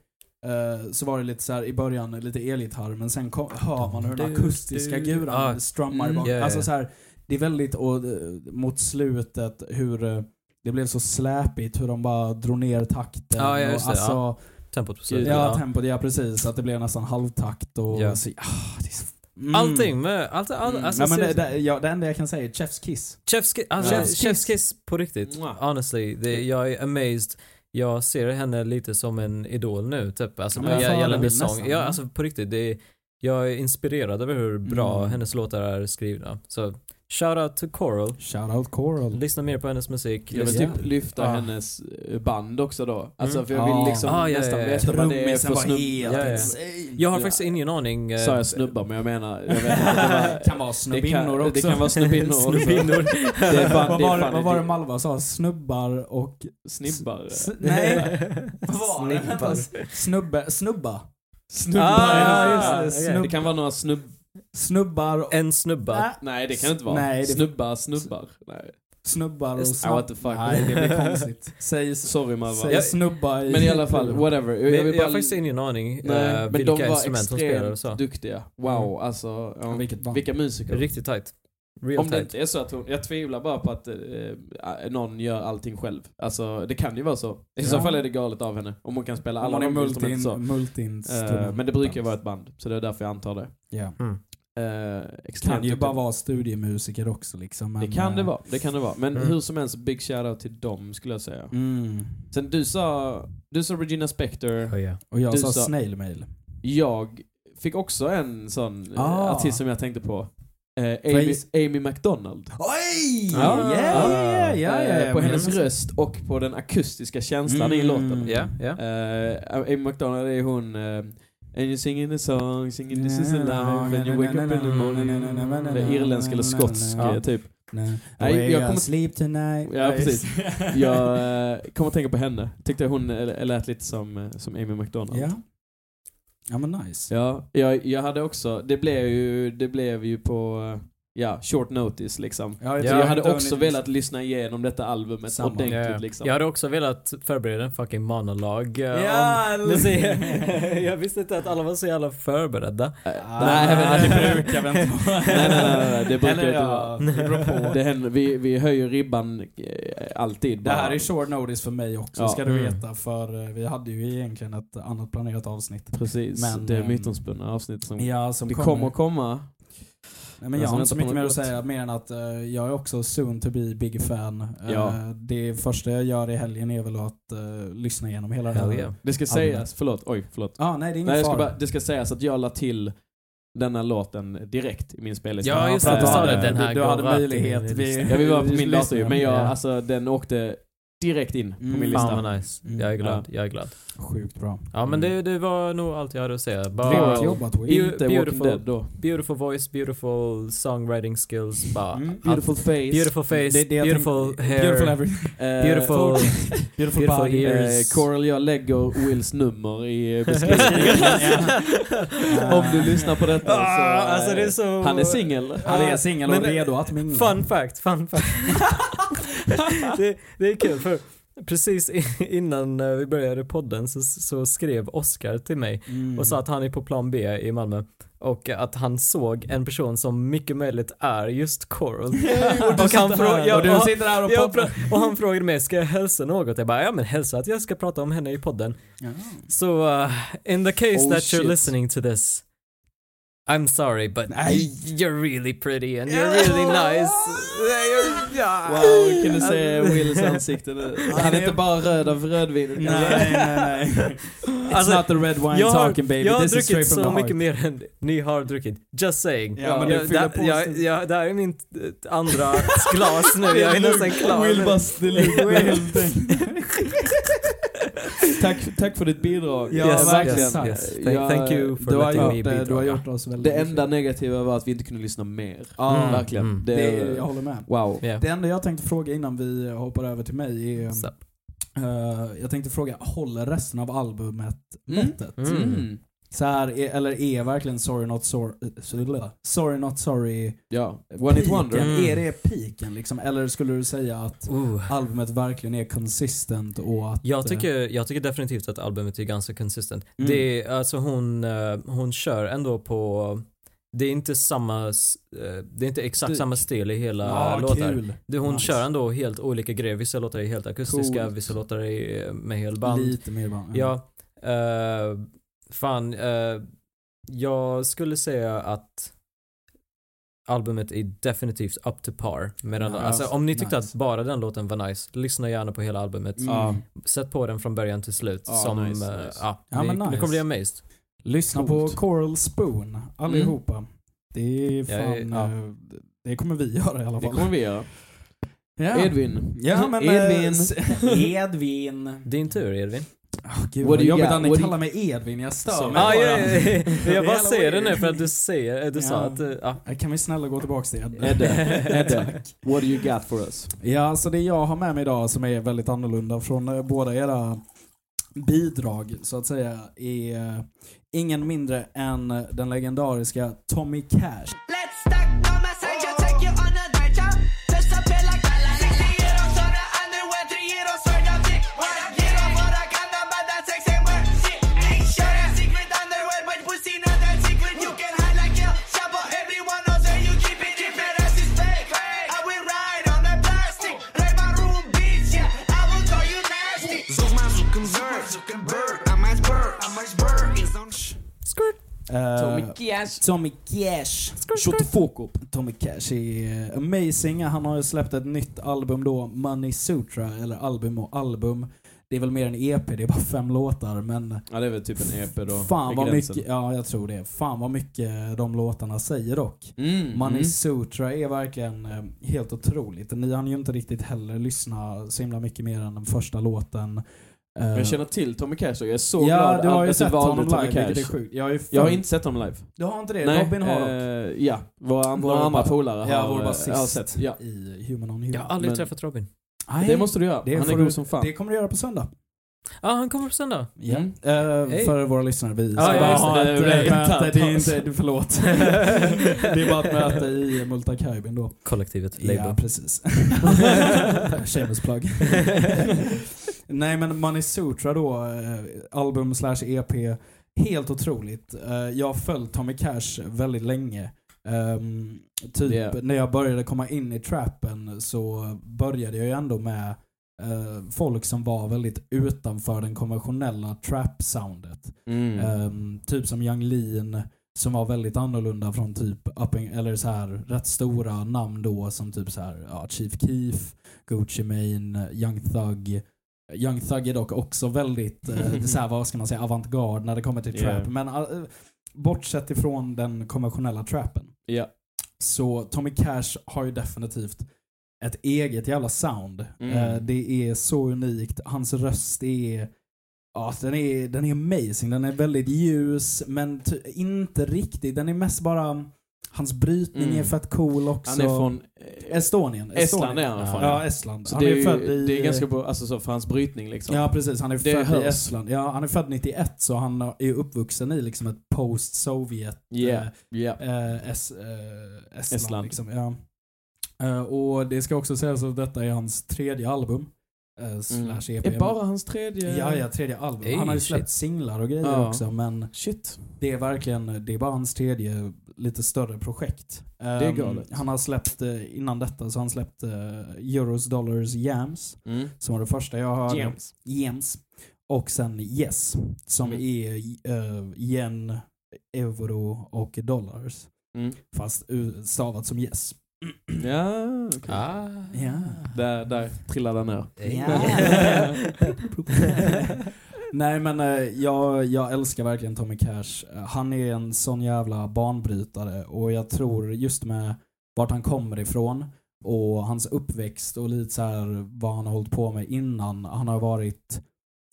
[SPEAKER 3] Mm.
[SPEAKER 2] eh, så var det lite så här i början lite elgitarr men sen kom, hör man hur den
[SPEAKER 3] Du,
[SPEAKER 2] akustiska
[SPEAKER 3] du.
[SPEAKER 2] guran
[SPEAKER 3] Ah.
[SPEAKER 2] strummar i
[SPEAKER 1] Mm.
[SPEAKER 2] bakgrunden.
[SPEAKER 3] Yeah,
[SPEAKER 2] Alltså
[SPEAKER 3] yeah.
[SPEAKER 2] så här, det är väldigt, och eh, mot slutet hur eh, det blev så släpigt hur de bara drog ner takten.
[SPEAKER 3] Ja, ja,
[SPEAKER 2] och
[SPEAKER 3] just det,
[SPEAKER 2] alltså,
[SPEAKER 3] Tempot på
[SPEAKER 2] Ja, mm.
[SPEAKER 3] slutet.
[SPEAKER 2] tempot, ja precis. Att det blev nästan halvtakt och
[SPEAKER 3] Ja.
[SPEAKER 2] så, ah, det är så, mm.
[SPEAKER 3] Allting med... Allt, all,
[SPEAKER 1] Mm.
[SPEAKER 3] alltså,
[SPEAKER 2] Nej, men det,
[SPEAKER 3] seriöst.
[SPEAKER 2] det, ja, det enda jag kan säga är Chef's Kiss.
[SPEAKER 3] Chef's kiss, alltså,
[SPEAKER 1] Ja.
[SPEAKER 3] Chef's kiss. på riktigt.
[SPEAKER 1] Mwah.
[SPEAKER 3] Honestly, det, jag är amazed. Jag ser henne lite som en idol nu, typ. Alltså,
[SPEAKER 2] Ja, men
[SPEAKER 3] jag,
[SPEAKER 2] fan,
[SPEAKER 3] gällande
[SPEAKER 2] det är
[SPEAKER 3] sång.
[SPEAKER 2] nästan,
[SPEAKER 3] Ja,
[SPEAKER 2] ja.
[SPEAKER 3] alltså på riktigt, det är, jag är inspirerad över hur bra
[SPEAKER 2] Mm.
[SPEAKER 3] hennes låtar är skrivna. Så, shout out to Coral.
[SPEAKER 2] Shoutout Coral.
[SPEAKER 3] Lyssna mer på hennes musik.
[SPEAKER 1] Jag vill
[SPEAKER 2] Just
[SPEAKER 3] vet-
[SPEAKER 2] det.
[SPEAKER 1] typ lyfta
[SPEAKER 2] Ja.
[SPEAKER 1] hennes eh, band också då. Alltså
[SPEAKER 3] Mm.
[SPEAKER 1] för jag vill
[SPEAKER 2] Ja.
[SPEAKER 1] liksom
[SPEAKER 3] Ah, ja,
[SPEAKER 1] nästan
[SPEAKER 3] ja, ja.
[SPEAKER 1] veta vad det är för
[SPEAKER 2] var
[SPEAKER 1] snubb...
[SPEAKER 2] helt
[SPEAKER 3] Ja, ja.
[SPEAKER 2] insane.
[SPEAKER 3] Jag har
[SPEAKER 1] Ja.
[SPEAKER 3] faktiskt ingen aning. eh,
[SPEAKER 1] Sa jag snubbar men jag menar... Jag vet inte, det,
[SPEAKER 2] kan vara
[SPEAKER 1] var, det,
[SPEAKER 2] snubbinnor
[SPEAKER 1] kan,
[SPEAKER 2] också.
[SPEAKER 1] det kan vara snubbinnor också.
[SPEAKER 3] Snubbinnor.
[SPEAKER 1] Det är fan,
[SPEAKER 2] vad,
[SPEAKER 1] det
[SPEAKER 2] var,
[SPEAKER 1] är
[SPEAKER 2] det-
[SPEAKER 1] fan
[SPEAKER 2] vad var det Malva sa? Snubbar och...
[SPEAKER 1] Snibbar.
[SPEAKER 2] S- nej! vad var det? Vänta, Snubbe, snubba.
[SPEAKER 1] Snubbar.
[SPEAKER 3] Ah,
[SPEAKER 1] ja,
[SPEAKER 3] just det.
[SPEAKER 1] ja,
[SPEAKER 2] Snubb-
[SPEAKER 1] okej. Det kan vara några snubb...
[SPEAKER 2] Snubbar och...
[SPEAKER 3] en snubba.
[SPEAKER 2] Nä,
[SPEAKER 1] Nej det kan det inte vara.
[SPEAKER 2] Nej, det-
[SPEAKER 1] Snubbar, snubbar. Nej.
[SPEAKER 2] Snubbar och
[SPEAKER 3] Just-
[SPEAKER 1] I
[SPEAKER 2] snabb...
[SPEAKER 1] Ah, what the fuck.
[SPEAKER 2] Nej, det blir konstigt. Säg,
[SPEAKER 1] Sorry Malva.
[SPEAKER 2] säg
[SPEAKER 3] Jag-
[SPEAKER 2] snubba i...
[SPEAKER 1] Men i alla fall, whatever. Jag,
[SPEAKER 3] Jag,
[SPEAKER 1] jag vill
[SPEAKER 3] jag,
[SPEAKER 1] bara...
[SPEAKER 3] har faktiskt ingen aning eh,
[SPEAKER 1] Nej, men
[SPEAKER 3] vilka
[SPEAKER 1] de var
[SPEAKER 3] instrument hon spelar och så.
[SPEAKER 1] extremt duktiga. Wow, alltså. Ja.
[SPEAKER 2] Vilket band.
[SPEAKER 1] Vilka musiker.
[SPEAKER 3] Riktigt tight. Real
[SPEAKER 1] Om det
[SPEAKER 3] tight.
[SPEAKER 1] inte är så att hon, jag tvivlar bara på att eh, eh, någon gör allting själv. Alltså det kan ju vara så. I så
[SPEAKER 2] Ja.
[SPEAKER 1] fall är det galet av henne. Om hon kan spela
[SPEAKER 2] Om
[SPEAKER 1] alla
[SPEAKER 2] man är
[SPEAKER 1] de instrumenten
[SPEAKER 2] multi,
[SPEAKER 1] så. Eh,
[SPEAKER 2] multi-instrument.
[SPEAKER 1] men det brukar ju vara ett band, så det är därför jag antar det.
[SPEAKER 2] Ja.
[SPEAKER 3] Mm.
[SPEAKER 1] Eh, extremt
[SPEAKER 2] Kan ju
[SPEAKER 1] duktig.
[SPEAKER 2] bara vara studiemusiker också liksom. Men,
[SPEAKER 1] Det kan det
[SPEAKER 2] eh,
[SPEAKER 1] vara, det kan det vara. Men
[SPEAKER 3] Mm.
[SPEAKER 1] hur som helst, big shoutout till dem skulle jag säga.
[SPEAKER 2] Mm.
[SPEAKER 1] Sen du sa, du sa Regina Spektor,
[SPEAKER 3] Oh, yeah.
[SPEAKER 2] Och jag
[SPEAKER 1] Du
[SPEAKER 2] sa
[SPEAKER 1] sa-
[SPEAKER 2] snail mail.
[SPEAKER 1] jag fick också en sån eh,
[SPEAKER 2] Ah.
[SPEAKER 1] artist som jag tänkte på. Eh, Amy,
[SPEAKER 2] Praise-
[SPEAKER 1] Amy McDonald.
[SPEAKER 2] Oj!
[SPEAKER 1] Ja.
[SPEAKER 2] yeah,
[SPEAKER 3] Ah.
[SPEAKER 2] yeah, yeah,
[SPEAKER 1] Eh,
[SPEAKER 2] yeah.
[SPEAKER 1] på
[SPEAKER 2] Men-
[SPEAKER 1] hennes röst och på den akustiska känslan i
[SPEAKER 2] Mm.
[SPEAKER 1] låten.
[SPEAKER 3] Yeah, yeah.
[SPEAKER 1] Eh, Amy McDonald är hon... eh, and you singing a song, singing this is a life, and you wake up in the morning. Det är irländsk eller skotsk
[SPEAKER 2] Ja.
[SPEAKER 1] eh, typ.
[SPEAKER 2] Nej,
[SPEAKER 1] Nej, jag
[SPEAKER 2] jag
[SPEAKER 1] kommer-
[SPEAKER 2] kommer... sleep tonight.
[SPEAKER 1] Ja, precis. Jag eh, kommer att tänka på henne. Tyckte hon eh, lät lite som, eh, som Amy McDonald.
[SPEAKER 2] Ja. Ja men nice.
[SPEAKER 1] Ja, jag, jag hade också, det blev ju, det blev ju på, eh, ja, short notice liksom.
[SPEAKER 2] Ja,
[SPEAKER 1] Så
[SPEAKER 3] Ja,
[SPEAKER 1] jag hade
[SPEAKER 2] inte
[SPEAKER 1] också
[SPEAKER 2] hunnit-
[SPEAKER 1] velat lyssna igenom detta albumet
[SPEAKER 2] Samma.
[SPEAKER 1] ordentligt
[SPEAKER 3] Ja, ja.
[SPEAKER 1] liksom.
[SPEAKER 3] Jag hade också velat förbereda en fucking monolog. eh,
[SPEAKER 2] Ja,
[SPEAKER 3] om,
[SPEAKER 2] eller-
[SPEAKER 3] Men se, jag visste inte att alla var så jävla förberedda.
[SPEAKER 1] Eh,
[SPEAKER 2] Ah,
[SPEAKER 1] nej, men-
[SPEAKER 2] det brukar väl inte vara.
[SPEAKER 1] Nej, nej, nej, nej, det brukar
[SPEAKER 2] Eller,
[SPEAKER 1] inte
[SPEAKER 2] ja, det beror på.
[SPEAKER 1] Det händer, vi, vi höjer ribban eh, alltid
[SPEAKER 2] Det
[SPEAKER 1] bara.
[SPEAKER 2] här är short notice för mig också
[SPEAKER 1] Ja.
[SPEAKER 2] ska du
[SPEAKER 3] Mm.
[SPEAKER 2] veta för eh, vi hade ju egentligen ett annat planerat avsnitt.
[SPEAKER 1] Precis,
[SPEAKER 2] Men,
[SPEAKER 1] det är
[SPEAKER 2] ehm,
[SPEAKER 1] mytomspunna avsnitt som
[SPEAKER 2] Ja, som
[SPEAKER 1] Mm. det kommer komma.
[SPEAKER 2] Nej, men jag
[SPEAKER 1] Alltså,
[SPEAKER 2] har
[SPEAKER 1] vänta
[SPEAKER 2] inte så
[SPEAKER 1] på
[SPEAKER 2] mycket
[SPEAKER 1] något
[SPEAKER 2] mer att
[SPEAKER 1] gott.
[SPEAKER 2] säga mer än att eh, jag är också soon to be big fan. Eh,
[SPEAKER 1] Ja.
[SPEAKER 2] det första jag gör i helgen är väl att eh, lyssna igenom hela det här.
[SPEAKER 3] Hell yeah.
[SPEAKER 1] Det ska
[SPEAKER 2] Albumet.
[SPEAKER 1] sägas, förlåt, oj förlåt.
[SPEAKER 2] Ah, nej, det är ingen
[SPEAKER 1] Nej, jag ska
[SPEAKER 2] fara.
[SPEAKER 1] bara, det ska sägas att jag la till denna låten direkt i min spellista.
[SPEAKER 3] Ja, just
[SPEAKER 1] För
[SPEAKER 2] det.
[SPEAKER 1] att
[SPEAKER 2] Du
[SPEAKER 1] jag
[SPEAKER 2] sa
[SPEAKER 1] hade-
[SPEAKER 2] det, den här- du- du
[SPEAKER 3] går
[SPEAKER 1] Ja,
[SPEAKER 2] hade
[SPEAKER 3] rakt in i
[SPEAKER 2] möjlighet.
[SPEAKER 3] min
[SPEAKER 2] Vi-
[SPEAKER 3] lista.
[SPEAKER 1] vi var på min
[SPEAKER 2] Lyssna.
[SPEAKER 1] dator ju, men jag,
[SPEAKER 3] Ja.
[SPEAKER 1] alltså den åkte direkt in på
[SPEAKER 2] Mm.
[SPEAKER 1] min lista.
[SPEAKER 3] Fan vad nice.
[SPEAKER 2] Mm.
[SPEAKER 3] Jag är glad, jag är glad.
[SPEAKER 2] Sjukt bra.
[SPEAKER 3] Ja men
[SPEAKER 1] Mm.
[SPEAKER 3] det, det var nog allt jag hade att säga.
[SPEAKER 1] Wow.
[SPEAKER 2] Grymt
[SPEAKER 1] Wow.
[SPEAKER 3] Bara
[SPEAKER 2] jobbat Will.
[SPEAKER 3] Ju-
[SPEAKER 1] Inte Walking
[SPEAKER 3] Beautiful.
[SPEAKER 1] Dead då.
[SPEAKER 3] beautiful voice, beautiful songwriting skills, bara
[SPEAKER 2] Mm.
[SPEAKER 3] allt.
[SPEAKER 1] Beautiful face.
[SPEAKER 3] Beautiful face,
[SPEAKER 2] Det- det jag
[SPEAKER 3] beautiful
[SPEAKER 2] tänkte-
[SPEAKER 3] hair,
[SPEAKER 2] Beautiful
[SPEAKER 3] beautiful,
[SPEAKER 2] everything.
[SPEAKER 1] Eh,
[SPEAKER 3] beautiful,
[SPEAKER 2] Beautiful,
[SPEAKER 3] Beautiful
[SPEAKER 2] body.
[SPEAKER 3] ear.
[SPEAKER 1] Eh, Coral, jag lägger Wills nummer i eh, beskrivningen. Om du lyssnar på detta så...
[SPEAKER 3] Ah,
[SPEAKER 1] eh,
[SPEAKER 3] alltså det är så...
[SPEAKER 1] Han är singel.
[SPEAKER 2] Han är singel och
[SPEAKER 3] Men-
[SPEAKER 2] redo att mingla.
[SPEAKER 3] Fun fact, fun fact. det, det är kul för precis i- innan eh, vi började podden så, så skrev Oscar till mig
[SPEAKER 2] Mm.
[SPEAKER 3] och sa att han är på plan B i Malmö och att han såg en person som mycket möjligt är just Coral. och, han frå- ja,
[SPEAKER 2] och du
[SPEAKER 3] och-
[SPEAKER 2] sitter här och
[SPEAKER 3] jag
[SPEAKER 2] poppar.
[SPEAKER 3] pra- och han frågade mig, ska jag hälsa något? Jag bara, ja men hälsa att jag ska prata om henne i podden. Så, uh, in the case
[SPEAKER 1] Oh,
[SPEAKER 3] that
[SPEAKER 1] shit.
[SPEAKER 3] you're listening to this, I'm sorry but
[SPEAKER 2] Nej.
[SPEAKER 3] you're really pretty and you're really nice.
[SPEAKER 2] ah,
[SPEAKER 1] Wow, kan du se
[SPEAKER 2] alltså-
[SPEAKER 1] Wills ansikte nu? Han är inte bara röd av rödvinet.
[SPEAKER 2] Nej, nej, nej. It's
[SPEAKER 3] Alltså,
[SPEAKER 2] not the red wine
[SPEAKER 3] Jag har,
[SPEAKER 2] talking baby,
[SPEAKER 3] jag har
[SPEAKER 2] this is straight
[SPEAKER 3] druckit
[SPEAKER 2] from the
[SPEAKER 3] så mycket
[SPEAKER 2] heart.
[SPEAKER 3] mer än ni har druckit. Just saying. Uh,
[SPEAKER 2] Ja,
[SPEAKER 1] men
[SPEAKER 3] Ja,
[SPEAKER 2] du fyller
[SPEAKER 3] där-
[SPEAKER 2] på
[SPEAKER 3] jag,
[SPEAKER 2] istället.
[SPEAKER 3] jag, det här är min eh, andra glas nu, jag är nästan klar.
[SPEAKER 1] Will
[SPEAKER 3] nu.
[SPEAKER 1] Bust the Loop. Tack, tack för ditt bidrag.
[SPEAKER 3] Ja,
[SPEAKER 2] Yes,
[SPEAKER 1] verkligen.
[SPEAKER 2] yes,
[SPEAKER 3] yes. Thank-
[SPEAKER 1] Jag-
[SPEAKER 3] thank you for
[SPEAKER 1] du har
[SPEAKER 3] letting
[SPEAKER 1] gjort
[SPEAKER 3] me
[SPEAKER 1] det,
[SPEAKER 2] eh,
[SPEAKER 3] bidra.
[SPEAKER 1] du har gjort-
[SPEAKER 2] oss väldigt
[SPEAKER 1] Det enda negativa var att vi inte kunde lyssna mer.
[SPEAKER 2] Ja,
[SPEAKER 3] Mm.
[SPEAKER 1] Verkligen.
[SPEAKER 3] Mm.
[SPEAKER 1] Det,
[SPEAKER 2] Det, jag håller med.
[SPEAKER 1] wow.
[SPEAKER 3] Ja.
[SPEAKER 2] Det enda jag tänkte fråga innan vi hoppar över till mig är...
[SPEAKER 3] Så.
[SPEAKER 2] eh, jag tänkte fråga, håller resten av albumet
[SPEAKER 1] Mm.
[SPEAKER 2] måttet?
[SPEAKER 3] Mm.
[SPEAKER 2] Så här, är, eller är verkligen Sorry Not Sorry... Sorry Not Sorry...
[SPEAKER 1] Ja, One Hit
[SPEAKER 2] peaken?
[SPEAKER 1] Wonder.
[SPEAKER 3] Mm.
[SPEAKER 2] Är det piken liksom? Eller skulle du säga att
[SPEAKER 3] Ooh.
[SPEAKER 2] albumet verkligen är consistent och att...
[SPEAKER 3] Jag
[SPEAKER 2] eh,
[SPEAKER 3] tycker, jag tycker definitivt att albumet är ganska konsistent.
[SPEAKER 2] Mm.
[SPEAKER 3] Det är, alltså hon, eh, hon kör ändå på, det är inte samma, s- eh, det är inte exakt
[SPEAKER 1] Stuk.
[SPEAKER 3] samma stil i hela
[SPEAKER 2] Ja,
[SPEAKER 3] låtar.
[SPEAKER 2] Ah, kul.
[SPEAKER 3] Det, hon
[SPEAKER 2] Nice.
[SPEAKER 3] kör ändå helt olika grejer, vissa låtar är helt akustiska,
[SPEAKER 1] Coolt.
[SPEAKER 3] vissa låtar är eh, med helband.
[SPEAKER 2] Lite mer band.
[SPEAKER 3] Ja, eh, fan, eh, jag skulle säga att albumet är definitivt up to par. Medan,
[SPEAKER 2] Nice.
[SPEAKER 3] alltså, om ni tyckte
[SPEAKER 2] Nice.
[SPEAKER 3] att bara den låten var nice, lyssna gärna på hela albumet.
[SPEAKER 2] Mm.
[SPEAKER 1] Ja.
[SPEAKER 3] Sätt på den från början till slut.
[SPEAKER 1] Ja,
[SPEAKER 3] som,
[SPEAKER 1] nice,
[SPEAKER 3] eh,
[SPEAKER 1] nice.
[SPEAKER 3] Ja,
[SPEAKER 2] Ja,
[SPEAKER 3] ni,
[SPEAKER 2] men
[SPEAKER 3] ni
[SPEAKER 2] nice.
[SPEAKER 3] kommer bli amazed.
[SPEAKER 2] Lyssna
[SPEAKER 1] Coolt.
[SPEAKER 2] på Coral Spoon, allihopa. Mm. Det är fan...
[SPEAKER 3] Jag är- ja.
[SPEAKER 2] eh, Det kommer vi göra i alla
[SPEAKER 1] Det
[SPEAKER 2] fall.
[SPEAKER 1] kommer vi göra.
[SPEAKER 2] Ja.
[SPEAKER 1] Edvin. Mm.
[SPEAKER 2] Ja, men, eh,
[SPEAKER 1] Edvin.
[SPEAKER 2] s- Edvin.
[SPEAKER 3] Din tur Edvin.
[SPEAKER 2] Oh, gud,
[SPEAKER 1] What
[SPEAKER 2] vad
[SPEAKER 1] do you
[SPEAKER 2] jobbigt
[SPEAKER 1] got?
[SPEAKER 2] att ni
[SPEAKER 1] What do
[SPEAKER 2] kallar mig Edvin, jag stör
[SPEAKER 1] Som-
[SPEAKER 2] mig
[SPEAKER 1] Men
[SPEAKER 3] Ah,
[SPEAKER 2] bara.
[SPEAKER 3] ja, ja, ja.
[SPEAKER 2] Det är
[SPEAKER 3] Jag bara
[SPEAKER 2] jävla
[SPEAKER 3] säger det nu
[SPEAKER 2] weird.
[SPEAKER 3] för att du säger, du sa
[SPEAKER 2] Ja.
[SPEAKER 3] att, eh, ja.
[SPEAKER 2] Kan vi snälla gå tillbaks till Edvin?
[SPEAKER 1] Edde. Edde.
[SPEAKER 2] Tack.
[SPEAKER 1] What do you got for us?
[SPEAKER 2] Ja, så det jag har med mig idag som är väldigt annorlunda från eh, båda era bidrag så att säga är eh, ingen mindre än eh, den legendariska Tommy Cash.
[SPEAKER 4] Let's stack on my side, jag take you on a night job. Just a bit like that. Sexy ger oss såna underwear, tre ger oss svarta blick. Ger oss våra kalla badda, sex and work. Shit, ey, kör en secret underwear, but pussy not that secret. You can hide like hell, shop for everyone knows that you keep it. If your ass is fake, I will ride on that plastic. Raid my room, bitch, yeah, I will call you nasty. Zoom my Zuckerberg, Zuckerberg, I'm Iceberg, I'm Iceberg. It's on sh-
[SPEAKER 2] Eh,
[SPEAKER 1] Tommy Cash.
[SPEAKER 2] Tommy Cash. Shotofokop. Tommy Cash är eh, amazing. Han har ju släppt ett nytt album då, Money Sutra, eller album och album. Det är väl mer en EP, det är bara fem låtar men
[SPEAKER 1] Ja, det är väl typ en EP då.
[SPEAKER 2] fan
[SPEAKER 1] vid
[SPEAKER 2] vad
[SPEAKER 1] gränsen.
[SPEAKER 2] mycket, ja jag tror det. Fan vad mycket de låtarna säger dock.
[SPEAKER 1] Mm.
[SPEAKER 2] Money
[SPEAKER 1] mm.
[SPEAKER 2] Sutra är verkligen eh, helt otroligt. Ni hann ju inte riktigt heller lyssna så himla mycket mer än den första låten. Eh,
[SPEAKER 1] Jag känner till Tommy Cash och jag är så
[SPEAKER 2] ja,
[SPEAKER 1] glad
[SPEAKER 2] du har ju
[SPEAKER 1] att du
[SPEAKER 2] sett
[SPEAKER 1] valde
[SPEAKER 2] honom
[SPEAKER 1] Tommy
[SPEAKER 2] live, vilket är
[SPEAKER 1] Cash.
[SPEAKER 2] sjukt. Jag, är ju
[SPEAKER 1] Jag har
[SPEAKER 2] fan-
[SPEAKER 1] inte sett dem live.
[SPEAKER 2] Du har inte det? Robin har dock.
[SPEAKER 1] eh, Ja, våra, våra
[SPEAKER 2] Vår
[SPEAKER 1] andra
[SPEAKER 2] ba-
[SPEAKER 1] polare
[SPEAKER 2] Ja,
[SPEAKER 1] har,
[SPEAKER 2] vår
[SPEAKER 1] eh,
[SPEAKER 2] basist.
[SPEAKER 1] har sett. Ja.
[SPEAKER 2] i Human on Human.
[SPEAKER 3] Jag har aldrig
[SPEAKER 1] Men-
[SPEAKER 3] träffat Robin.
[SPEAKER 2] Nej,
[SPEAKER 1] Det måste du göra.
[SPEAKER 2] det
[SPEAKER 1] Han är
[SPEAKER 2] får
[SPEAKER 1] god
[SPEAKER 2] du-
[SPEAKER 1] som fan.
[SPEAKER 2] det kommer du göra på söndag.
[SPEAKER 3] Ja, han kommer på söndag.
[SPEAKER 2] Ja.
[SPEAKER 1] Mm.
[SPEAKER 2] Eh,
[SPEAKER 3] Hej.
[SPEAKER 2] För våra lyssnare, vi ska
[SPEAKER 3] ja,
[SPEAKER 2] bara
[SPEAKER 3] just det.
[SPEAKER 2] ha
[SPEAKER 1] Det
[SPEAKER 2] ett
[SPEAKER 1] blir
[SPEAKER 2] eh,
[SPEAKER 1] internt
[SPEAKER 2] möte. Det är
[SPEAKER 1] alltså.
[SPEAKER 2] inte, förlåt. det är bara ett möte i Multicaribbean då.
[SPEAKER 3] Kollektivet,
[SPEAKER 2] Ja,
[SPEAKER 3] Labour.
[SPEAKER 2] precis. Shameless plug. Nej men Money Sutra då, eh, album slash EP. Helt otroligt. Eh, Jag har följt Tommy Cash väldigt länge. Ehm, typ
[SPEAKER 1] Yeah.
[SPEAKER 2] när jag började komma in i trappen så började jag ju ändå med eh, folk som var väldigt utanför den konventionella trap-soundet.
[SPEAKER 1] Mm.
[SPEAKER 2] Ehm, typ som Yung Lean som var väldigt annorlunda från typ up and, eller så här rätt stora namn då som typ så här ja, Chief Keef, Gucci Mane, Young Thug. Young Thug är dock också väldigt, eh, det är så här, vad ska man säga, avantgarde när det kommer till trap.
[SPEAKER 1] Yeah.
[SPEAKER 2] Men eh, bortsett ifrån den konventionella trappen.
[SPEAKER 1] Ja.
[SPEAKER 2] Så Tommy Cash har ju definitivt ett eget jävla sound.
[SPEAKER 1] Mm.
[SPEAKER 2] Eh, det är så unikt. Hans röst är... Ja, den är, den är amazing. Den är väldigt ljus, men ty- inte riktigt. Den är mest bara... Hans brytning
[SPEAKER 1] Mm.
[SPEAKER 2] är fett cool också.
[SPEAKER 1] Han är från eh,
[SPEAKER 2] Estonien.
[SPEAKER 1] Estland är han
[SPEAKER 3] Ja.
[SPEAKER 1] från.
[SPEAKER 2] Ja, Estland.
[SPEAKER 1] Så
[SPEAKER 2] han
[SPEAKER 1] det
[SPEAKER 2] är,
[SPEAKER 1] är,
[SPEAKER 2] född
[SPEAKER 1] ju,
[SPEAKER 2] i...
[SPEAKER 1] det är ganska bra, alltså så för hans brytning liksom.
[SPEAKER 2] Ja, precis. Han är
[SPEAKER 1] Det
[SPEAKER 2] född
[SPEAKER 1] hörs.
[SPEAKER 2] i Estland. Ja, han är född 91, så han är uppvuxen i liksom ett post-Sovjet
[SPEAKER 1] Yeah,
[SPEAKER 2] eh,
[SPEAKER 1] yeah.
[SPEAKER 2] eh, es, eh, Estland.
[SPEAKER 1] Estland.
[SPEAKER 2] Liksom. Ja. Eh, och det ska också sägas att detta är hans tredje album. Eh, slash EP.
[SPEAKER 1] Mm. Är bara hans tredje...
[SPEAKER 2] Ja, ja, tredje album.
[SPEAKER 3] Ey,
[SPEAKER 2] han har ju
[SPEAKER 3] shit.
[SPEAKER 2] släppt singlar och grejer
[SPEAKER 1] Ja.
[SPEAKER 2] också, men
[SPEAKER 1] Shit.
[SPEAKER 2] det är verkligen, det är bara hans tredje lite större projekt. Det
[SPEAKER 1] är galet.
[SPEAKER 2] Han har släppt, eh, innan detta, så har han släppt eh, Euros, Dollars, Yams,
[SPEAKER 1] Mm.
[SPEAKER 2] som var det första jag hörde.
[SPEAKER 1] James.
[SPEAKER 2] Jens. Och sen Yes, som
[SPEAKER 1] Mm.
[SPEAKER 2] är eh, yen, euro och dollars.
[SPEAKER 1] Mm.
[SPEAKER 2] Fast u- stavat som yes.
[SPEAKER 1] Ja, okej.
[SPEAKER 3] Ah.
[SPEAKER 2] Ja.
[SPEAKER 1] Där, där trillade han ner. Ah.
[SPEAKER 2] Nej men eh, jag, jag älskar verkligen Tommy Cash. Eh, Han är en sån jävla banbrytare och jag tror just med vart han kommer ifrån och hans uppväxt och lite så här vad han har hållit på med innan. Han har varit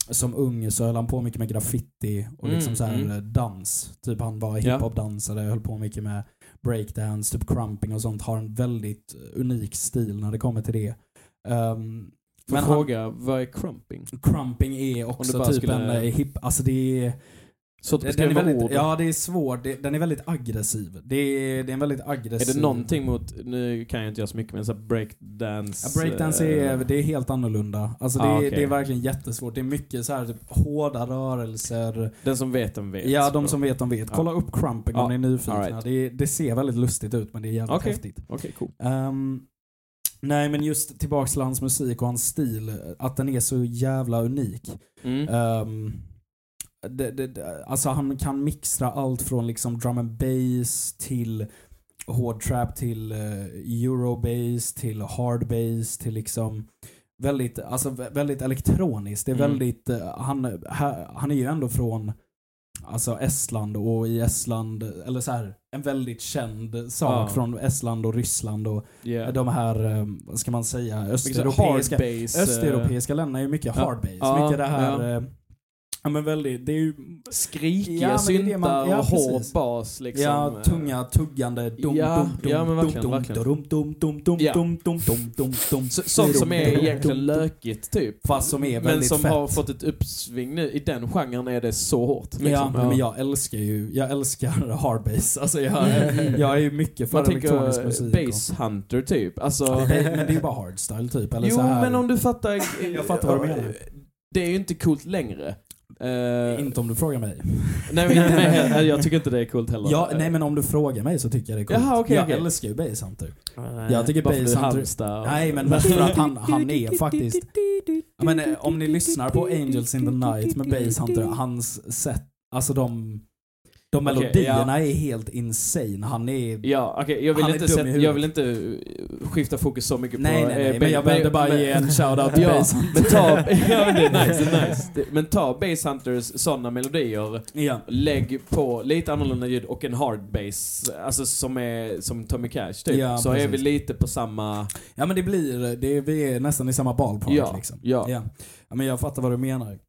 [SPEAKER 2] som ung så höll han på mycket med graffiti och
[SPEAKER 1] Mm,
[SPEAKER 2] liksom så här
[SPEAKER 1] mm.
[SPEAKER 2] eh, dans. Typ han var
[SPEAKER 1] Ja.
[SPEAKER 2] hiphop-dansare, höll på mycket med breakdance, typ crumping och sånt. Har en väldigt unik stil när det kommer till det. Ehm,
[SPEAKER 1] Får
[SPEAKER 2] Men han-
[SPEAKER 1] fråga, vad är crumping?
[SPEAKER 2] Crumping är
[SPEAKER 1] Om du
[SPEAKER 2] också
[SPEAKER 1] bara
[SPEAKER 2] typ
[SPEAKER 1] skulle-
[SPEAKER 2] en eh, hip... Alltså det är...
[SPEAKER 1] Så att
[SPEAKER 2] Den är
[SPEAKER 1] beskriva
[SPEAKER 2] väldigt,
[SPEAKER 1] ord.
[SPEAKER 2] ja, det är svårt. Det, den är väldigt aggressiv. Det är, det är en väldigt
[SPEAKER 1] Är
[SPEAKER 2] aggressiv...
[SPEAKER 1] det någonting mot, nu kan jag inte göra så mycket, men så här breakdance...
[SPEAKER 2] Ja, breakdance är,
[SPEAKER 1] eh,
[SPEAKER 2] det är helt annorlunda. Alltså det,
[SPEAKER 1] Ah,
[SPEAKER 2] är-
[SPEAKER 1] okej.
[SPEAKER 2] det är verkligen jättesvårt. Det är mycket så här typ, hårda rörelser.
[SPEAKER 1] Den som vet, den vet.
[SPEAKER 2] Ja, de som vet, de vet.
[SPEAKER 1] Ja.
[SPEAKER 2] Kolla upp crumping
[SPEAKER 1] Ja,
[SPEAKER 2] om ni är nyfikna.
[SPEAKER 1] all right.
[SPEAKER 2] Det, det ser väldigt lustigt ut, men det är jävligt
[SPEAKER 1] Okej.
[SPEAKER 2] häftigt.
[SPEAKER 1] Okej, cool.
[SPEAKER 2] Ehm, nej, men just tillbaks till hans musik och hans stil. Att den är så jävla unik.
[SPEAKER 1] Mm.
[SPEAKER 2] Ehm, det, det, det, alltså han kan mixtra allt från liksom drum and bass till hård trap till uh, eurobass till hard bass till liksom väldigt, alltså vä- väldigt elektroniskt. Det är
[SPEAKER 1] Mm.
[SPEAKER 2] väldigt, eh, han, här, han är ju ändå från alltså Estland och i Estland, eller så här, en väldigt känd sak
[SPEAKER 1] Ja.
[SPEAKER 2] från Estland och Ryssland och
[SPEAKER 1] yeah.
[SPEAKER 2] de här, eh, vad ska man säga,
[SPEAKER 1] Vilket så här
[SPEAKER 2] östeuropeiska
[SPEAKER 1] hard bass, eh,
[SPEAKER 2] Östeuropeiska länderna är ju mycket
[SPEAKER 1] Ja.
[SPEAKER 2] hard bass.
[SPEAKER 1] Ja,
[SPEAKER 2] mycket det här...
[SPEAKER 1] ja.
[SPEAKER 2] Ja. ja men väldigt, det är ju...
[SPEAKER 1] Skrikiga
[SPEAKER 2] Ja, men det är det
[SPEAKER 1] syntar
[SPEAKER 2] man- ja,
[SPEAKER 1] och hård
[SPEAKER 2] precis.
[SPEAKER 1] bas liksom.
[SPEAKER 2] ja,
[SPEAKER 1] eh,
[SPEAKER 2] tunga, tuggande, dum,
[SPEAKER 1] ja,
[SPEAKER 2] dum, dum,
[SPEAKER 1] ja, men verkligen,
[SPEAKER 2] dum,
[SPEAKER 1] verkligen.
[SPEAKER 2] dum, dum, dum, dum,
[SPEAKER 1] Ja.
[SPEAKER 2] dum, dum, dum, dum, dum,
[SPEAKER 1] Så, sånt som är
[SPEAKER 2] dum, dum,
[SPEAKER 1] egentligen
[SPEAKER 2] dum, dum.
[SPEAKER 1] lökigt typ.
[SPEAKER 2] Fast som är
[SPEAKER 1] Men
[SPEAKER 2] väldigt
[SPEAKER 1] som
[SPEAKER 2] fett.
[SPEAKER 1] har fått ett uppsving nu. I den genren är det så hårt. Liksom.
[SPEAKER 2] Ja, men jag älskar ju, jag älskar hard bass. Alltså jag, jag är ju mycket för
[SPEAKER 1] Man
[SPEAKER 2] elektronisk
[SPEAKER 1] tänker
[SPEAKER 2] musik. och-
[SPEAKER 1] Bass Hunter typ. Alltså,
[SPEAKER 2] Ja, det- Men det är ju bara hardstyle typ, eller
[SPEAKER 1] jo,
[SPEAKER 2] så här.
[SPEAKER 1] men om du fattar.
[SPEAKER 2] Jag fattar vad du menar.
[SPEAKER 1] Det är ju inte coolt längre. Eh,
[SPEAKER 2] Inte om du frågar mig.
[SPEAKER 1] nej, men inte mig heller. Jag tycker inte det är coolt heller.
[SPEAKER 2] Ja, nej men om du frågar mig så tycker jag det är coolt.
[SPEAKER 1] Jaha, okej,
[SPEAKER 2] jag
[SPEAKER 1] okej.
[SPEAKER 2] älskar ju bass hunter.
[SPEAKER 1] Eh,
[SPEAKER 2] jag tycker
[SPEAKER 1] bara för
[SPEAKER 2] Bass
[SPEAKER 1] du är
[SPEAKER 2] Hunter-
[SPEAKER 1] Halmstad och-
[SPEAKER 2] Nej men mest för att han, han är faktiskt... Ja, men, eh, om ni lyssnar på Angels in the Night med Bass Hunter, hans sätt, alltså de, de
[SPEAKER 1] Okej,
[SPEAKER 2] melodierna är helt insane. Han är...
[SPEAKER 1] Ja, okej. jag, vill
[SPEAKER 2] Han är
[SPEAKER 1] inte
[SPEAKER 2] dum i
[SPEAKER 1] sätta-
[SPEAKER 2] huvudet.
[SPEAKER 1] jag vill inte eh, skifta fokus så mycket
[SPEAKER 2] Nej
[SPEAKER 1] på...
[SPEAKER 2] nej
[SPEAKER 1] eh,
[SPEAKER 2] nej,
[SPEAKER 1] ba-
[SPEAKER 2] men jag behövde
[SPEAKER 1] ba-
[SPEAKER 2] bara
[SPEAKER 1] men-
[SPEAKER 2] ge en shoutout till
[SPEAKER 1] Ja,
[SPEAKER 2] Bass Hunter.
[SPEAKER 1] Men ta, ja, men det är nice, det är nice. Det- Men ta Bass Hunters sådana melodier,
[SPEAKER 2] Ja.
[SPEAKER 1] lägg på lite annorlunda ljud och en hard bass, alltså som är som Tommy Cash typ.
[SPEAKER 2] Ja,
[SPEAKER 1] så är vi
[SPEAKER 2] precis.
[SPEAKER 1] lite på samma...
[SPEAKER 2] ja men det blir, det, är- vi är nästan i samma ballpark
[SPEAKER 1] Ja,
[SPEAKER 2] liksom.
[SPEAKER 1] ja.
[SPEAKER 2] ja. Ja, men jag fattar vad du menar.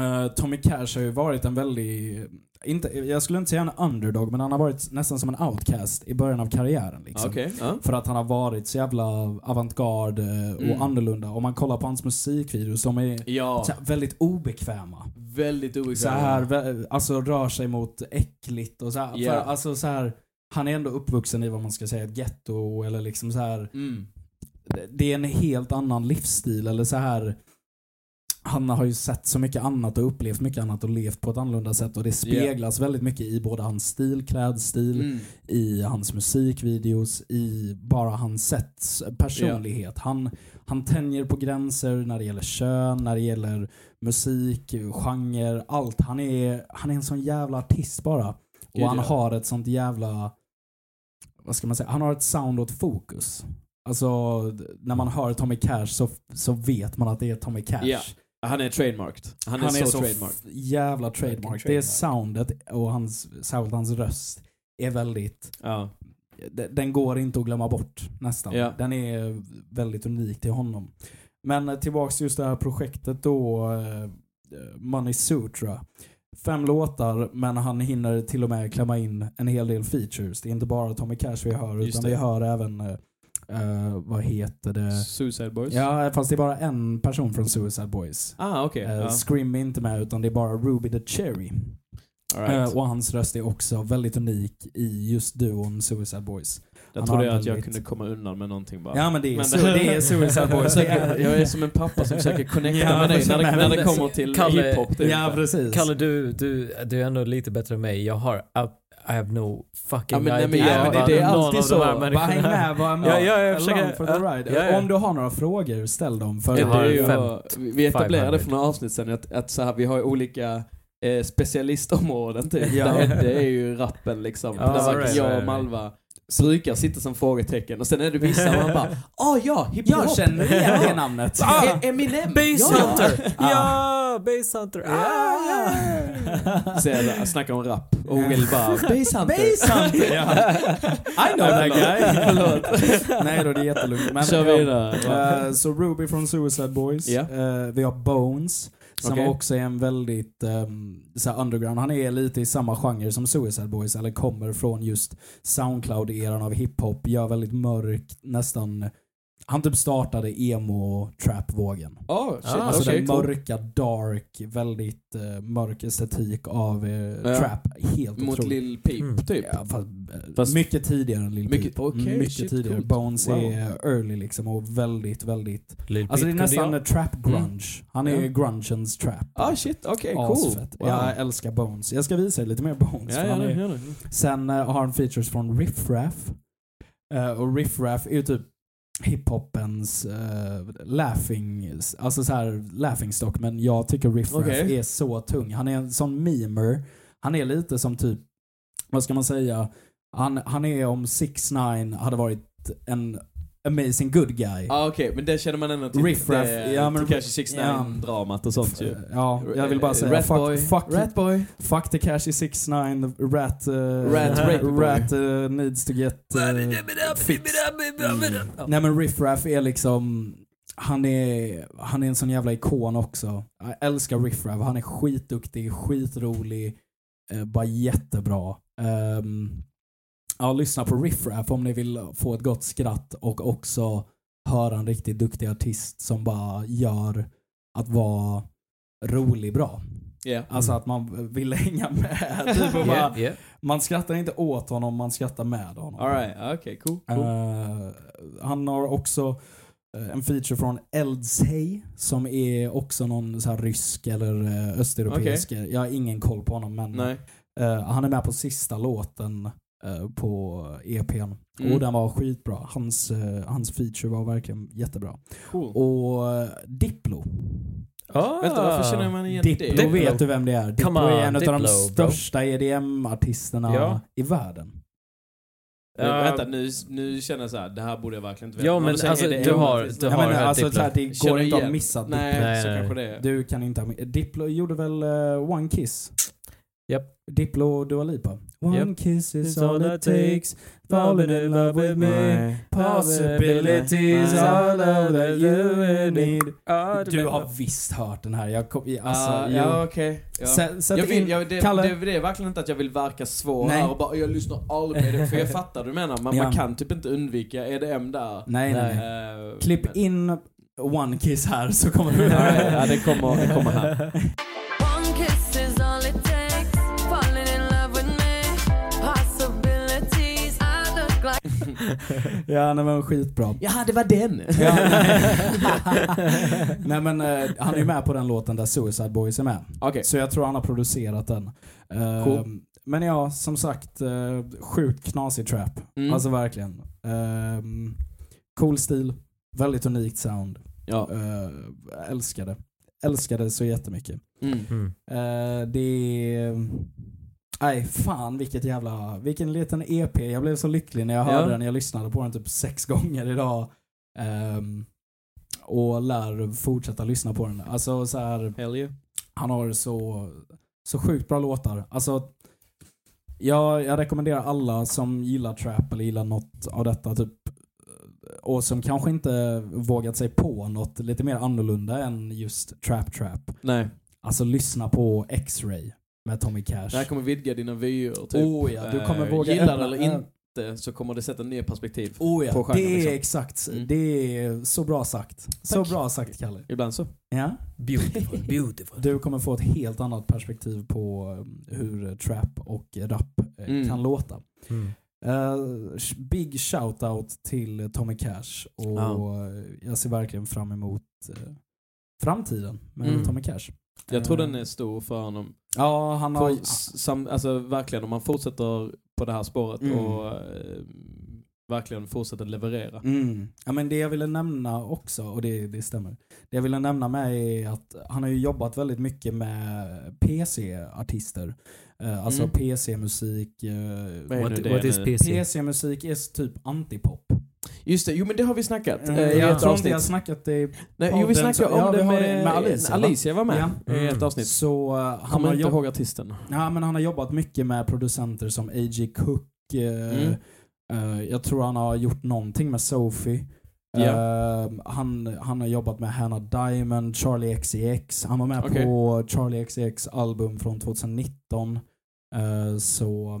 [SPEAKER 2] Eh, Tommy Cash har ju varit en väldigt, inte, jag skulle inte säga en underdog, men han har varit nästan som en outcast i början av karriären liksom.
[SPEAKER 1] Okej. ja.
[SPEAKER 2] För att han har varit så jävla avantgard eh, och
[SPEAKER 1] Mm.
[SPEAKER 2] annorlunda. Om man kollar på hans musikvideos, de är
[SPEAKER 1] Ja.
[SPEAKER 2] så här väldigt obekväma.
[SPEAKER 1] Väldigt obekväm.
[SPEAKER 2] Så här, vä- alltså rör sig mot äckligt och så här.
[SPEAKER 1] Ja.
[SPEAKER 2] För, alltså så här, han är ändå uppvuxen i vad man ska säga, ett ghetto eller liksom så här.
[SPEAKER 1] Mm.
[SPEAKER 2] Det är en helt annan livsstil eller så här. Han har ju sett så mycket annat och upplevt mycket annat och levt på ett annorlunda sätt och det speglas väldigt mycket i både hans stil, klädstil,
[SPEAKER 1] Mm.
[SPEAKER 2] i hans musikvideos, i bara hans sätts personlighet. Han, han tänjer på gränser när det gäller kön, när det gäller musik, genre, allt. Han är, han är en sån jävla artist bara.
[SPEAKER 1] Gud,
[SPEAKER 2] Och han
[SPEAKER 1] ja.
[SPEAKER 2] har ett sånt jävla, vad ska man säga, han har ett sound och ett fokus. Alltså, d- när man hör Tommy Cash så, så vet man att det är Tommy Cash.
[SPEAKER 1] Ja. Han är trademarked. Han är, så, trademarked.
[SPEAKER 2] f- jävla trademark.
[SPEAKER 3] Verkligen
[SPEAKER 2] Det är
[SPEAKER 3] trademark.
[SPEAKER 2] soundet och hans, särskilt hans röst är väldigt
[SPEAKER 1] Ja.
[SPEAKER 2] de- den går inte att glömma bort nästan.
[SPEAKER 1] Ja.
[SPEAKER 2] Den är väldigt unik till honom. Men eh, tillbaks till just det här projektet då, eh, Money Sutra. Fem låtar, men han hinner till och med klämma in en hel del features. Det är inte bara Tommy Cash vi hör,
[SPEAKER 1] Just
[SPEAKER 2] utan
[SPEAKER 1] det.
[SPEAKER 2] vi hör även, eh, eh, vad heter det?
[SPEAKER 1] Suicide Boys?
[SPEAKER 2] Ja, fast det är bara en person från Suicide Boys.
[SPEAKER 1] Ah, okej.
[SPEAKER 2] Eh,
[SPEAKER 1] ja.
[SPEAKER 2] Scream är inte med, utan det är bara Ruby the Cherry.
[SPEAKER 1] All right.
[SPEAKER 2] Eh, Och hans röst är också väldigt unik i just duon Suicide Boys.
[SPEAKER 1] jag
[SPEAKER 2] han
[SPEAKER 1] trodde
[SPEAKER 2] har
[SPEAKER 1] jag att jag
[SPEAKER 2] väldigt-
[SPEAKER 1] kunde komma undan med någonting bara.
[SPEAKER 2] Ja men det är,
[SPEAKER 1] Men-
[SPEAKER 2] su- det är Suicide Boys.
[SPEAKER 1] Jag, är, jag är som en pappa som försöker connecta
[SPEAKER 2] Ja,
[SPEAKER 1] med dig
[SPEAKER 2] precis.
[SPEAKER 1] när det, när det
[SPEAKER 2] Men-
[SPEAKER 1] kommer till
[SPEAKER 3] Kalle-
[SPEAKER 1] hiphop. typ.
[SPEAKER 2] ja precis.
[SPEAKER 3] Kalle, du, du, du är ändå lite bättre än mig. Jag har, uh, I have no fucking
[SPEAKER 1] Ja, men nej,
[SPEAKER 3] idea.
[SPEAKER 1] men
[SPEAKER 2] Nej, men det,
[SPEAKER 3] vad
[SPEAKER 2] det är
[SPEAKER 3] någon av
[SPEAKER 2] alltid
[SPEAKER 3] de
[SPEAKER 2] så.
[SPEAKER 3] här
[SPEAKER 2] Bara
[SPEAKER 3] människorna-
[SPEAKER 2] häng med, var med.
[SPEAKER 3] Ja, ja, jag försöker-
[SPEAKER 2] Along for the
[SPEAKER 3] ja,
[SPEAKER 2] ride.
[SPEAKER 3] ja, ja.
[SPEAKER 2] Om du har några frågor, ställ dem. För
[SPEAKER 3] Jag
[SPEAKER 1] Det
[SPEAKER 3] har
[SPEAKER 1] är ju,
[SPEAKER 3] fem-
[SPEAKER 1] vad- vi etablerade
[SPEAKER 3] 500.
[SPEAKER 1] för några avsnitt sedan att, att så här, vi har ju olika eh, specialistområden typ.
[SPEAKER 2] Ja.
[SPEAKER 1] Där Det är ju rappen liksom.
[SPEAKER 3] Ja,
[SPEAKER 1] där
[SPEAKER 3] så är
[SPEAKER 1] varken
[SPEAKER 3] det, så är
[SPEAKER 1] jag och
[SPEAKER 3] det.
[SPEAKER 1] Malva brukar sitta som frågetecken. Och sen är det vissa man bara ah ja, hiphop.
[SPEAKER 2] jag känner igen det namnet.
[SPEAKER 1] Ah, Eminem!
[SPEAKER 3] Base
[SPEAKER 1] ja, ja.
[SPEAKER 3] Hunter! Ja, Base Hunter! Ah,
[SPEAKER 2] Ah.
[SPEAKER 1] Så jag snackar om rap och hon vill bara Base Hunter.
[SPEAKER 2] Base Hunter! ja. I know that guy. Nej då, det är jättelugnt. Men,
[SPEAKER 1] Kör
[SPEAKER 2] ja.
[SPEAKER 1] vidare.
[SPEAKER 2] Eh, Så Ruby från Suicide Boys.
[SPEAKER 1] Ja.
[SPEAKER 2] Eh, vi har Bones. Som
[SPEAKER 1] Okej.
[SPEAKER 2] också är en väldigt um, såhär underground. Han är lite i samma genre som Suicide Boys. Eller kommer från just Soundcloud-eran av hiphop. Gör väldigt mörk, nästan... Han typ startade emo-trap-vågen.
[SPEAKER 1] Oh, shit.
[SPEAKER 3] Ah,
[SPEAKER 2] Alltså
[SPEAKER 1] Okej,
[SPEAKER 2] den
[SPEAKER 1] cool.
[SPEAKER 2] mörka, dark, väldigt eh, mörk estetik av eh,
[SPEAKER 1] Ja.
[SPEAKER 2] trap. Helt
[SPEAKER 1] Mot
[SPEAKER 2] otroligt.
[SPEAKER 1] Lil Peep
[SPEAKER 3] Mm.
[SPEAKER 1] typ.
[SPEAKER 2] Ja, fast, eh,
[SPEAKER 1] Fast-
[SPEAKER 2] mycket tidigare än Lil
[SPEAKER 1] Mycket-
[SPEAKER 2] Peep.
[SPEAKER 1] okej,
[SPEAKER 2] mycket
[SPEAKER 1] shit,
[SPEAKER 2] tidigare.
[SPEAKER 1] coolt.
[SPEAKER 2] Bones
[SPEAKER 1] Wow.
[SPEAKER 2] är early liksom och väldigt, väldigt...
[SPEAKER 3] Lil
[SPEAKER 2] Alltså det är
[SPEAKER 3] Peep kunde
[SPEAKER 2] nästan
[SPEAKER 3] jag.
[SPEAKER 2] en trap grunge. Han är
[SPEAKER 1] Mm. Ja.
[SPEAKER 2] grungeens trap.
[SPEAKER 1] Ah shit, okej cool.
[SPEAKER 2] Asfett. Jag älskar Bones. Jag ska visa er lite mer Bones.
[SPEAKER 1] Ja,
[SPEAKER 2] för
[SPEAKER 1] ja,
[SPEAKER 2] han
[SPEAKER 1] det,
[SPEAKER 2] är...
[SPEAKER 1] ja, det.
[SPEAKER 2] Sen eh, har han features från Riff Raff. Eh, och Riff Raff är ju typ hiphopens eh, laughing, alltså så här laughing stock men jag tycker Riff Raff
[SPEAKER 1] Okej.
[SPEAKER 2] är så tung. Han är en sån memer. Han är lite som typ, vad ska man säga, han, han är om 6 9 hade varit en amazing good guy.
[SPEAKER 1] Ja ah, okej, men det känner man ändå till.
[SPEAKER 2] Riff Raff,
[SPEAKER 1] Det-
[SPEAKER 2] ja, men-
[SPEAKER 1] Tekashi 69
[SPEAKER 2] ja.
[SPEAKER 1] dramat och sånt ju.
[SPEAKER 2] Ja, jag vill bara säga
[SPEAKER 1] Rat
[SPEAKER 2] fuck,
[SPEAKER 1] boy.
[SPEAKER 2] fuck,
[SPEAKER 1] Rat boy.
[SPEAKER 2] fuck the cash i 6 9 rat, eh,
[SPEAKER 1] Rat rape boy.
[SPEAKER 2] rat eh, needs to get eh, Mm. Nej men Riff Raff är liksom, han är, han är en sån jävla ikon också. Jag älskar Riff Raff, han är skitduktig, skitrolig, eh, bara jättebra. Ehm, ja, lyssna på Riff Raff om ni vill få ett gott skratt och också höra en riktigt duktig artist som bara gör att vara rolig bra.
[SPEAKER 1] Ja.
[SPEAKER 2] Alltså att man vill hänga med. Typ och bara,
[SPEAKER 3] Yeah, yeah.
[SPEAKER 2] man skrattar inte åt honom, man skrattar med honom.
[SPEAKER 1] Alright, okej cool. cool.
[SPEAKER 2] Eh, han har också eh, en feature från Eldsey som är också någon så här rysk eller eh, östeuropeisk. Jag har ingen koll på honom men
[SPEAKER 1] Nej.
[SPEAKER 2] eh, han är med på sista låten eh, på EPn.
[SPEAKER 1] Mm.
[SPEAKER 2] Och den var skitbra. Hans, eh, hans feature var verkligen jättebra.
[SPEAKER 1] Cool.
[SPEAKER 2] Och eh, Diplo.
[SPEAKER 3] Ah.
[SPEAKER 1] Vänta, varför känner man igen
[SPEAKER 2] Diplo,
[SPEAKER 1] det?
[SPEAKER 2] vet du vem det är. Diplo är en
[SPEAKER 3] on,
[SPEAKER 2] av de
[SPEAKER 3] Diplo, bro.
[SPEAKER 2] största EDM-artisterna
[SPEAKER 3] Ja.
[SPEAKER 2] i världen.
[SPEAKER 1] Nej,
[SPEAKER 3] Eh,
[SPEAKER 1] vänta, nu, nu känner jag såhär, det här borde jag verkligen inte veta.
[SPEAKER 3] Ja,
[SPEAKER 1] Om
[SPEAKER 3] men
[SPEAKER 1] du säger
[SPEAKER 3] alltså,
[SPEAKER 1] EDM,
[SPEAKER 3] du har-
[SPEAKER 1] visst.
[SPEAKER 3] du
[SPEAKER 2] Jag
[SPEAKER 3] har-
[SPEAKER 2] menar, alltså,
[SPEAKER 3] Diplo.
[SPEAKER 2] så här, det går
[SPEAKER 1] Känner
[SPEAKER 2] inte att
[SPEAKER 1] igen.
[SPEAKER 2] missa Diplo.
[SPEAKER 1] Nej,
[SPEAKER 3] Nej,
[SPEAKER 1] så
[SPEAKER 3] nej.
[SPEAKER 1] kanske det är.
[SPEAKER 2] Du kan inte ha med. Diplo gjorde väl eh, One Kiss?
[SPEAKER 3] Japp.
[SPEAKER 2] Diplo och Dua Lipa. One
[SPEAKER 3] Japp.
[SPEAKER 2] kiss is all it takes Falling in love with me
[SPEAKER 1] Nej.
[SPEAKER 2] Possibilities all of that you need
[SPEAKER 3] Ah,
[SPEAKER 2] Du har visst hört den här. Jag kom, i- alltså,
[SPEAKER 1] Ah,
[SPEAKER 2] jo.
[SPEAKER 1] ja, okej. Ja.
[SPEAKER 2] Sä- Sätt
[SPEAKER 1] Jag vill,
[SPEAKER 2] in,
[SPEAKER 1] jag, det,
[SPEAKER 2] Kalle.
[SPEAKER 1] det, det är verkligen inte att jag vill verka svår
[SPEAKER 2] Nej.
[SPEAKER 1] här och bara, jag lyssnar aldrig på det. För jag fattar vad du menar, man,
[SPEAKER 2] Ja.
[SPEAKER 1] man kan typ inte undvika EDM där.
[SPEAKER 2] Nej, nej, nej.
[SPEAKER 1] Eh,
[SPEAKER 2] Klipp
[SPEAKER 1] men-
[SPEAKER 2] in One Kiss här så kommer du
[SPEAKER 1] Ja, ja, det kommer, det kommer här.
[SPEAKER 5] One kiss is all it takes. Falling in love with me. Possibilities. I look like.
[SPEAKER 2] Ja, nej, men skitbra.
[SPEAKER 1] Jaha, det var den.
[SPEAKER 2] Ja, nej. nej men eh, han är ju med på den låten där Suicide Boys är med.
[SPEAKER 1] Okej.
[SPEAKER 2] Så jag tror han har producerat den. Eh,
[SPEAKER 1] Cool.
[SPEAKER 2] Men ja, som sagt, eh, sjukt knasig trap.
[SPEAKER 1] Mm.
[SPEAKER 2] Alltså verkligen. Ehm, cool stil, väldigt unikt sound.
[SPEAKER 1] Ja.
[SPEAKER 2] Eh, älskade. Älskade så jättemycket.
[SPEAKER 1] Mm.
[SPEAKER 3] Mm.
[SPEAKER 2] Eh, det är... Nej, fan vilket jävla... Vilken liten EP. Jag blev så lycklig när jag hörde
[SPEAKER 1] Ja.
[SPEAKER 2] den. Jag lyssnade på den typ sex gånger idag. Ehm, och lär fortsätta lyssna på den. Alltså så här,
[SPEAKER 1] Hell yeah.
[SPEAKER 2] han har så, så sjukt bra låtar. Alltså, Jag, jag rekommenderar alla som gillar trap eller gillar något av detta typ och som kanske inte vågat sig på något lite mer annorlunda än just trap trap.
[SPEAKER 1] Nej.
[SPEAKER 2] Alltså lyssna på X-Ray med Tommy Cash.
[SPEAKER 1] Det här kommer vidga dina vyer. Typ.
[SPEAKER 2] Oh ja, du kommer
[SPEAKER 1] Eh,
[SPEAKER 2] våga
[SPEAKER 1] Gillar
[SPEAKER 2] öppna-
[SPEAKER 1] det eller
[SPEAKER 2] eh,
[SPEAKER 1] inte så kommer det sätta nya perspektiv.
[SPEAKER 2] Oh
[SPEAKER 1] på
[SPEAKER 2] ja,
[SPEAKER 1] genren,
[SPEAKER 2] det är
[SPEAKER 1] liksom.
[SPEAKER 2] exakt.
[SPEAKER 1] Mm.
[SPEAKER 2] Det är så bra sagt. Så bra sagt Kalle.
[SPEAKER 1] Ibland så.
[SPEAKER 2] Ja.
[SPEAKER 3] Beautiful, beautiful.
[SPEAKER 2] Du kommer få ett helt annat perspektiv på eh, hur eh, trap och rap eh,
[SPEAKER 1] Mm.
[SPEAKER 2] kan låta.
[SPEAKER 3] Mm.
[SPEAKER 2] Eh, sh- big shout-out till Tommy Cash och
[SPEAKER 1] Ja.
[SPEAKER 2] eh, jag ser verkligen fram emot eh, framtiden med
[SPEAKER 1] Mm.
[SPEAKER 2] Tommy Cash.
[SPEAKER 1] Jag tror
[SPEAKER 2] Eh,
[SPEAKER 1] den är stor för honom.
[SPEAKER 2] Ja, han har...
[SPEAKER 1] För, s- sam, alltså, verkligen, om han fortsätter på det här spåret
[SPEAKER 2] Mm.
[SPEAKER 1] och eh, verkligen fortsätter leverera.
[SPEAKER 2] Mm. Ja, men det jag ville nämna också, och det, det stämmer. Det jag ville nämna med är att han har ju jobbat väldigt mycket med PC-artister. Eh, alltså
[SPEAKER 1] Mm.
[SPEAKER 2] PC-musik. eh,
[SPEAKER 1] Vad är
[SPEAKER 3] What,
[SPEAKER 1] nu det
[SPEAKER 3] what
[SPEAKER 1] nu?
[SPEAKER 3] is PC?
[SPEAKER 2] PC-musik är typ antipop.
[SPEAKER 1] Just det, jo men det har vi snackat. eh, i
[SPEAKER 2] Mm. jag
[SPEAKER 1] ett
[SPEAKER 2] tror inte
[SPEAKER 1] avsnitt.
[SPEAKER 2] jag snackat det
[SPEAKER 1] Nej, jo vi
[SPEAKER 2] podden,
[SPEAKER 1] snackade
[SPEAKER 2] så-
[SPEAKER 1] om
[SPEAKER 2] ja, vi
[SPEAKER 1] det,
[SPEAKER 2] har
[SPEAKER 1] med,
[SPEAKER 2] det med Alicia,
[SPEAKER 1] Alicia.
[SPEAKER 2] va?
[SPEAKER 1] var med
[SPEAKER 2] Ja.
[SPEAKER 1] i ett
[SPEAKER 3] Mm.
[SPEAKER 1] avsnitt.
[SPEAKER 2] Så eh, han
[SPEAKER 1] Kommer
[SPEAKER 2] har, Mm.
[SPEAKER 1] inte
[SPEAKER 2] jobb-
[SPEAKER 1] ihåg artisten.
[SPEAKER 2] ja, men han har jobbat mycket med producenter som A.J. Cook. Eh,
[SPEAKER 1] Mm.
[SPEAKER 2] eh, jag tror han har gjort någonting med Sophie.
[SPEAKER 1] Ja.
[SPEAKER 2] Eh, han, han har jobbat med Hannah Diamond, Charlie XCX. Han var med
[SPEAKER 1] Okej.
[SPEAKER 2] på Charlie XCX album från 2019. Eh, så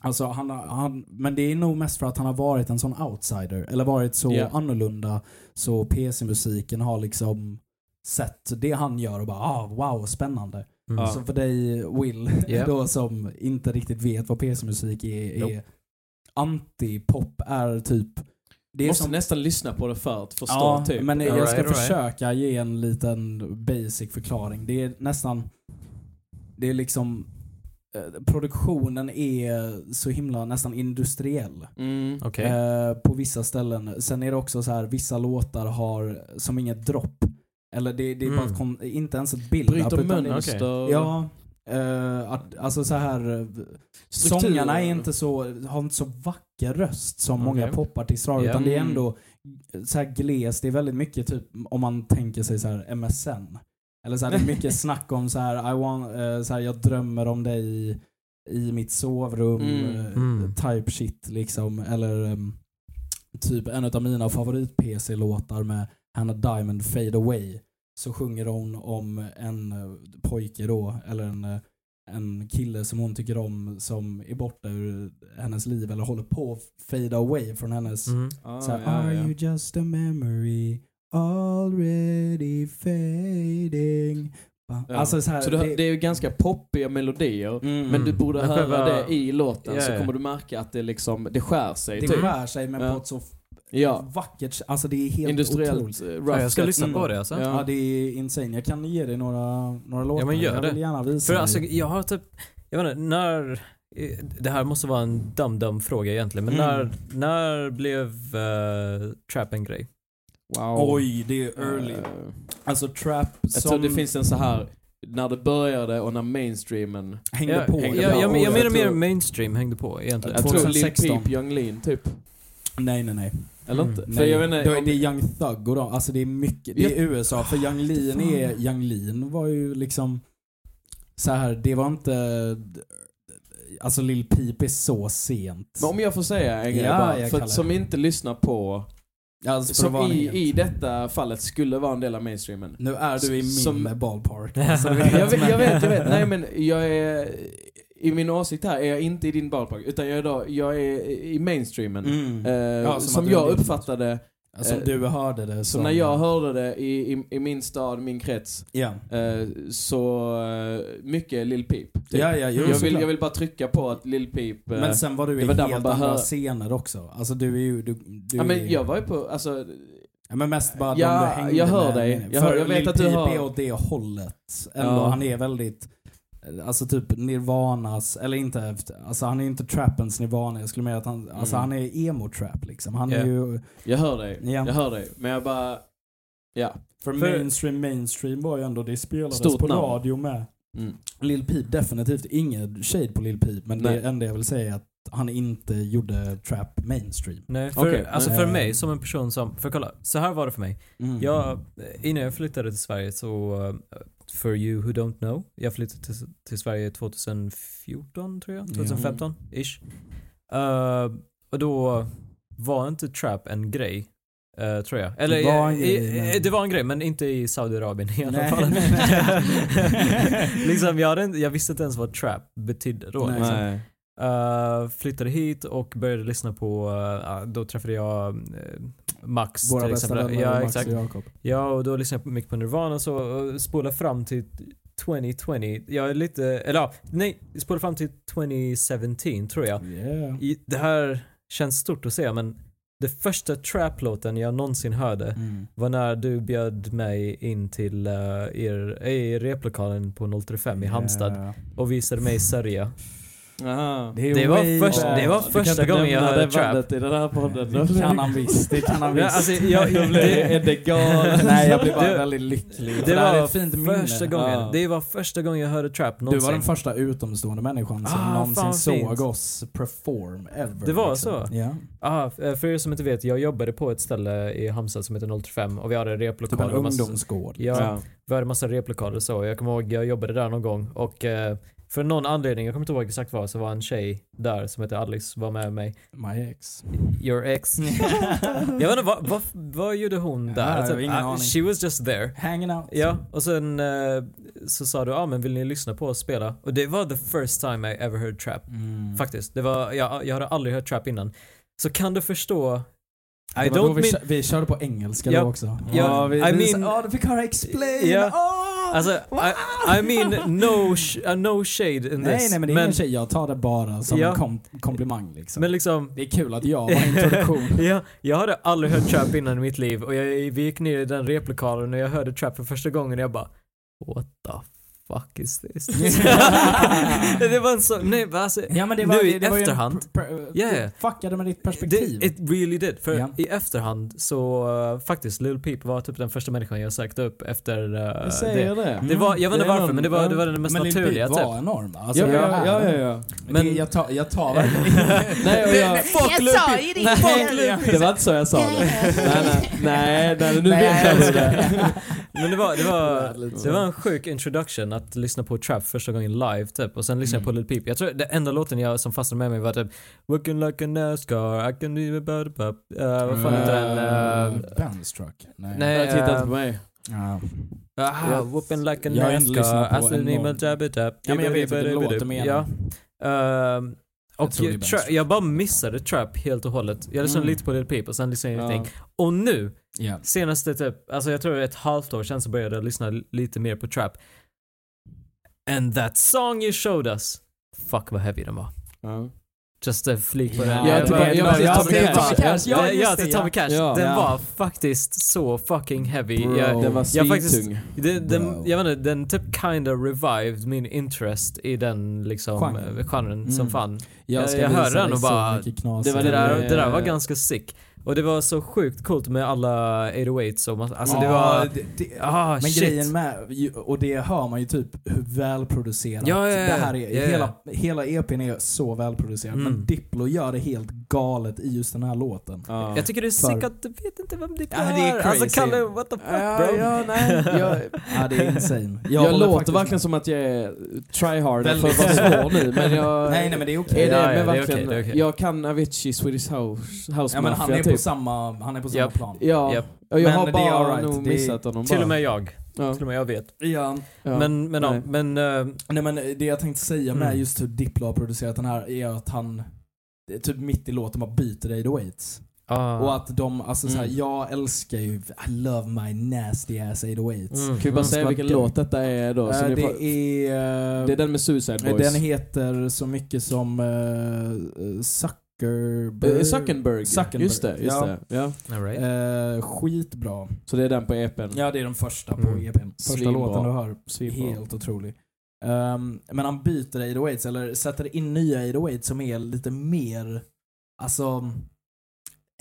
[SPEAKER 2] Alltså han, har- han, men det är nog mest för att han har varit en sån outsider, eller varit så
[SPEAKER 1] Ja.
[SPEAKER 2] annorlunda så PC-musiken har liksom sett det han gör och bara ah, wow, spännande.
[SPEAKER 3] Mm.
[SPEAKER 1] Ja.
[SPEAKER 2] Så för dig Will,
[SPEAKER 3] Ja.
[SPEAKER 2] då som inte riktigt vet vad PC-musik är, är
[SPEAKER 3] Nope.
[SPEAKER 2] anti-pop är typ... Det är
[SPEAKER 1] Måste
[SPEAKER 2] som-
[SPEAKER 1] nästan lyssna på det för att förstå
[SPEAKER 2] ja,
[SPEAKER 1] typ.
[SPEAKER 2] men jag
[SPEAKER 3] Alright,
[SPEAKER 2] ska
[SPEAKER 3] alright.
[SPEAKER 2] försöka ge en liten basic förklaring. Det är nästan... Det är liksom... eh, Produktionen är så himla nästan industriell.
[SPEAKER 1] Mm.
[SPEAKER 3] Okej.
[SPEAKER 2] Eh, på vissa ställen. Sen är det också så här, vissa låtar har som inget dropp. Eller det, det är bara
[SPEAKER 3] Mm.
[SPEAKER 2] ett kon- inte ens ett build-up.
[SPEAKER 1] Bryter
[SPEAKER 2] utan det-
[SPEAKER 1] mönster.
[SPEAKER 2] Ja. eh, att, alltså så här eh,
[SPEAKER 1] Strukturer.
[SPEAKER 2] Sångarna är inte så, har inte så vacker röst som många
[SPEAKER 3] Okej.
[SPEAKER 2] popartister har.
[SPEAKER 3] Ja.
[SPEAKER 2] Utan det är ändå så här glest. Det är väldigt mycket typ om man tänker sig så här MSN. Eller så här, det är mycket snack om så här, I want, eh, så här jag drömmer om dig i, i mitt sovrum.
[SPEAKER 1] Mm.
[SPEAKER 2] eh,
[SPEAKER 3] Mm.
[SPEAKER 2] Type shit liksom. Eller ehm, typ en av mina favorit-PC-låtar med Hannah Diamond, Fade Away. Så sjunger hon om en eh, pojke då, eller en eh, en kille som hon tycker om som är borta ur hennes liv eller håller på att fade away från hennes
[SPEAKER 3] Mm.
[SPEAKER 1] Ah,
[SPEAKER 2] så här,
[SPEAKER 1] ja,
[SPEAKER 2] Are
[SPEAKER 1] ja.
[SPEAKER 2] you just a memory already fading? Ba-
[SPEAKER 1] Ja.
[SPEAKER 2] Alltså så här,
[SPEAKER 1] Så du, det...
[SPEAKER 2] det,
[SPEAKER 1] är ju ganska poppiga melodier.
[SPEAKER 2] Mm.
[SPEAKER 1] Men du borde
[SPEAKER 3] Men
[SPEAKER 1] höra
[SPEAKER 3] själva-
[SPEAKER 1] det i låten
[SPEAKER 3] Ja,
[SPEAKER 1] så
[SPEAKER 3] ja.
[SPEAKER 1] kommer du märka att det liksom, det skär sig.
[SPEAKER 2] det
[SPEAKER 1] typ.
[SPEAKER 2] skär sig men
[SPEAKER 1] Ja.
[SPEAKER 2] på ett så
[SPEAKER 1] Ja.
[SPEAKER 2] vackert, alltså det är helt otroligt.
[SPEAKER 1] Industriellt eh, rough.
[SPEAKER 3] Ja, jag ska
[SPEAKER 1] sätt.
[SPEAKER 3] lyssna på
[SPEAKER 2] Mm.
[SPEAKER 3] det alltså.
[SPEAKER 1] Ja.
[SPEAKER 2] Ja det är insane. Jag kan ge dig några, några låtar.
[SPEAKER 3] Ja, men gör
[SPEAKER 2] jag
[SPEAKER 3] det.
[SPEAKER 2] vill gärna
[SPEAKER 3] För
[SPEAKER 2] visa dig. Mm.
[SPEAKER 3] alltså jag har typ, jag vet inte, när, eh, det här måste vara en dum dum fråga egentligen, men
[SPEAKER 2] Mm.
[SPEAKER 3] när, när blev eh, trap en grej?
[SPEAKER 1] Wow.
[SPEAKER 2] Oj, det är early.
[SPEAKER 1] Eh,
[SPEAKER 2] Alltså trap
[SPEAKER 1] Jag
[SPEAKER 2] som
[SPEAKER 1] tror det finns en så här när det började och när mainstreamen...
[SPEAKER 2] hängde
[SPEAKER 3] jag,
[SPEAKER 2] på.
[SPEAKER 3] jag,
[SPEAKER 1] det
[SPEAKER 3] jag,
[SPEAKER 1] där
[SPEAKER 3] jag,
[SPEAKER 1] året,
[SPEAKER 3] menar mer
[SPEAKER 1] tror-
[SPEAKER 3] mainstream hängde på egentligen.
[SPEAKER 1] Jag tror Lil
[SPEAKER 2] 2016.
[SPEAKER 1] Peep, Young Lean typ.
[SPEAKER 2] Mm. Nej nej nej.
[SPEAKER 1] Eller
[SPEAKER 3] Mm.
[SPEAKER 1] inte? För
[SPEAKER 2] Nej,
[SPEAKER 1] jag vet
[SPEAKER 2] då
[SPEAKER 1] inte,
[SPEAKER 2] är
[SPEAKER 1] om-
[SPEAKER 2] det Young Thug och de, alltså det är mycket, det är USA. För Young Lean är, Young Lean var ju liksom så här, det var inte, alltså Lil Peep är så sent.
[SPEAKER 1] men om jag får säga en grej
[SPEAKER 2] Ja,
[SPEAKER 1] bara,
[SPEAKER 2] jag
[SPEAKER 1] för att,
[SPEAKER 2] kallar
[SPEAKER 1] som
[SPEAKER 2] det.
[SPEAKER 1] inte lyssnar på...
[SPEAKER 2] alltså, för att
[SPEAKER 1] Som
[SPEAKER 2] vara en
[SPEAKER 1] i,
[SPEAKER 2] helt-
[SPEAKER 1] i detta fallet skulle vara en del av mainstreamen.
[SPEAKER 2] nu är du i min
[SPEAKER 1] som-
[SPEAKER 2] ballpark. Alltså, det är-
[SPEAKER 1] jag, vet, jag vet, jag vet. Nej men jag är... I min åsikt här är jag inte i din ballpark, utan jag är, då, jag är i mainstreamen.
[SPEAKER 2] Mm.
[SPEAKER 1] Eh,
[SPEAKER 2] Ja, som
[SPEAKER 1] som
[SPEAKER 2] att du
[SPEAKER 1] jag
[SPEAKER 2] är din-
[SPEAKER 1] uppfattade,
[SPEAKER 2] Som du hörde det.
[SPEAKER 1] så
[SPEAKER 2] Som
[SPEAKER 1] när jag hörde det i, i, i min stad, min krets,
[SPEAKER 2] Ja,
[SPEAKER 1] eh, så eh, mycket Lil Peep. typ.
[SPEAKER 2] ja, ja jo,
[SPEAKER 1] jag, vill,
[SPEAKER 2] såklart.
[SPEAKER 1] jag vill bara trycka på att Lil Peep... eh,
[SPEAKER 2] Men sen var du
[SPEAKER 1] det
[SPEAKER 2] i
[SPEAKER 1] var där man
[SPEAKER 2] helt
[SPEAKER 1] bara
[SPEAKER 2] andra
[SPEAKER 1] hör-
[SPEAKER 2] scener också. Alltså du är ju, du, du
[SPEAKER 1] ja,
[SPEAKER 2] är-
[SPEAKER 1] men jag var ju på, alltså,
[SPEAKER 2] Ja, men mest bara
[SPEAKER 1] Ja,
[SPEAKER 2] de du hängde
[SPEAKER 1] jag hör
[SPEAKER 2] med.
[SPEAKER 1] dig. Jag
[SPEAKER 2] För
[SPEAKER 1] hör- jag vet
[SPEAKER 2] Lil
[SPEAKER 1] att du
[SPEAKER 2] Peep
[SPEAKER 1] hör.
[SPEAKER 2] är åt det hållet. Ändå,
[SPEAKER 1] Ja.
[SPEAKER 2] Han är väldigt, eh, alltså typ Nirvanas, eller inte, alltså han är inte trappens Nirvana. Jag skulle mena att han, alltså
[SPEAKER 1] Mm.
[SPEAKER 2] han är emo-trap liksom. Han
[SPEAKER 3] Ja.
[SPEAKER 2] är ju,
[SPEAKER 1] jag hör dig.
[SPEAKER 2] Ja.
[SPEAKER 1] Jag hör dig. Men jag bara... Ja.
[SPEAKER 2] för
[SPEAKER 3] För-
[SPEAKER 2] mainstream, mainstream var ju ändå, det spelades
[SPEAKER 1] Stort
[SPEAKER 2] på
[SPEAKER 1] namn.
[SPEAKER 2] radio med.
[SPEAKER 1] Mm.
[SPEAKER 2] Lil Peep, definitivt ingen shade på Lil Peep, men
[SPEAKER 1] Nej.
[SPEAKER 2] det enda jag vill säga är att han inte gjorde trap mainstream.
[SPEAKER 3] Nej, för,
[SPEAKER 1] Okej,
[SPEAKER 3] alltså
[SPEAKER 2] nej.
[SPEAKER 3] för mig som en person som, för kolla, så här var det för mig.
[SPEAKER 2] Mm.
[SPEAKER 3] Jag, eh, innan jag flyttade till Sverige så, eh, for you who don't know, jag flyttade till, till Sverige 2014 tror jag,
[SPEAKER 2] Ja.
[SPEAKER 3] 2015 ish. Eh, och då var inte trap en grej. eh, tror jag. Eller
[SPEAKER 2] Det var en
[SPEAKER 3] eh,
[SPEAKER 2] grej,
[SPEAKER 3] eh,
[SPEAKER 2] men-
[SPEAKER 3] eh, det var en grej men inte i Saudiarabien i alla
[SPEAKER 2] Nej,
[SPEAKER 3] fall.
[SPEAKER 2] nej, nej.
[SPEAKER 3] liksom, jag, hade, inte- jag visste inte ens vad trap betydde då.
[SPEAKER 2] Nej.
[SPEAKER 3] Liksom.
[SPEAKER 1] Nej.
[SPEAKER 3] Eh, flyttade hit och började lyssna på, eh, då träffade jag eh, Max
[SPEAKER 2] Våra
[SPEAKER 3] till
[SPEAKER 2] bästa
[SPEAKER 3] exempel.
[SPEAKER 2] vänner,
[SPEAKER 3] ja,
[SPEAKER 2] Max
[SPEAKER 3] exakt.
[SPEAKER 2] och Jakob.
[SPEAKER 3] Ja, och då lyssnade jag mycket på Nirvana så eh, spola fram till 2020. Jag är lite, eller ja, nej, spola fram till 2017 tror jag.
[SPEAKER 2] Yeah.
[SPEAKER 3] I, det här känns stort att säga men det första trap-låten jag någonsin hörde
[SPEAKER 2] Mm.
[SPEAKER 3] var när du bjöd mig in till eh, er, i replokalen på 035 i Halmstad
[SPEAKER 2] Yeah.
[SPEAKER 3] och visade mig Sörja.
[SPEAKER 1] Jaha.
[SPEAKER 2] Det, är
[SPEAKER 3] Det var
[SPEAKER 2] way
[SPEAKER 3] först-
[SPEAKER 2] back.
[SPEAKER 3] det var
[SPEAKER 1] Du
[SPEAKER 3] första
[SPEAKER 1] kan inte
[SPEAKER 3] gången jag
[SPEAKER 1] nämna
[SPEAKER 3] hörde
[SPEAKER 1] det
[SPEAKER 3] trap.
[SPEAKER 1] bandet i den här podden. Då
[SPEAKER 2] Det
[SPEAKER 1] blir-
[SPEAKER 2] kan han visst, det kan han
[SPEAKER 3] Ja,
[SPEAKER 2] visst.
[SPEAKER 3] alltså, jag,
[SPEAKER 1] Då blir det
[SPEAKER 3] det,
[SPEAKER 1] Edde galen.
[SPEAKER 2] Nej, jag blev bara
[SPEAKER 3] det-
[SPEAKER 2] väldigt lycklig. för
[SPEAKER 3] det
[SPEAKER 2] här är
[SPEAKER 3] var
[SPEAKER 2] ett fint minne.
[SPEAKER 3] första gången.
[SPEAKER 1] Ja.
[SPEAKER 3] Det var första gången jag hörde trap
[SPEAKER 2] Du
[SPEAKER 3] någonsin.
[SPEAKER 2] var den första utomstående människan som
[SPEAKER 3] Ah, fan,
[SPEAKER 2] någonsin
[SPEAKER 3] vad
[SPEAKER 2] såg
[SPEAKER 3] fint.
[SPEAKER 2] oss perform ever. liksom.
[SPEAKER 3] Det var så?
[SPEAKER 2] Ja.
[SPEAKER 3] Ah, för er som inte vet, jag jobbade på ett ställe i Halmstad som heter 035 och vi hade
[SPEAKER 2] Typ en
[SPEAKER 3] replokaler. och massa-
[SPEAKER 2] ungdomsgård.
[SPEAKER 3] ja,
[SPEAKER 1] Ja.
[SPEAKER 3] Vi hade massa replokaler och så. Jag kommer ihåg, jag jobbade där någon gång och eh, för någon anledning, jag kommer inte ihåg exakt vad, så var en tjej där som hette Alice, var med mig.
[SPEAKER 2] My ex.
[SPEAKER 3] Your ex. jag vet inte, vad, vad, vad gjorde hon
[SPEAKER 2] Ja,
[SPEAKER 3] där?
[SPEAKER 2] jag har ingen
[SPEAKER 3] ah,
[SPEAKER 2] aning.
[SPEAKER 3] she was just there.
[SPEAKER 2] Hanging out.
[SPEAKER 3] Ja, och sen eh, så sa du, ja ah, men vill ni lyssna på oss spela? Och det var the first time I ever heard trap.
[SPEAKER 2] Mm.
[SPEAKER 3] Faktiskt. Det var, jag, jag hade aldrig hört trap innan. Så kan du förstå I
[SPEAKER 2] Det var då
[SPEAKER 3] don't
[SPEAKER 2] vi,
[SPEAKER 3] mean-
[SPEAKER 2] kö- vi körde på engelska
[SPEAKER 3] Ja.
[SPEAKER 2] då också.
[SPEAKER 3] Ja,
[SPEAKER 1] Ja, vi-
[SPEAKER 3] I
[SPEAKER 1] vi-
[SPEAKER 3] mean-
[SPEAKER 2] Ja, du fick höra explain!
[SPEAKER 3] Ja.
[SPEAKER 2] Åh!
[SPEAKER 3] Alltså, I, I mean no, sh- uh, no shade in
[SPEAKER 2] nej,
[SPEAKER 3] this.
[SPEAKER 2] nej men det är ingen tjej. Jag tar det bara som
[SPEAKER 3] Ja.
[SPEAKER 2] en kom komplimang liksom.
[SPEAKER 3] men liksom,
[SPEAKER 2] det är kul att jag var introduktion.
[SPEAKER 3] ja, jag hade aldrig hört trap innan i mitt liv och jag, vi gick ner i den replokalen och jag hörde trap för första gången och jag bara What the fuck is this? det var en sån, nej men alltså,
[SPEAKER 2] ja, men
[SPEAKER 3] nu i
[SPEAKER 2] var ju en
[SPEAKER 3] efterhand.
[SPEAKER 2] pr- pr-
[SPEAKER 3] Ja, ja.
[SPEAKER 2] Fuckade med ditt
[SPEAKER 3] Det,
[SPEAKER 2] perspektiv.
[SPEAKER 3] it really did. För
[SPEAKER 2] Ja.
[SPEAKER 3] i efterhand så eh, faktiskt Lil Peep var typ den första människan jag sökte upp efter eh,
[SPEAKER 1] Jag
[SPEAKER 3] det.
[SPEAKER 1] säger det.
[SPEAKER 3] Det var, jag vet
[SPEAKER 1] Det
[SPEAKER 3] inte
[SPEAKER 1] är
[SPEAKER 3] varför
[SPEAKER 1] någon-
[SPEAKER 3] men det var, det var den mest
[SPEAKER 2] Mm. men Lil
[SPEAKER 3] naturliga
[SPEAKER 2] Peep
[SPEAKER 3] typ.
[SPEAKER 2] var enorm. Alltså,
[SPEAKER 1] Ja,
[SPEAKER 2] det
[SPEAKER 1] ja,
[SPEAKER 2] här-
[SPEAKER 1] ja, ja, ja.
[SPEAKER 2] Men
[SPEAKER 3] Men-
[SPEAKER 2] jag tar, jag tar verkligen
[SPEAKER 1] Nej, och jag,
[SPEAKER 3] Fuck Lil Peep!
[SPEAKER 1] nej, det var inte så jag sa det. Nej, nej, nej, nej nu vet jag hur det är.
[SPEAKER 3] Men det var, det var,
[SPEAKER 2] lite
[SPEAKER 3] det var en sjuk introduction att lyssna på Trap första gången live typ och sen
[SPEAKER 2] Mm.
[SPEAKER 3] lyssnade jag på Lil Peep. Jag tror det enda låten jag som fastnade med mig var typ Working like a NASCAR, I can do a bad pop. Eh, vad fan heter den?
[SPEAKER 2] Mm.
[SPEAKER 3] Eh,
[SPEAKER 2] Bandstruck? Nej.
[SPEAKER 3] nej,
[SPEAKER 1] Jag tittar inte på
[SPEAKER 3] eh,
[SPEAKER 1] mig.
[SPEAKER 2] Ja.
[SPEAKER 3] aha,
[SPEAKER 1] Jag-
[SPEAKER 3] ah, Whooping like a
[SPEAKER 2] jag har inte lyssnat på
[SPEAKER 3] NASCAR, I still
[SPEAKER 2] en
[SPEAKER 3] need my
[SPEAKER 2] någon.
[SPEAKER 3] jab it up.
[SPEAKER 2] Ja, men jag vet hur det låter, men-
[SPEAKER 3] Ja. Eh,
[SPEAKER 2] Jag
[SPEAKER 3] och
[SPEAKER 2] tror
[SPEAKER 3] jag,
[SPEAKER 2] det är
[SPEAKER 3] tra-
[SPEAKER 2] Bandstruck.
[SPEAKER 3] jag bara missade Trap helt och hållet. Jag lyssnade
[SPEAKER 2] Mm.
[SPEAKER 3] lite på Lil Peep och sen lyssnade jag
[SPEAKER 1] Ja.
[SPEAKER 3] ingenting. Och nu
[SPEAKER 2] Ja.
[SPEAKER 3] Senaste typ, alltså jag tror ett halvt år sedan så började jag lyssna lite mer på trap. And that song you showed us. Fuck vad heavy den var.
[SPEAKER 1] Ja.
[SPEAKER 3] Just en flik på
[SPEAKER 2] Ja,
[SPEAKER 3] den.
[SPEAKER 2] det
[SPEAKER 3] Jag
[SPEAKER 2] var-
[SPEAKER 3] bara-
[SPEAKER 2] det
[SPEAKER 3] jag
[SPEAKER 2] var-
[SPEAKER 3] bara-
[SPEAKER 2] ja,
[SPEAKER 3] Tommy
[SPEAKER 2] det var
[SPEAKER 3] Cash.
[SPEAKER 2] Tommy Cash. Ja,
[SPEAKER 3] Ja,
[SPEAKER 2] just
[SPEAKER 3] ja,
[SPEAKER 2] det,
[SPEAKER 3] till
[SPEAKER 2] ja.
[SPEAKER 3] Tommy Cash.
[SPEAKER 1] Ja.
[SPEAKER 3] Den
[SPEAKER 2] Ja.
[SPEAKER 3] var faktiskt så fucking heavy.
[SPEAKER 2] Bro.
[SPEAKER 3] Jag,
[SPEAKER 1] Den var
[SPEAKER 3] jag faktiskt-
[SPEAKER 1] svintung.
[SPEAKER 3] den, den,
[SPEAKER 2] Wow.
[SPEAKER 3] jag vet inte, den typ kinda revived min interest i den liksom
[SPEAKER 2] Genren.
[SPEAKER 3] genren, genren
[SPEAKER 2] Mm.
[SPEAKER 3] som fan.
[SPEAKER 2] Jag, ska
[SPEAKER 3] jag
[SPEAKER 2] visa
[SPEAKER 3] hörde den
[SPEAKER 2] dig
[SPEAKER 3] och
[SPEAKER 2] så
[SPEAKER 3] bara-
[SPEAKER 2] mycket knas.
[SPEAKER 1] det var
[SPEAKER 3] Det där,
[SPEAKER 1] Eh.
[SPEAKER 3] det där var ganska sick. Och det var så sjukt coolt med alla 808s och massa- alltså det
[SPEAKER 2] Ja,
[SPEAKER 3] var...
[SPEAKER 2] det- det-
[SPEAKER 3] Ah,
[SPEAKER 2] men
[SPEAKER 3] shit.
[SPEAKER 2] grejen med, och det hör man ju typ hur välproducerat
[SPEAKER 3] Ja, ja, ja.
[SPEAKER 2] det här är.
[SPEAKER 3] Ja, ja.
[SPEAKER 2] Hela, hela EPn är så välproducerad.
[SPEAKER 3] Mm.
[SPEAKER 2] Men Diplo gör det helt galet i just den här låten.
[SPEAKER 1] Ja.
[SPEAKER 3] Jag tycker det är
[SPEAKER 2] För-
[SPEAKER 3] sick att du vet inte vem det
[SPEAKER 2] Ja,
[SPEAKER 3] är.
[SPEAKER 2] det är crazy.
[SPEAKER 3] Alltså Kalle, what the fuck
[SPEAKER 1] Ja,
[SPEAKER 3] bro?
[SPEAKER 1] ja, nej. Jag,
[SPEAKER 2] Ja, det är insane.
[SPEAKER 1] jag,
[SPEAKER 2] håller
[SPEAKER 1] låter
[SPEAKER 2] faktiskt
[SPEAKER 1] verkligen
[SPEAKER 2] med.
[SPEAKER 1] som att jag är tryhard för att
[SPEAKER 2] Väldigt.
[SPEAKER 1] vara svår nu, men jag...
[SPEAKER 2] Nej, nej men det är okej.
[SPEAKER 1] Är det,
[SPEAKER 3] Ja, ja, det
[SPEAKER 1] men
[SPEAKER 3] är
[SPEAKER 1] verkligen,
[SPEAKER 3] okej, det är okej.
[SPEAKER 1] Jag kan Avicii, Swedish House, House
[SPEAKER 2] Ja men han
[SPEAKER 1] Mafia
[SPEAKER 2] är på
[SPEAKER 1] typ.
[SPEAKER 2] samma, han är på samma
[SPEAKER 3] Japp.
[SPEAKER 2] plan.
[SPEAKER 1] Ja,
[SPEAKER 3] Japp.
[SPEAKER 1] och jag
[SPEAKER 2] Men det
[SPEAKER 1] har
[SPEAKER 2] är
[SPEAKER 1] bara
[SPEAKER 2] alright,
[SPEAKER 1] nog
[SPEAKER 2] det är-
[SPEAKER 1] missat honom bara.
[SPEAKER 3] Till och med jag.
[SPEAKER 1] Ja,
[SPEAKER 3] Till och med jag vet.
[SPEAKER 2] Ja.
[SPEAKER 1] ja.
[SPEAKER 3] Men, men, ja,
[SPEAKER 1] Nej.
[SPEAKER 3] men eh,
[SPEAKER 2] Nej men det jag tänkte säga med
[SPEAKER 3] Mm.
[SPEAKER 2] just hur Diplo har producerat den här är att han det är typ mitt i låten bara byter dig weights.
[SPEAKER 3] ah.
[SPEAKER 2] Och att de, alltså såhär,
[SPEAKER 1] Mm.
[SPEAKER 2] jag älskar ju I love my nasty ass 808s.
[SPEAKER 3] Mm.
[SPEAKER 1] Kan vi bara säga
[SPEAKER 2] Vad
[SPEAKER 1] vilken
[SPEAKER 2] dumt.
[SPEAKER 1] låt detta är då?
[SPEAKER 2] Eh,
[SPEAKER 1] så ni
[SPEAKER 2] det,
[SPEAKER 1] får-
[SPEAKER 2] är,
[SPEAKER 1] det
[SPEAKER 2] eh,
[SPEAKER 1] Äh, är den med Suicide Boys.
[SPEAKER 2] den heter så mycket som uh, Zuckerberg.
[SPEAKER 1] Eh, Zuckerberg.
[SPEAKER 2] Zuckerberg.
[SPEAKER 1] Just det, just
[SPEAKER 2] Ja.
[SPEAKER 1] det. Ja.
[SPEAKER 3] All right.
[SPEAKER 2] Eh, skitbra.
[SPEAKER 1] Så det är den på E EPn.
[SPEAKER 2] Ja det är den första på
[SPEAKER 6] E
[SPEAKER 3] Mm.
[SPEAKER 2] EPn. Första
[SPEAKER 1] Svinbra.
[SPEAKER 2] låten du hör.
[SPEAKER 1] Svinbra.
[SPEAKER 2] Helt otrolig. Ehm, men han byter 808s, eller sätter in nya 808s som är lite mer, alltså,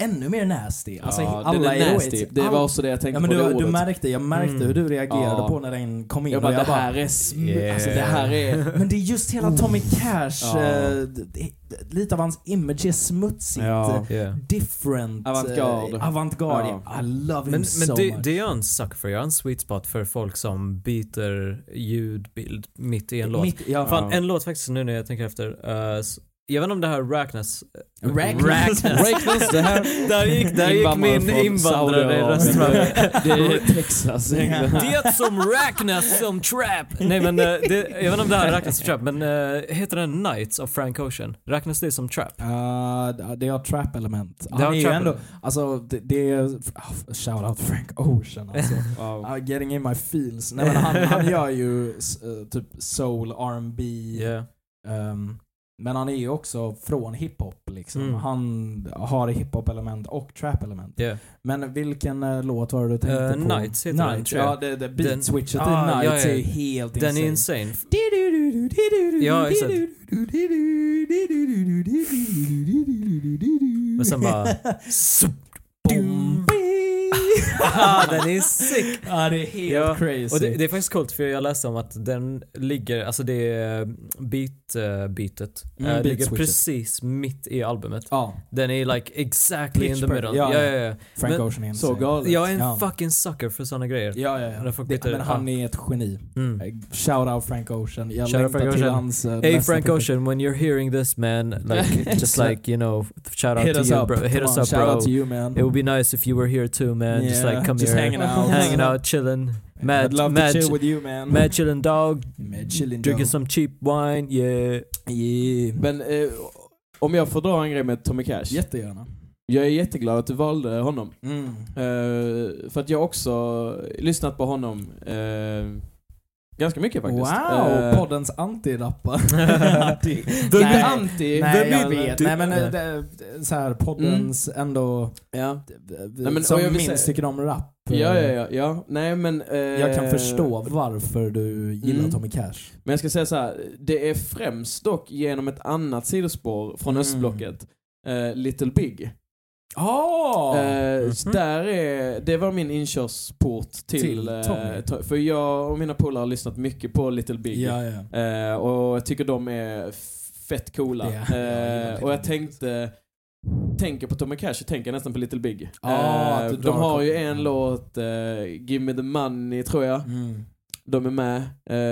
[SPEAKER 6] ännu mer nasty. Alltså
[SPEAKER 1] ja, den
[SPEAKER 6] alla
[SPEAKER 1] är
[SPEAKER 6] i
[SPEAKER 1] nasty.
[SPEAKER 6] Roids-
[SPEAKER 1] Det var
[SPEAKER 6] all-
[SPEAKER 1] också det jag tänkte
[SPEAKER 6] Ja, men
[SPEAKER 1] på det
[SPEAKER 6] du,
[SPEAKER 1] ordet.
[SPEAKER 6] du märkte, jag märkte
[SPEAKER 3] Mm.
[SPEAKER 6] hur du reagerade
[SPEAKER 1] Ja.
[SPEAKER 6] på när den kom in.
[SPEAKER 1] jag
[SPEAKER 6] och
[SPEAKER 1] bara,
[SPEAKER 6] jag
[SPEAKER 1] det
[SPEAKER 6] bara,
[SPEAKER 1] här är... sm- Alltså det här är...
[SPEAKER 6] Men det är just hela Tommy Cash,
[SPEAKER 1] Ja.
[SPEAKER 6] eh, d- d- lite av hans image är smutsigt.
[SPEAKER 1] Ja.
[SPEAKER 3] Yeah.
[SPEAKER 6] Different. eh,
[SPEAKER 1] Avantgarde.
[SPEAKER 6] Avantgarde.
[SPEAKER 1] Ja.
[SPEAKER 6] I love him
[SPEAKER 3] Men,
[SPEAKER 6] so
[SPEAKER 3] men det,
[SPEAKER 6] much.
[SPEAKER 3] det är jag en sucker för. Jag är en sweet spot för folk som byter ljudbild mitt i en låt.
[SPEAKER 6] Mitt, ja,
[SPEAKER 3] Fan, en låt faktiskt nu när jag tänker efter. eh, s- jag vet inte om det här räknas.
[SPEAKER 6] Räknas.
[SPEAKER 1] Räknas, det här-
[SPEAKER 3] där gick, där gick
[SPEAKER 1] Invandrare
[SPEAKER 3] min
[SPEAKER 1] från
[SPEAKER 3] invandrare
[SPEAKER 1] Saudiarabien.
[SPEAKER 3] röst
[SPEAKER 1] Det är Texas.
[SPEAKER 3] Det som räknas som trap. Nej men eh, det, jag vet inte om det här räknas som trap men eh, heter den Nights av Frank Ocean? Räknas det som trap?
[SPEAKER 2] Uh, det har trap-element.
[SPEAKER 3] Det
[SPEAKER 2] Han
[SPEAKER 3] har
[SPEAKER 2] är ju
[SPEAKER 3] trap-
[SPEAKER 2] ändå, alltså det, det är, ah, shout out Frank Ocean alltså.
[SPEAKER 1] Wow.
[SPEAKER 2] Ah, getting in my feels. Nej, men han, han gör ju s- eh, typ soul, R&B
[SPEAKER 3] Yeah.
[SPEAKER 2] ehm, men han är ju också från hiphop liksom.
[SPEAKER 3] Mm.
[SPEAKER 2] Han har hiphop-element och trap-element.
[SPEAKER 3] Yeah.
[SPEAKER 2] Men vilken eh, låt var det du tänkte
[SPEAKER 3] Eh,
[SPEAKER 2] på?
[SPEAKER 3] Nights heter den, tror jag.
[SPEAKER 2] Ja, det, det
[SPEAKER 3] Den-
[SPEAKER 2] beat-switchet i
[SPEAKER 3] Ah, ja,
[SPEAKER 2] Nights
[SPEAKER 3] ja.
[SPEAKER 2] är ju helt
[SPEAKER 3] Den är
[SPEAKER 2] insane.
[SPEAKER 3] insane. Ja,
[SPEAKER 2] Ja,
[SPEAKER 3] exakt. Men sen bara... Sup, dum. ah, den är sick!
[SPEAKER 2] Ja, det är helt
[SPEAKER 3] Ja,
[SPEAKER 2] crazy.
[SPEAKER 3] Och det, det är faktiskt coolt för jag läste om att den ligger, alltså det är beat, uh, beatet,
[SPEAKER 2] Mm,
[SPEAKER 3] eh,
[SPEAKER 2] beat
[SPEAKER 3] ligger
[SPEAKER 2] switchet.
[SPEAKER 3] precis mitt i albumet.
[SPEAKER 2] ja,
[SPEAKER 3] Den är like exactly
[SPEAKER 2] Pitch
[SPEAKER 3] in the
[SPEAKER 2] perfect.
[SPEAKER 3] middle.
[SPEAKER 2] Ja,
[SPEAKER 3] Ja,
[SPEAKER 2] ja.
[SPEAKER 3] ja, ja.
[SPEAKER 2] Frank
[SPEAKER 3] Men-
[SPEAKER 2] Ocean är
[SPEAKER 1] Så
[SPEAKER 2] insane.
[SPEAKER 1] galet.
[SPEAKER 3] Jag är en
[SPEAKER 2] Ja.
[SPEAKER 3] fucking sucker för sådana grejer.
[SPEAKER 2] Ja, ja, ja.
[SPEAKER 3] När folk
[SPEAKER 2] Det,
[SPEAKER 3] byter-
[SPEAKER 2] men han är ett geni.
[SPEAKER 3] Mm.
[SPEAKER 2] Shout out Frank Ocean. Jag
[SPEAKER 3] Shout out
[SPEAKER 2] längtar
[SPEAKER 3] Frank
[SPEAKER 2] till
[SPEAKER 3] Ocean.
[SPEAKER 2] hans... eh,
[SPEAKER 3] Hey
[SPEAKER 2] nästa
[SPEAKER 3] Frank
[SPEAKER 2] projekt.
[SPEAKER 3] Ocean, when you're hearing this man, like, just like, you know, shout out
[SPEAKER 2] Hit
[SPEAKER 3] to
[SPEAKER 2] us
[SPEAKER 3] you
[SPEAKER 2] up.
[SPEAKER 3] bro. Hit
[SPEAKER 2] Come
[SPEAKER 3] us
[SPEAKER 2] on,
[SPEAKER 3] up
[SPEAKER 2] Shout
[SPEAKER 3] bro.
[SPEAKER 2] out to you man.
[SPEAKER 3] It would be nice if you were here too man. just
[SPEAKER 2] Yeah,
[SPEAKER 3] like come
[SPEAKER 2] just
[SPEAKER 3] here.
[SPEAKER 2] hanging out. Mm-hmm.
[SPEAKER 3] Hanging out, chilling. Mad,
[SPEAKER 2] I'd love
[SPEAKER 3] mad,
[SPEAKER 2] to chill with you man.
[SPEAKER 3] mad chilling dog.
[SPEAKER 2] Mad chilling
[SPEAKER 3] Drinking
[SPEAKER 2] dog.
[SPEAKER 3] some cheap wine, yeah.
[SPEAKER 2] Yeah.
[SPEAKER 1] Men eh, om jag får dra en grej med Tommy Cash.
[SPEAKER 2] Jättegärna.
[SPEAKER 1] Jag är jätteglad att du valde honom.
[SPEAKER 2] Mm.
[SPEAKER 1] Eh, för att jag har också lyssnat på honom eh, ganska mycket
[SPEAKER 2] Wow,
[SPEAKER 1] faktiskt. Eh,
[SPEAKER 2] poddens anti-rappa.
[SPEAKER 1] The
[SPEAKER 2] Nej.
[SPEAKER 1] anti.
[SPEAKER 2] Nej,
[SPEAKER 1] the
[SPEAKER 2] jag
[SPEAKER 1] mid-
[SPEAKER 2] vet.
[SPEAKER 1] du-
[SPEAKER 2] Nej men eh, det, det- så här, poddens ändå...
[SPEAKER 1] Ja.
[SPEAKER 2] Nej,
[SPEAKER 1] Mm. men,
[SPEAKER 2] men,
[SPEAKER 1] och
[SPEAKER 2] som
[SPEAKER 1] jag vill
[SPEAKER 2] minst
[SPEAKER 1] säga-
[SPEAKER 2] tycker om rap. eh,
[SPEAKER 1] Ja, ja, ja, ja. Nej men... eh,
[SPEAKER 2] Jag kan förstå varför du gillar
[SPEAKER 1] Mm.
[SPEAKER 2] Tommy Cash.
[SPEAKER 1] Men jag ska säga så här. det är främst dock genom ett annat sidospår från
[SPEAKER 2] Mm.
[SPEAKER 1] östblocket. eh, Little Big.
[SPEAKER 2] Ja! Mhm. Mm.
[SPEAKER 1] Eh, så där är, det var min inkörsport till,
[SPEAKER 2] Till
[SPEAKER 1] eh,
[SPEAKER 2] Tommy.
[SPEAKER 1] to- För jag och mina polare har lyssnat mycket på Little Big.
[SPEAKER 2] ja, ja.
[SPEAKER 1] Eh, och jag tycker de är fett coola.
[SPEAKER 2] Det är-
[SPEAKER 1] Eh,
[SPEAKER 2] jag gillar Little
[SPEAKER 1] och jag
[SPEAKER 2] Big.
[SPEAKER 1] tänkte, tänker på Tommy Cash, jag tänker nästan på Little Big.
[SPEAKER 2] Ah, att
[SPEAKER 1] eh,
[SPEAKER 2] du
[SPEAKER 1] de
[SPEAKER 2] drar
[SPEAKER 1] har ju
[SPEAKER 2] kopplingen.
[SPEAKER 1] en låt, eh, Give Me The Money tror jag.
[SPEAKER 2] Mm.
[SPEAKER 1] De är med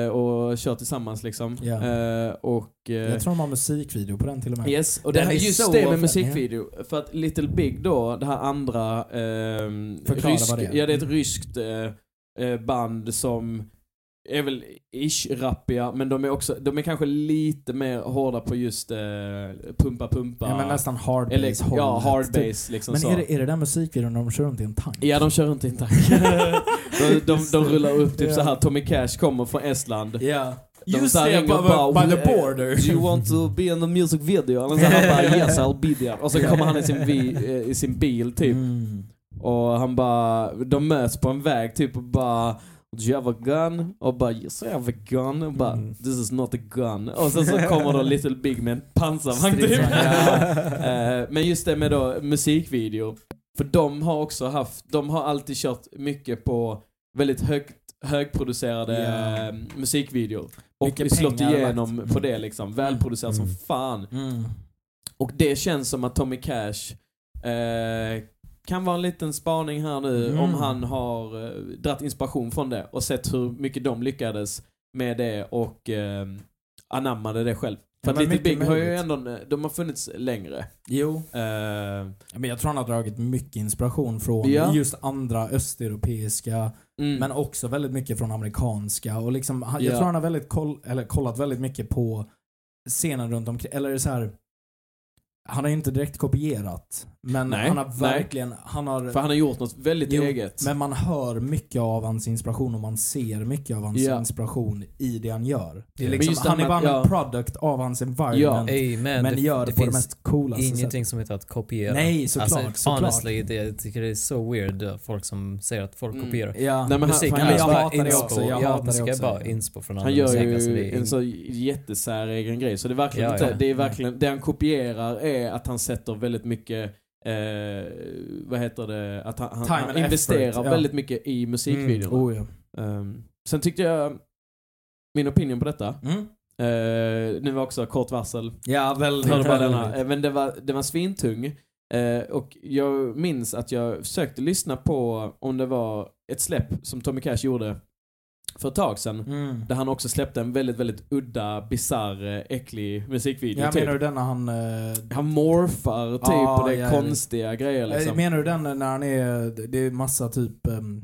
[SPEAKER 1] eh, och kör tillsammans liksom.
[SPEAKER 2] Ja.
[SPEAKER 1] Eh, och, eh,
[SPEAKER 2] Jag tror de har musikvideo på den till och med.
[SPEAKER 1] Yes, och det
[SPEAKER 2] Den
[SPEAKER 1] här,
[SPEAKER 2] är
[SPEAKER 1] just
[SPEAKER 2] så
[SPEAKER 1] det med
[SPEAKER 2] fin,
[SPEAKER 1] musikvideo. För att Little Big då, det här andra... ehm,
[SPEAKER 2] Förklara
[SPEAKER 1] rysk,
[SPEAKER 2] vad det är. Mm.
[SPEAKER 1] Ja, det är ett ryskt eh, eh, band som är väl ish-rappiga, men de är också, de är kanske lite mer hårda på just eh, pumpa pumpa.
[SPEAKER 2] Ja, men nästan hard
[SPEAKER 1] Eller-
[SPEAKER 2] bass
[SPEAKER 1] ja,
[SPEAKER 2] hållet,
[SPEAKER 1] hard
[SPEAKER 2] typ.
[SPEAKER 1] bass liksom
[SPEAKER 2] Men
[SPEAKER 1] så.
[SPEAKER 2] är det, är det den musikvideon när de kör runt i en tank?
[SPEAKER 1] Ja, de kör inte intakt. de, de, de rullar upp typ
[SPEAKER 2] Ja.
[SPEAKER 1] så här Tommy Cash kommer från Estland.
[SPEAKER 2] Ja.
[SPEAKER 1] De så här ringer och "We- eh, Do you want to be in a music video? Och så han bara yes I'll be there. Och så kommer han i sin, vi, eh, i sin bil typ.
[SPEAKER 2] Mm.
[SPEAKER 1] Och han bara, de möts på en väg typ och bara Do you have a gun? Och bara yes I have a gun. Och bara
[SPEAKER 3] Mm.
[SPEAKER 1] this is not a gun. Och sen så kommer då Little Big med en pansarvagn typ. Eh, Men just det med då musikvideo. För de har också haft, de har alltid kört mycket på väldigt högt högproducerade
[SPEAKER 2] Ja.
[SPEAKER 1] eh, musikvideor. Och
[SPEAKER 2] Mycket
[SPEAKER 1] slått
[SPEAKER 2] pengar
[SPEAKER 1] igenom
[SPEAKER 2] lagt.
[SPEAKER 1] på det liksom. Välproducerat som fan.
[SPEAKER 2] Mm.
[SPEAKER 1] Och det känns som att Tommy Cash eh, kan vara en liten spaning här nu
[SPEAKER 2] Mm.
[SPEAKER 1] om han har eh, dratt inspiration från det och sett hur mycket de lyckades med det och eh, anammade det själv. För
[SPEAKER 2] Ja,
[SPEAKER 1] att
[SPEAKER 2] men
[SPEAKER 1] Little
[SPEAKER 2] mycket
[SPEAKER 1] Big har ju
[SPEAKER 2] möjligt.
[SPEAKER 1] ändå, de har funnits längre.
[SPEAKER 2] Jo,
[SPEAKER 1] Eh,
[SPEAKER 2] men jag tror han har dragit mycket inspiration från
[SPEAKER 1] Ja.
[SPEAKER 2] just andra östeuropeiska,
[SPEAKER 1] mm.
[SPEAKER 2] men också väldigt mycket från amerikanska. Och liksom, han- jag
[SPEAKER 1] Ja.
[SPEAKER 2] tror han har väldigt koll, eller kollat väldigt mycket på scenen runt omkring. Eller är det så här, han har ju inte direkt kopierat, men
[SPEAKER 1] Nej,
[SPEAKER 2] han har
[SPEAKER 1] nej.
[SPEAKER 2] verkligen, han har
[SPEAKER 1] För han har gjort något väldigt
[SPEAKER 2] Jo,
[SPEAKER 1] eget.
[SPEAKER 2] Men man hör mycket av hans inspiration och man ser mycket av hans
[SPEAKER 1] Ja.
[SPEAKER 2] inspiration i det han gör. Det är
[SPEAKER 3] Men
[SPEAKER 2] liksom,
[SPEAKER 1] just det
[SPEAKER 2] han är
[SPEAKER 1] här med-
[SPEAKER 2] bara en
[SPEAKER 1] ja.
[SPEAKER 2] product av hans environment.
[SPEAKER 3] Ey, man,
[SPEAKER 2] men
[SPEAKER 3] det,
[SPEAKER 2] gör det,
[SPEAKER 3] det
[SPEAKER 2] på det
[SPEAKER 3] finns
[SPEAKER 2] mest coola sättet.
[SPEAKER 3] ingenting som heter att kopiera. Alltså,
[SPEAKER 2] Nej, såklart.
[SPEAKER 1] Alltså,
[SPEAKER 2] såklart.
[SPEAKER 3] honestly, det, jag tycker det är så weird eh, folk som säger att folk
[SPEAKER 1] Mm.
[SPEAKER 3] kopierar.
[SPEAKER 2] Ja.
[SPEAKER 1] Nej, men han,
[SPEAKER 3] Musik
[SPEAKER 1] för
[SPEAKER 2] nej, men
[SPEAKER 1] han,
[SPEAKER 2] jag
[SPEAKER 3] är bara
[SPEAKER 2] hatar det
[SPEAKER 3] inspo.
[SPEAKER 2] också, jag
[SPEAKER 3] ja,
[SPEAKER 2] hatar det
[SPEAKER 3] musik är
[SPEAKER 2] också.
[SPEAKER 3] bara inspo från
[SPEAKER 1] han
[SPEAKER 3] annan
[SPEAKER 1] gör
[SPEAKER 3] musik.
[SPEAKER 1] ju
[SPEAKER 3] alltså, det är
[SPEAKER 1] en
[SPEAKER 3] in-
[SPEAKER 1] så jättesäregen grej. Så det är verkligen
[SPEAKER 3] Ja,
[SPEAKER 1] inte,
[SPEAKER 2] Mm.
[SPEAKER 3] ja.
[SPEAKER 1] det är verkligen, det han kopierar är att han sätter väldigt mycket eh, vad heter det, att han, han,
[SPEAKER 2] Time
[SPEAKER 1] han
[SPEAKER 2] and
[SPEAKER 1] investerar
[SPEAKER 2] effort, ja.
[SPEAKER 1] väldigt mycket i musikvideorna.
[SPEAKER 2] Mm. Oh, ja.
[SPEAKER 1] Ehm, sen tyckte jag, min opinion på detta,
[SPEAKER 2] Mm.
[SPEAKER 1] eh, nu var också kort varsel,
[SPEAKER 2] ja, väldigt.
[SPEAKER 1] hörde bara
[SPEAKER 2] väldigt.
[SPEAKER 1] denna, Eh, men den var, den var svintung. Eh, och jag minns att jag försökte lyssna på om det var ett släpp som Tommy Cash gjorde för ett tag sedan.
[SPEAKER 2] Mm.
[SPEAKER 1] Där han också släppte en väldigt, väldigt udda, bisarr, eh, äcklig musikvideo.
[SPEAKER 2] Ja,
[SPEAKER 1] typ.
[SPEAKER 2] menar du den när han... eh,
[SPEAKER 1] Han morfar typ
[SPEAKER 2] Ah,
[SPEAKER 1] och det är
[SPEAKER 2] ja,
[SPEAKER 1] konstiga grejer
[SPEAKER 2] eh,
[SPEAKER 1] liksom.
[SPEAKER 2] Menar du den när han är... Det är massa typ... ehm,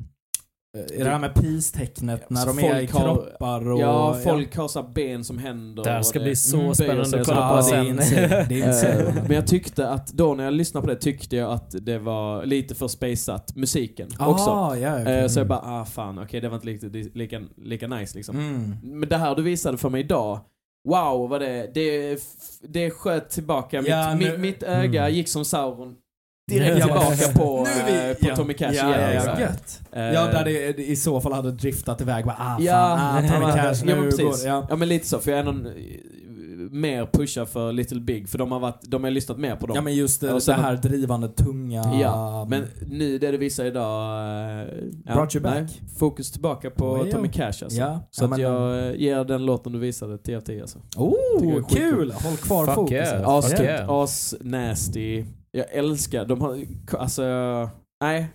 [SPEAKER 2] eh, är det här med peace-tecknet när
[SPEAKER 1] så
[SPEAKER 2] de är i
[SPEAKER 1] folk har-
[SPEAKER 2] kroppar och...
[SPEAKER 1] ja, folk har så här ben som händer.
[SPEAKER 3] Det här
[SPEAKER 1] och
[SPEAKER 3] ska
[SPEAKER 1] det- mm,
[SPEAKER 3] bli så
[SPEAKER 1] böjer
[SPEAKER 3] spännande
[SPEAKER 1] sig
[SPEAKER 3] att
[SPEAKER 1] så
[SPEAKER 3] kolla
[SPEAKER 1] här.
[SPEAKER 3] på
[SPEAKER 2] Mm. Ja, det är insane.
[SPEAKER 3] sen.
[SPEAKER 2] Det är
[SPEAKER 1] Eh,
[SPEAKER 2] insane.
[SPEAKER 1] men jag tyckte att då när jag lyssnade på det tyckte jag att det var lite för spaceat, musiken också.
[SPEAKER 2] Ah, ja, okej.
[SPEAKER 1] Eh, Så jag bara, ah fan, okej det var inte lika, lika, lika nice liksom.
[SPEAKER 2] Mm.
[SPEAKER 1] Men det här du visade för mig idag, wow vad det, det, det sköt tillbaka.
[SPEAKER 2] Ja,
[SPEAKER 1] mitt,
[SPEAKER 2] nu-
[SPEAKER 1] mi- mitt öga
[SPEAKER 2] Mm.
[SPEAKER 1] gick som Sauron direkt tillbaka på,
[SPEAKER 2] Nu är vi-
[SPEAKER 1] eh, på
[SPEAKER 2] ja.
[SPEAKER 1] Tommy Cash
[SPEAKER 2] Ja,
[SPEAKER 1] igen.
[SPEAKER 2] ja,
[SPEAKER 1] liksom.
[SPEAKER 2] ja. Gött.
[SPEAKER 1] Eh,
[SPEAKER 2] Ja, där det i så fall hade driftat iväg. Bara, ah,
[SPEAKER 1] Ja,
[SPEAKER 2] fan, ah,
[SPEAKER 1] ja,
[SPEAKER 2] Tommy
[SPEAKER 1] men-
[SPEAKER 2] Cash,
[SPEAKER 1] ja,
[SPEAKER 2] nu
[SPEAKER 1] men
[SPEAKER 2] går
[SPEAKER 1] precis.
[SPEAKER 2] det. Ja.
[SPEAKER 1] Ja men lite så, för jag är någon eh, mer pusha för Little Big, för de har, varit, de har lyssnat mer på dem.
[SPEAKER 2] ja, men just eh, det,
[SPEAKER 1] Och sen-
[SPEAKER 2] det här drivande, tunga...
[SPEAKER 1] Ja, men nu det du visar idag... eh, ja,
[SPEAKER 2] Brought you
[SPEAKER 1] nej.
[SPEAKER 2] back.
[SPEAKER 1] Fokus tillbaka på
[SPEAKER 2] Oh, yeah.
[SPEAKER 1] Tommy Cash alltså.
[SPEAKER 2] Ja,
[SPEAKER 1] Så
[SPEAKER 2] ja,
[SPEAKER 1] att
[SPEAKER 2] men-
[SPEAKER 1] jag eh, ger den låten du visade 10 av 10 alltså. Tycker jag är
[SPEAKER 2] Oh,
[SPEAKER 1] skitkul.
[SPEAKER 2] kul! Håll kvar
[SPEAKER 3] Fuck
[SPEAKER 2] fokus.
[SPEAKER 3] yeah.
[SPEAKER 2] Ja,
[SPEAKER 1] As,
[SPEAKER 3] Fuck yeah.
[SPEAKER 1] as nasty. Jag älskar, de har, alltså, nej.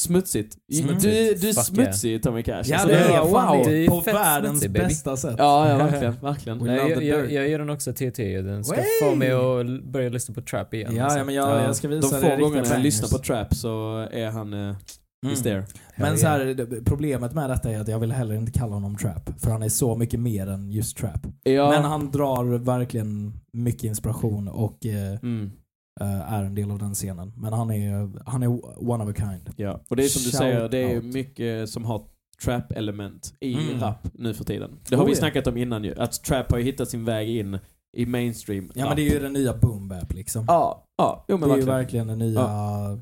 [SPEAKER 1] Smutsigt.
[SPEAKER 3] Smutsigt.
[SPEAKER 1] Du, du är
[SPEAKER 3] Fuck
[SPEAKER 1] smutsig Tommy Cash.
[SPEAKER 2] Ja,
[SPEAKER 1] alltså,
[SPEAKER 2] det är
[SPEAKER 1] var-
[SPEAKER 2] fan
[SPEAKER 1] wow.
[SPEAKER 3] det.
[SPEAKER 2] det.
[SPEAKER 3] är
[SPEAKER 2] På
[SPEAKER 3] fett
[SPEAKER 2] världens
[SPEAKER 3] smutsigt, baby.
[SPEAKER 2] bästa sätt.
[SPEAKER 1] Ja, ja, verkligen. verkligen.
[SPEAKER 2] We
[SPEAKER 1] Nej,
[SPEAKER 2] love
[SPEAKER 3] Nej,
[SPEAKER 2] the
[SPEAKER 3] jag, jag,
[SPEAKER 2] dirt.
[SPEAKER 3] jag ger den också 10 10 Den ska
[SPEAKER 2] Wey!
[SPEAKER 3] få mig att l- börja lyssna på trap igen.
[SPEAKER 2] Ja,
[SPEAKER 3] alltså.
[SPEAKER 2] ja, men jag, jag ska visa
[SPEAKER 1] De
[SPEAKER 2] dig
[SPEAKER 1] få
[SPEAKER 2] riktiga
[SPEAKER 1] gångerna jag
[SPEAKER 2] bangers.
[SPEAKER 1] lyssnar på trap så är han eh,
[SPEAKER 2] Mm.
[SPEAKER 1] is there.
[SPEAKER 2] Men
[SPEAKER 3] Hell
[SPEAKER 2] så här, det- problemet med detta är att jag vill heller inte kalla honom trap. För han är så mycket mer än just trap.
[SPEAKER 1] Ja.
[SPEAKER 2] Men han drar verkligen mycket inspiration och eh,
[SPEAKER 1] mm.
[SPEAKER 2] eh, är en del av den scenen. Men han är, han är one of a kind.
[SPEAKER 1] Ja, och det är som du
[SPEAKER 2] Shout
[SPEAKER 1] säger, det är
[SPEAKER 2] out.
[SPEAKER 1] mycket som har trap-element i
[SPEAKER 2] Mm.
[SPEAKER 1] rap nu för tiden. Det har
[SPEAKER 2] Oh,
[SPEAKER 1] vi
[SPEAKER 2] ja.
[SPEAKER 1] snackat om innan ju, att trap har ju hittat sin väg in i mainstream
[SPEAKER 2] Ja
[SPEAKER 1] rap.
[SPEAKER 2] men det är ju den nya boom bap liksom.
[SPEAKER 1] Ja, ja, jo men
[SPEAKER 2] det är ju
[SPEAKER 1] verkligen.
[SPEAKER 2] verkligen den nya...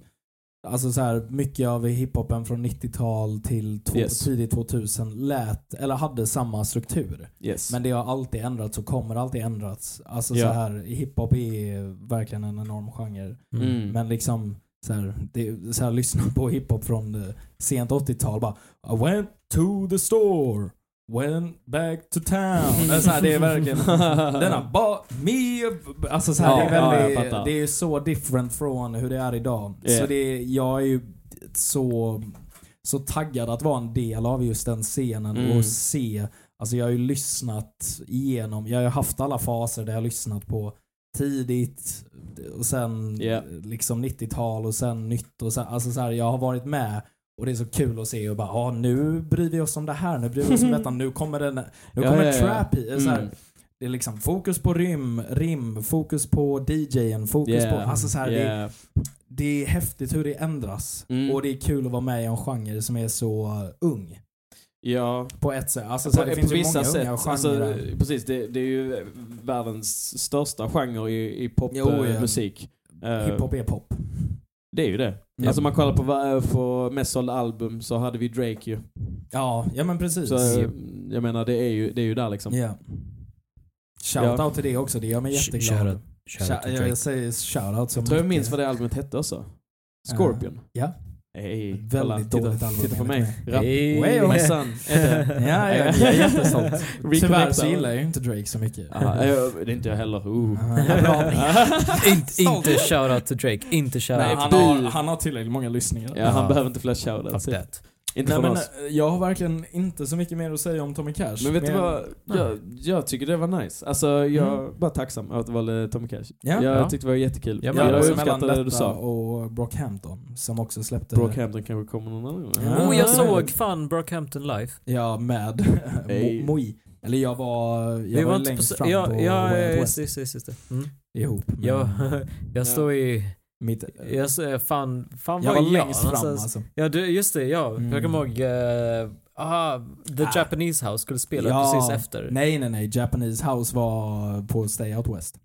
[SPEAKER 2] Alltså så här, mycket av hiphopen från 90-tal till två,
[SPEAKER 1] Yes.
[SPEAKER 2] tidigt 2000 lät, eller hade samma struktur.
[SPEAKER 1] yes.
[SPEAKER 2] Men det har alltid ändrats och kommer alltid ändrats. Alltså
[SPEAKER 1] Ja.
[SPEAKER 2] så här, hiphop är verkligen en enorm genre.
[SPEAKER 1] mm.
[SPEAKER 2] Men liksom så här, det, är- så här lyssna på hiphop från eh, sent 80-tal bara I went to the store, went back to town. Alltså, så här, det är verkligen denna bought me a- Alltså så här,
[SPEAKER 1] Ja,
[SPEAKER 2] det är
[SPEAKER 1] ja, jag
[SPEAKER 2] väldigt,
[SPEAKER 1] fattar.
[SPEAKER 2] det är så different från hur det är idag.
[SPEAKER 1] Yeah.
[SPEAKER 2] Så det är, jag är ju så, så taggad att vara en del av just den scenen
[SPEAKER 1] Mm.
[SPEAKER 2] och se Alltså jag har ju lyssnat igenom, jag har ju haft alla faser där jag har lyssnat på tidigt och sen
[SPEAKER 1] Ja.
[SPEAKER 2] liksom 90-tal och sen nytt och sen, alltså så här, jag har varit med och det är så kul att se och bara ah, nu bryr vi oss om det här, nu bryr vi oss om detta, nu kommer den, nu
[SPEAKER 1] Ja,
[SPEAKER 2] kommer
[SPEAKER 1] ja, ja.
[SPEAKER 2] trap hit. Så här,
[SPEAKER 1] Mm.
[SPEAKER 2] Det är liksom fokus på rim, rim, fokus på DJen, fokus på, alltså så här, det,
[SPEAKER 1] yeah.
[SPEAKER 2] det är häftigt hur det ändras.
[SPEAKER 1] Mm.
[SPEAKER 2] Och det är kul att vara med i en genre som är så ung.
[SPEAKER 1] Ja,
[SPEAKER 2] På ett sätt. Alltså, så här, det
[SPEAKER 1] på,
[SPEAKER 2] finns
[SPEAKER 1] på
[SPEAKER 2] ju
[SPEAKER 1] vissa
[SPEAKER 2] många
[SPEAKER 1] sätt.
[SPEAKER 2] unga genrer.
[SPEAKER 1] Alltså, precis, det, det är ju världens största genre i, i
[SPEAKER 2] Jo, ja.
[SPEAKER 1] popmusik.
[SPEAKER 2] Hiphop är pop.
[SPEAKER 1] Eh, Det är ju det.
[SPEAKER 2] Ja.
[SPEAKER 1] Alltså man kollar på, vad- på mest sålda album så hade vi Drake ju.
[SPEAKER 2] Ja, ja men precis.
[SPEAKER 1] Så, eh, liksom. jag menar det är ju, det är ju där liksom.
[SPEAKER 2] Ja. Shout out till det också, det gör mig
[SPEAKER 3] Sh-
[SPEAKER 2] jätteglad.
[SPEAKER 3] shoutout. Shout out
[SPEAKER 2] Shou-
[SPEAKER 3] to
[SPEAKER 2] jag,
[SPEAKER 3] Drake.
[SPEAKER 2] jag säger shout out som
[SPEAKER 1] Jag tror jag
[SPEAKER 2] mycket.
[SPEAKER 1] minns vad det albumet hette också. Scorpion.
[SPEAKER 2] Eh, Ja.
[SPEAKER 1] Hey,
[SPEAKER 2] Väldigt
[SPEAKER 1] kolla, titta,
[SPEAKER 2] dåligt album,
[SPEAKER 1] Titta på
[SPEAKER 2] enligt
[SPEAKER 1] mig. Rap.
[SPEAKER 3] Hey.
[SPEAKER 2] Way over.
[SPEAKER 1] My son. heter
[SPEAKER 2] Ja, ja, jag
[SPEAKER 1] Ja.
[SPEAKER 2] är jättestolt. Tyvärr så
[SPEAKER 1] Reconnecta.
[SPEAKER 2] gillar jag ju inte Drake så mycket.
[SPEAKER 1] Ja, jag- det är inte jag heller. Uh.
[SPEAKER 2] Ja, bra.
[SPEAKER 3] Inte, inte shoutout to Drake, inte
[SPEAKER 2] Nej,
[SPEAKER 3] shoutout
[SPEAKER 2] han,
[SPEAKER 3] to
[SPEAKER 2] har, han har tillräckligt många lyssningar.
[SPEAKER 1] Ja, han
[SPEAKER 3] Ja.
[SPEAKER 1] behöver inte fler shoutouts.
[SPEAKER 3] Fuck that.
[SPEAKER 1] Inte
[SPEAKER 2] Nej,
[SPEAKER 1] från
[SPEAKER 2] men,
[SPEAKER 1] oss.
[SPEAKER 2] eh, jag har verkligen inte så mycket mer att säga om Tommy Cash.
[SPEAKER 1] Men vet du
[SPEAKER 2] Mer-
[SPEAKER 1] vad? Jag, jag tycker det var nice. Alltså jag är bara tacksam att du valde Tommy Cash.
[SPEAKER 2] Mm. Ja.
[SPEAKER 1] jag
[SPEAKER 3] Ja.
[SPEAKER 1] tyckte det var jättekul.
[SPEAKER 3] Ja, men
[SPEAKER 1] jag
[SPEAKER 3] alltså
[SPEAKER 1] uppskattar det du sa.
[SPEAKER 2] och Brockhampton som också släppte...
[SPEAKER 1] Brockhampton kanske kommer någon annan gång.
[SPEAKER 2] Ja.
[SPEAKER 3] Oh, jag såg fan Brockhampton live.
[SPEAKER 2] Ja, med
[SPEAKER 1] Hey.
[SPEAKER 2] Mo- Moi. Eller jag var, jag
[SPEAKER 3] Vi
[SPEAKER 2] var,
[SPEAKER 3] inte
[SPEAKER 2] längst
[SPEAKER 3] på-
[SPEAKER 2] fram
[SPEAKER 3] ja,
[SPEAKER 2] på
[SPEAKER 3] ja,
[SPEAKER 2] Way Out
[SPEAKER 3] ja,
[SPEAKER 2] West
[SPEAKER 3] just, just, just, just det. Mm.
[SPEAKER 2] ihop. med
[SPEAKER 3] Jag, jag står i...
[SPEAKER 2] mitt,
[SPEAKER 3] Jag, s- fan, fan
[SPEAKER 2] jag var
[SPEAKER 3] jag
[SPEAKER 2] längst fram
[SPEAKER 3] någonstans?
[SPEAKER 2] alltså.
[SPEAKER 3] Ja, du, just det. Ja.
[SPEAKER 2] Mm.
[SPEAKER 3] Jag kommer ihåg... eh, aha, The
[SPEAKER 2] Ah.
[SPEAKER 3] Japanese House skulle spela
[SPEAKER 2] Ja.
[SPEAKER 3] precis efter.
[SPEAKER 2] Nej, nej, nej. Japanese House var på Stay Out West.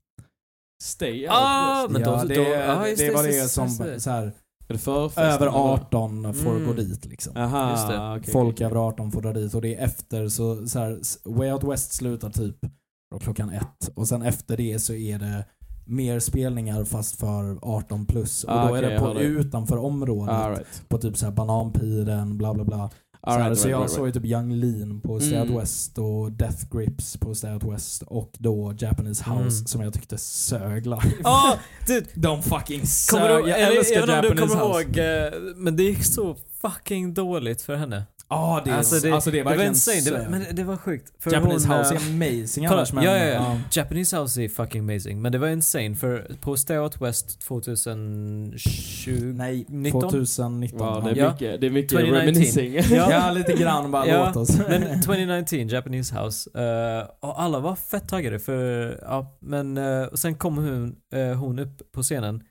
[SPEAKER 1] Stay out.
[SPEAKER 3] Ah, men
[SPEAKER 2] ja,
[SPEAKER 3] då,
[SPEAKER 2] det,
[SPEAKER 3] då, ah,
[SPEAKER 2] det,
[SPEAKER 3] just det
[SPEAKER 2] var
[SPEAKER 3] just
[SPEAKER 2] det som
[SPEAKER 3] just det.
[SPEAKER 2] så här,
[SPEAKER 1] Är det förfest?
[SPEAKER 2] över
[SPEAKER 1] eller?
[SPEAKER 2] 18 får
[SPEAKER 3] Mm.
[SPEAKER 2] gå dit liksom.
[SPEAKER 1] Aha,
[SPEAKER 3] Just det.
[SPEAKER 1] okej.
[SPEAKER 2] Folk över 18 får dra dit och det är efter så, så här, s- Way Out West slutar typ klockan ett och sen efter det så är det mer spelningar fast för 18 plus. Och
[SPEAKER 1] Ah,
[SPEAKER 2] då
[SPEAKER 1] okej,
[SPEAKER 2] är det
[SPEAKER 1] jag
[SPEAKER 2] på
[SPEAKER 1] hörde.
[SPEAKER 2] utanför området.
[SPEAKER 3] Ah,
[SPEAKER 1] All right.
[SPEAKER 2] På typ såhär Bananpiren, bla bla bla.
[SPEAKER 1] All
[SPEAKER 2] så
[SPEAKER 1] right,
[SPEAKER 2] här,
[SPEAKER 1] right,
[SPEAKER 2] så jag
[SPEAKER 1] right,
[SPEAKER 2] såg
[SPEAKER 1] right.
[SPEAKER 2] ju typ Young Lean på Stay Out
[SPEAKER 1] Mm.
[SPEAKER 2] West och Death Grips på Stay Out West och då Japanese House
[SPEAKER 3] Mm.
[SPEAKER 2] som jag tyckte sög live.
[SPEAKER 3] Ah, dude.
[SPEAKER 2] De fucking sög.
[SPEAKER 3] Kommer du,
[SPEAKER 2] jag
[SPEAKER 3] eller,
[SPEAKER 2] älskar
[SPEAKER 3] jag vet inte om
[SPEAKER 2] Japanese
[SPEAKER 3] du kommer
[SPEAKER 2] House.
[SPEAKER 3] ihåg, eh, men det gick så fucking dåligt för henne.
[SPEAKER 2] Ja, det, är-
[SPEAKER 3] Alltså, det-
[SPEAKER 2] alltså, det är
[SPEAKER 3] Det var
[SPEAKER 2] verkligen
[SPEAKER 3] insane, det var,
[SPEAKER 2] sög.
[SPEAKER 3] men det var sjukt. För
[SPEAKER 2] Japanese
[SPEAKER 3] hon, eh,
[SPEAKER 2] House är amazing
[SPEAKER 3] kolla,
[SPEAKER 2] annars men...
[SPEAKER 3] ja, ja, ja. Japanese House är fucking amazing, men det var insane för på Stay Out West 2020...
[SPEAKER 2] Nej,
[SPEAKER 3] 19?
[SPEAKER 2] 2019.
[SPEAKER 1] Wow, det, är
[SPEAKER 3] Ja.
[SPEAKER 1] mycket, det är mycket
[SPEAKER 3] 2019.
[SPEAKER 1] reminiscing.
[SPEAKER 2] ja. ja, lite grann bara
[SPEAKER 3] Ja,
[SPEAKER 2] låt oss.
[SPEAKER 3] Men 2019, Japanese House. eh, och alla var fett taggade för, ja, men eh, och sen kom hon, eh, hon upp på scenen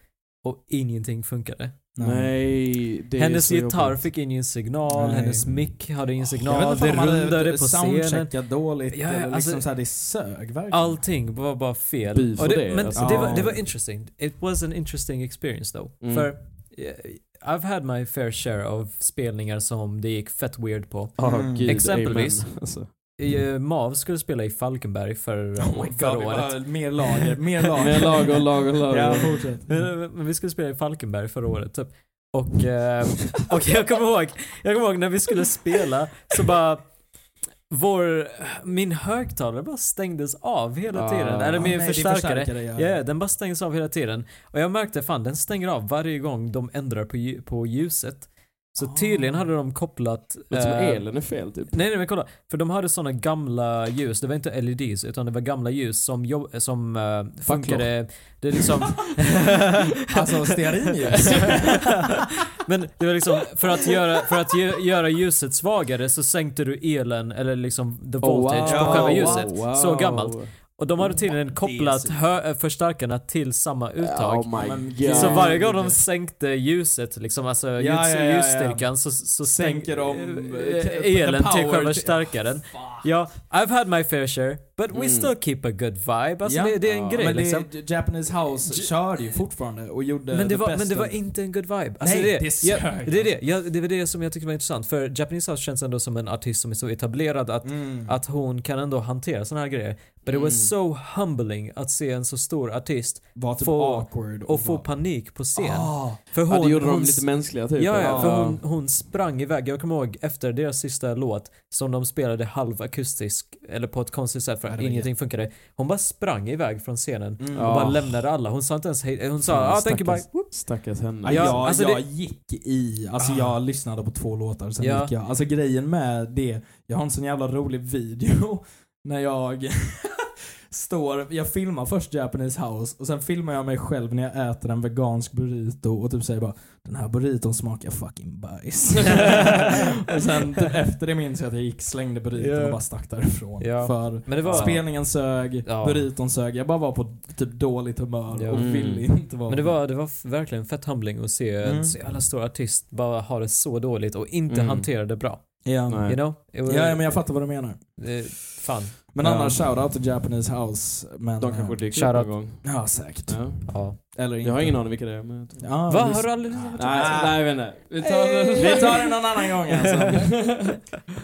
[SPEAKER 3] och ingenting funkade.
[SPEAKER 1] Nej, det är
[SPEAKER 3] hennes
[SPEAKER 1] så
[SPEAKER 3] gitarr
[SPEAKER 1] jobbigt.
[SPEAKER 3] fick ingen signal,
[SPEAKER 2] Nej.
[SPEAKER 3] hennes mick hade ingen
[SPEAKER 2] Jag vet
[SPEAKER 3] signal,
[SPEAKER 2] inte
[SPEAKER 3] det
[SPEAKER 2] om man hade
[SPEAKER 3] rundade på scenen.
[SPEAKER 2] soundcheckat dåligt.
[SPEAKER 3] Ja, ja,
[SPEAKER 2] eller liksom
[SPEAKER 3] alltså-
[SPEAKER 2] så här, det sög verkligen.
[SPEAKER 3] Allting var bara
[SPEAKER 1] Fy
[SPEAKER 3] fel.
[SPEAKER 1] för
[SPEAKER 3] Och
[SPEAKER 1] det,
[SPEAKER 3] men
[SPEAKER 1] alltså.
[SPEAKER 3] det, var,
[SPEAKER 2] Ja.
[SPEAKER 3] det var interesting. It was an interesting experience though.
[SPEAKER 1] Mm.
[SPEAKER 3] För eh, I've had my fair share av spelningar som det gick fett weird på.
[SPEAKER 1] Ah,
[SPEAKER 2] Mm.
[SPEAKER 1] gud,
[SPEAKER 3] Exempelvis.
[SPEAKER 1] amen. Alltså.
[SPEAKER 3] Eh, Mav skulle spela i Falkenberg för, eh,
[SPEAKER 2] Oh my
[SPEAKER 3] förra
[SPEAKER 2] god, vi
[SPEAKER 3] året.
[SPEAKER 2] bara, mer lager, mer lager. Mm.
[SPEAKER 1] Med lager, lager,
[SPEAKER 2] Ja,
[SPEAKER 1] lager.
[SPEAKER 2] fortsätt.
[SPEAKER 3] Men, eh, men vi skulle spela i Falkenberg förra året typ. Och, eh, och jag kommer ihåg, jag kommer ihåg när vi skulle spela så bara vår, min högtalare bara stängdes av hela
[SPEAKER 1] Ah.
[SPEAKER 3] tiden. Eller min
[SPEAKER 2] Ja, nej, det är
[SPEAKER 3] förstärkare.
[SPEAKER 2] ja.
[SPEAKER 3] Ja, ja, den bara stängs av hela tiden. Och jag märkte fan den stänger av varje gång de ändrar på, lju- på ljuset. Så
[SPEAKER 2] Ah.
[SPEAKER 3] tydligen hade de kopplat...
[SPEAKER 1] Låter som
[SPEAKER 3] eh,
[SPEAKER 1] elen är fel typ.
[SPEAKER 3] Nej, nej men kolla. För de hade såna gamla ljus, det var inte LEDs utan det var gamla ljus som, jobb, som eh, funkade... Det är liksom...
[SPEAKER 2] Alltså stearinljus.
[SPEAKER 3] men det var liksom, för att göra, för att gö- göra ljuset svagare så sänkte du elen, eller liksom the voltage på själva
[SPEAKER 2] Oh, wow,
[SPEAKER 3] ljuset. Så gammalt. Och de hade tydligen kopplat
[SPEAKER 2] Det är så-
[SPEAKER 3] hö- förstärkarna till samma uttag.
[SPEAKER 1] Oh my
[SPEAKER 2] Men-
[SPEAKER 1] god.
[SPEAKER 3] Så varje gång de sänkte ljuset, liksom, alltså ljus,
[SPEAKER 2] ja, ja, ja.
[SPEAKER 3] ljusstyrkan så, så
[SPEAKER 2] Sänker de,
[SPEAKER 3] eh,
[SPEAKER 2] eh,
[SPEAKER 3] elen
[SPEAKER 2] the
[SPEAKER 3] till
[SPEAKER 2] power
[SPEAKER 3] själva
[SPEAKER 2] till-
[SPEAKER 3] stärkaren. Ja, I've had my fair share, but we
[SPEAKER 1] Mm.
[SPEAKER 3] still keep a good vibe. Alltså
[SPEAKER 2] Ja.
[SPEAKER 3] det, det är en
[SPEAKER 1] Ja,
[SPEAKER 3] grej
[SPEAKER 2] Men
[SPEAKER 3] liksom.
[SPEAKER 2] det, Japanese House
[SPEAKER 3] J-
[SPEAKER 2] körde ju fortfarande och gjorde
[SPEAKER 3] Men det,
[SPEAKER 2] the
[SPEAKER 3] var,
[SPEAKER 2] best
[SPEAKER 3] men det var
[SPEAKER 2] of-
[SPEAKER 3] inte en good vibe. Alltså
[SPEAKER 2] Nej,
[SPEAKER 3] det,
[SPEAKER 2] det
[SPEAKER 3] ja,
[SPEAKER 2] sög,
[SPEAKER 3] det är det. Ja, det var det som jag tyckte var intressant. För Japanese House känns ändå som en artist som är så etablerad att,
[SPEAKER 2] Mm.
[SPEAKER 3] att hon kan ändå hantera såna här grejer. But it
[SPEAKER 1] Mm.
[SPEAKER 3] was so humbling att se en så stor artist
[SPEAKER 2] var typ
[SPEAKER 3] få-
[SPEAKER 2] awkward.
[SPEAKER 3] och få
[SPEAKER 2] var-
[SPEAKER 3] panik på scen.
[SPEAKER 2] Ah,
[SPEAKER 3] För hon,
[SPEAKER 1] Ja, det gjorde
[SPEAKER 3] hon
[SPEAKER 1] de lite mänskliga typ.
[SPEAKER 3] Ja, ja,
[SPEAKER 2] Ja.
[SPEAKER 3] för hon, hon sprang iväg. Jag kommer ihåg efter deras sista låt som de spelade halvakustisk, eller på ett konstigt sätt för
[SPEAKER 2] Ja, det var
[SPEAKER 3] ingenting funkade. Hon bara sprang iväg från scenen
[SPEAKER 2] mm.
[SPEAKER 1] Ja.
[SPEAKER 3] och bara lämnade alla. Hon sa inte ens hej. Hon sa
[SPEAKER 2] Fan,
[SPEAKER 3] ah, thank you bye.
[SPEAKER 2] stackars.
[SPEAKER 3] Whoop.
[SPEAKER 1] Stackars
[SPEAKER 2] Ja,
[SPEAKER 1] henne.
[SPEAKER 3] Ja,
[SPEAKER 2] jag,
[SPEAKER 3] alltså
[SPEAKER 2] jag
[SPEAKER 3] det- Ah.
[SPEAKER 2] gick i, alltså jag lyssnade på två låtar sen
[SPEAKER 3] Ja.
[SPEAKER 2] gick jag. Alltså grejen med det, jag har en sån jävla rolig video när jag står, jag filmar först Japanese house och sen filmar jag mig själv när jag äter en vegansk burrito och typ säger bara den här burriton smakar fucking bajs. och sen typ efter det minns jag att jag gick, slängde burriton
[SPEAKER 3] Ja.
[SPEAKER 2] och bara stack därifrån.
[SPEAKER 3] Ja.
[SPEAKER 2] För
[SPEAKER 3] Men det var,
[SPEAKER 2] spelningen sög,
[SPEAKER 3] Ja.
[SPEAKER 2] burriton sög, jag bara var på typ dåligt humör
[SPEAKER 3] Ja.
[SPEAKER 2] och
[SPEAKER 1] Mm.
[SPEAKER 2] ville inte vara
[SPEAKER 3] men det var, det var f- verkligen fett humbling att se en
[SPEAKER 2] Mm.
[SPEAKER 3] så jävla stor artist bara ha det så dåligt och inte
[SPEAKER 1] Mm.
[SPEAKER 3] hantera det bra.
[SPEAKER 2] Ja.
[SPEAKER 1] Nej.
[SPEAKER 3] You know? It was-
[SPEAKER 2] Ja, ja, men jag fattar vad du menar.
[SPEAKER 3] eh, fan.
[SPEAKER 2] Men
[SPEAKER 3] Ja.
[SPEAKER 2] annars shoutout till Japanese House. Men, eh,
[SPEAKER 1] De kanske dyker upp
[SPEAKER 3] Shoutout.
[SPEAKER 1] någon gång.
[SPEAKER 2] Ja, säkert.
[SPEAKER 1] Ja.
[SPEAKER 3] Ja.
[SPEAKER 2] Eller inte.
[SPEAKER 1] Jag har ingen aning vilka det är. Men...
[SPEAKER 2] Ja,
[SPEAKER 3] Va?
[SPEAKER 2] visst.
[SPEAKER 3] Har du aldrig lyssnat på
[SPEAKER 1] Nej, nej, jag vet inte. Vi tar
[SPEAKER 2] Vi tar det någon annan gång alltså.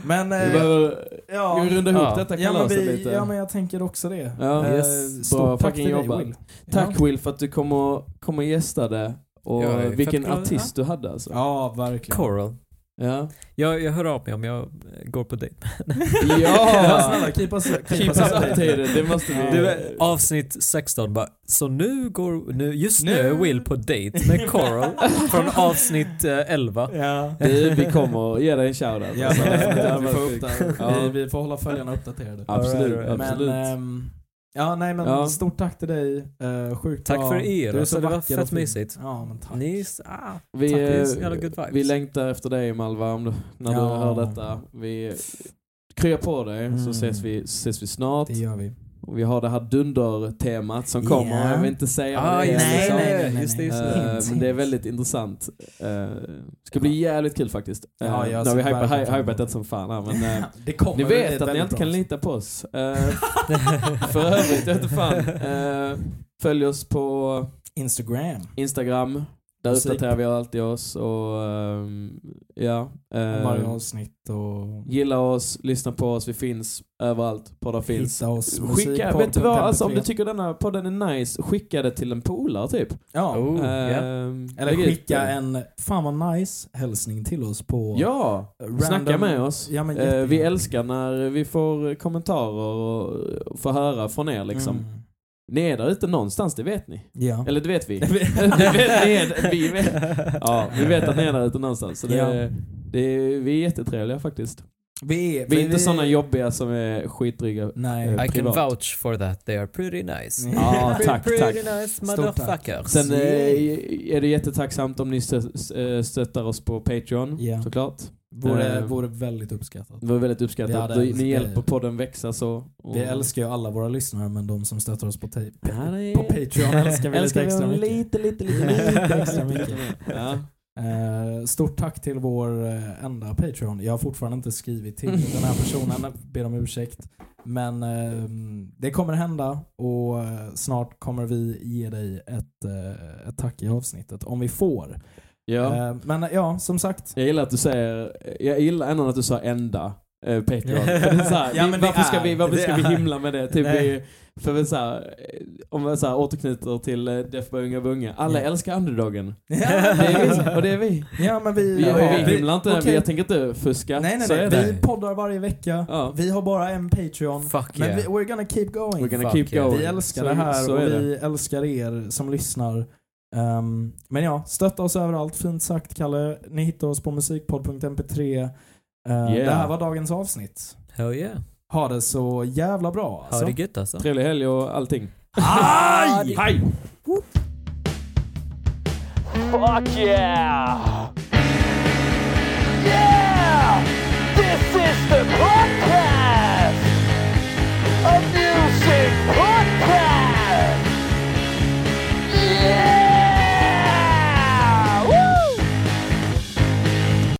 [SPEAKER 2] Men...
[SPEAKER 1] Vi
[SPEAKER 2] Eh,
[SPEAKER 1] behöver
[SPEAKER 2] ja.
[SPEAKER 1] runda ihop
[SPEAKER 3] Ja.
[SPEAKER 1] detta
[SPEAKER 2] Ja men,
[SPEAKER 1] kalaset
[SPEAKER 2] vi,
[SPEAKER 1] lite.
[SPEAKER 2] ja men jag tänker också det.
[SPEAKER 1] Ja.
[SPEAKER 2] Eh,
[SPEAKER 3] Yes.
[SPEAKER 2] stort
[SPEAKER 1] Bra
[SPEAKER 2] tack
[SPEAKER 1] fucking
[SPEAKER 2] till dig,
[SPEAKER 1] jobbat.
[SPEAKER 2] Will.
[SPEAKER 1] Tack
[SPEAKER 2] Ja.
[SPEAKER 1] Will för att du kom och, kom och gästade. Och
[SPEAKER 3] Jag är fett
[SPEAKER 1] vilken
[SPEAKER 3] glad,
[SPEAKER 1] artist du hade alltså.
[SPEAKER 2] Ja, verkligen.
[SPEAKER 3] Coral.
[SPEAKER 1] Ja.
[SPEAKER 3] Jag, jag hör av mig om jag eh, går på dejt.
[SPEAKER 2] Ja,
[SPEAKER 1] ja.
[SPEAKER 2] snälla keep us, keep
[SPEAKER 1] Keep
[SPEAKER 2] us
[SPEAKER 1] us
[SPEAKER 2] updated.
[SPEAKER 1] updated, det måste vi.
[SPEAKER 3] Du, eh, avsnitt 16 bara, så nu går, nu, just nu,
[SPEAKER 2] Nu.
[SPEAKER 3] är Will på dejt med Coral från avsnitt eh, 11.
[SPEAKER 2] Ja.
[SPEAKER 1] Du, vi kommer ge dig en shoutout.
[SPEAKER 2] Ja,
[SPEAKER 1] Alltså.
[SPEAKER 2] men definitivt. Vi
[SPEAKER 1] men-
[SPEAKER 2] får, upp det.
[SPEAKER 1] Ja.
[SPEAKER 2] Vi, vi får hålla följarna uppdaterade.
[SPEAKER 1] Absolut,
[SPEAKER 3] Alright, alright.
[SPEAKER 1] absolut.
[SPEAKER 2] Men, ehm, ja, nej, men
[SPEAKER 1] Ja.
[SPEAKER 2] stort tack till dig. Uh, sjukt
[SPEAKER 3] Tack
[SPEAKER 2] bra.
[SPEAKER 3] för er,
[SPEAKER 2] Du är
[SPEAKER 3] alltså,
[SPEAKER 2] så
[SPEAKER 3] det var
[SPEAKER 2] vacker
[SPEAKER 3] fett
[SPEAKER 2] och fin.
[SPEAKER 3] mysigt.
[SPEAKER 2] Ja, men tack.
[SPEAKER 3] Ni, ah,
[SPEAKER 1] vi,
[SPEAKER 3] tack, det är
[SPEAKER 1] eh,
[SPEAKER 3] så jävla good vibes.
[SPEAKER 1] vi längtar efter dig Malva, om du, när du
[SPEAKER 2] Ja.
[SPEAKER 1] hör detta. Vi krya på dig så
[SPEAKER 2] Mm.
[SPEAKER 1] ses vi, ses vi snart.
[SPEAKER 2] Det gör vi.
[SPEAKER 1] Och vi har det här dunder-temat som kommer.
[SPEAKER 2] Ja.
[SPEAKER 1] Jag vill inte säga
[SPEAKER 3] Ah,
[SPEAKER 1] vad det är.
[SPEAKER 3] just det.
[SPEAKER 1] liksom.
[SPEAKER 2] nej, nej, nej.
[SPEAKER 3] Just det, just det.
[SPEAKER 1] Eh, men det är väldigt intressant. Eh, ska bli jävligt kul faktiskt. Eh,
[SPEAKER 2] Ja, jag
[SPEAKER 1] nu har vi
[SPEAKER 2] ser
[SPEAKER 1] hypat
[SPEAKER 2] verkligen fram
[SPEAKER 1] hy-
[SPEAKER 2] emot
[SPEAKER 1] hypat
[SPEAKER 2] det.
[SPEAKER 1] det som fan här men eh,
[SPEAKER 2] det kommer
[SPEAKER 1] Ni
[SPEAKER 2] väl
[SPEAKER 1] vet att
[SPEAKER 2] ett
[SPEAKER 1] ni
[SPEAKER 2] väldigt
[SPEAKER 1] inte kan
[SPEAKER 2] bra
[SPEAKER 1] lita på oss. Eh, för övrigt, jag vet inte fan. Eh, följ oss på
[SPEAKER 2] Instagram.
[SPEAKER 1] Instagram, Där
[SPEAKER 2] Musik.
[SPEAKER 1] uppdaterar vi alltid oss och ehm, ja.
[SPEAKER 2] Om varje
[SPEAKER 1] Uh,
[SPEAKER 2] avsnitt och
[SPEAKER 1] gilla oss, lyssna på oss, vi finns överallt. Poddar finns.
[SPEAKER 2] hitta oss.
[SPEAKER 1] Skicka,
[SPEAKER 2] musikpodden
[SPEAKER 1] vet du vad, alltså, om du
[SPEAKER 2] 53.
[SPEAKER 1] tycker denna podden är nice, skicka det till en polare typ.
[SPEAKER 2] ja.
[SPEAKER 3] Oh, ja.
[SPEAKER 1] Ehm,
[SPEAKER 2] Eller
[SPEAKER 1] lägg ut
[SPEAKER 2] skicka
[SPEAKER 1] det.
[SPEAKER 2] en fan vad nice hälsning till oss på
[SPEAKER 1] Ja!
[SPEAKER 2] random-
[SPEAKER 1] Snacka med oss.
[SPEAKER 2] Ja, men
[SPEAKER 1] Eh,
[SPEAKER 2] jättegärna.
[SPEAKER 1] vi älskar när vi får kommentarer och eh, får höra från er liksom.
[SPEAKER 2] Mm.
[SPEAKER 1] Ni är där ute någonstans, det vet ni.
[SPEAKER 2] Ja.
[SPEAKER 1] Eller det vet vi. det vet, ni är, vi, vet, ja, vi vet att ni är där ute någonstans. Så det,
[SPEAKER 2] Ja.
[SPEAKER 1] det, vi är jättetrevliga faktiskt.
[SPEAKER 2] Vi är,
[SPEAKER 1] Vi är inte sådana jobbiga som är skitdryga.
[SPEAKER 2] Nej.
[SPEAKER 1] Eh,
[SPEAKER 3] I can
[SPEAKER 1] privat.
[SPEAKER 3] vouch for that, they are pretty nice.
[SPEAKER 2] Ja,
[SPEAKER 1] Ja, tack, tack.
[SPEAKER 3] pretty nice
[SPEAKER 2] tack.
[SPEAKER 3] motherfuckers.
[SPEAKER 1] Sen eh, är det jättetacksamt om ni stö- eh, stöttar oss på Patreon,
[SPEAKER 2] Ja.
[SPEAKER 1] såklart.
[SPEAKER 2] Vore,
[SPEAKER 1] Eh,
[SPEAKER 2] vore väldigt uppskattat.
[SPEAKER 1] Det var väldigt
[SPEAKER 2] Vi
[SPEAKER 1] uppskattat.
[SPEAKER 2] hade
[SPEAKER 1] Ni-
[SPEAKER 2] älskat-
[SPEAKER 1] Ni hjälper podden växa så. och-
[SPEAKER 2] Vi älskar ju alla våra lyssnare men de som stöttar oss på, ta-
[SPEAKER 1] Ja, det är-
[SPEAKER 2] på Patreon älskar vi lite
[SPEAKER 1] Älskar
[SPEAKER 2] extra
[SPEAKER 1] vi dem
[SPEAKER 2] mycket.
[SPEAKER 1] lite, lite, lite,
[SPEAKER 2] Lite
[SPEAKER 1] lite
[SPEAKER 2] extra
[SPEAKER 1] extra
[SPEAKER 2] mycket.
[SPEAKER 1] mycket. Ja.
[SPEAKER 2] Eh, stort tack till vår eh, enda Patreon. Jag har fortfarande inte skrivit till den här personen, ber om ursäkt. Men eh, det kommer hända och eh, snart kommer vi ge dig ett, eh, ett tack i avsnittet om vi får.
[SPEAKER 1] ja.
[SPEAKER 2] Eh, men eh, ja, som sagt.
[SPEAKER 1] Jag gillar att du säger, jag gillar ändå att du sa enda eh, Patreon. För det är så här,
[SPEAKER 2] Ja,
[SPEAKER 1] vi,
[SPEAKER 2] men det
[SPEAKER 1] varför ska,
[SPEAKER 2] är-
[SPEAKER 1] vi, varför
[SPEAKER 2] det
[SPEAKER 1] ska vi
[SPEAKER 2] är-
[SPEAKER 1] himla med det? Typ,
[SPEAKER 2] Nej.
[SPEAKER 1] vi, för vi så här, eh, om vi så här återknyter till eh, Def Boy Unga Bunga. Alla
[SPEAKER 2] Ja.
[SPEAKER 1] älskar underdogen. Det är vi, och
[SPEAKER 2] ja,
[SPEAKER 1] det är vi.
[SPEAKER 2] men vi,
[SPEAKER 1] Vi,
[SPEAKER 2] ja,
[SPEAKER 1] vi himlar inte,
[SPEAKER 2] okej.
[SPEAKER 1] jag tänker inte fuska.
[SPEAKER 2] Nej, nej,
[SPEAKER 1] så är
[SPEAKER 2] nej.
[SPEAKER 1] det.
[SPEAKER 2] Vi poddar varje vecka.
[SPEAKER 1] Ja.
[SPEAKER 2] Vi har bara en Patreon.
[SPEAKER 3] Fuck
[SPEAKER 2] eh, Men vi,
[SPEAKER 3] yeah.
[SPEAKER 2] we're gonna keep going.
[SPEAKER 1] We're gonna
[SPEAKER 3] Fuck
[SPEAKER 1] keep
[SPEAKER 3] yeah.
[SPEAKER 1] going.
[SPEAKER 2] Vi älskar
[SPEAKER 1] Så-
[SPEAKER 2] det här
[SPEAKER 1] så
[SPEAKER 2] och
[SPEAKER 1] är det.
[SPEAKER 2] vi älskar er som lyssnar. Ehm, men ja, stötta oss överallt. Fint sagt Kalle. Ni hittar oss på musikpodd.mp3. Ehm, Det här var dagens avsnitt.
[SPEAKER 3] Hell yeah.
[SPEAKER 2] Ha det så jävla bra
[SPEAKER 3] Ha
[SPEAKER 2] alltså.
[SPEAKER 3] det gött alltså.
[SPEAKER 1] Trevlig helg och allting.
[SPEAKER 2] Aj!
[SPEAKER 1] Hej!
[SPEAKER 7] Fuck yeah! Yeah! This is the podcast!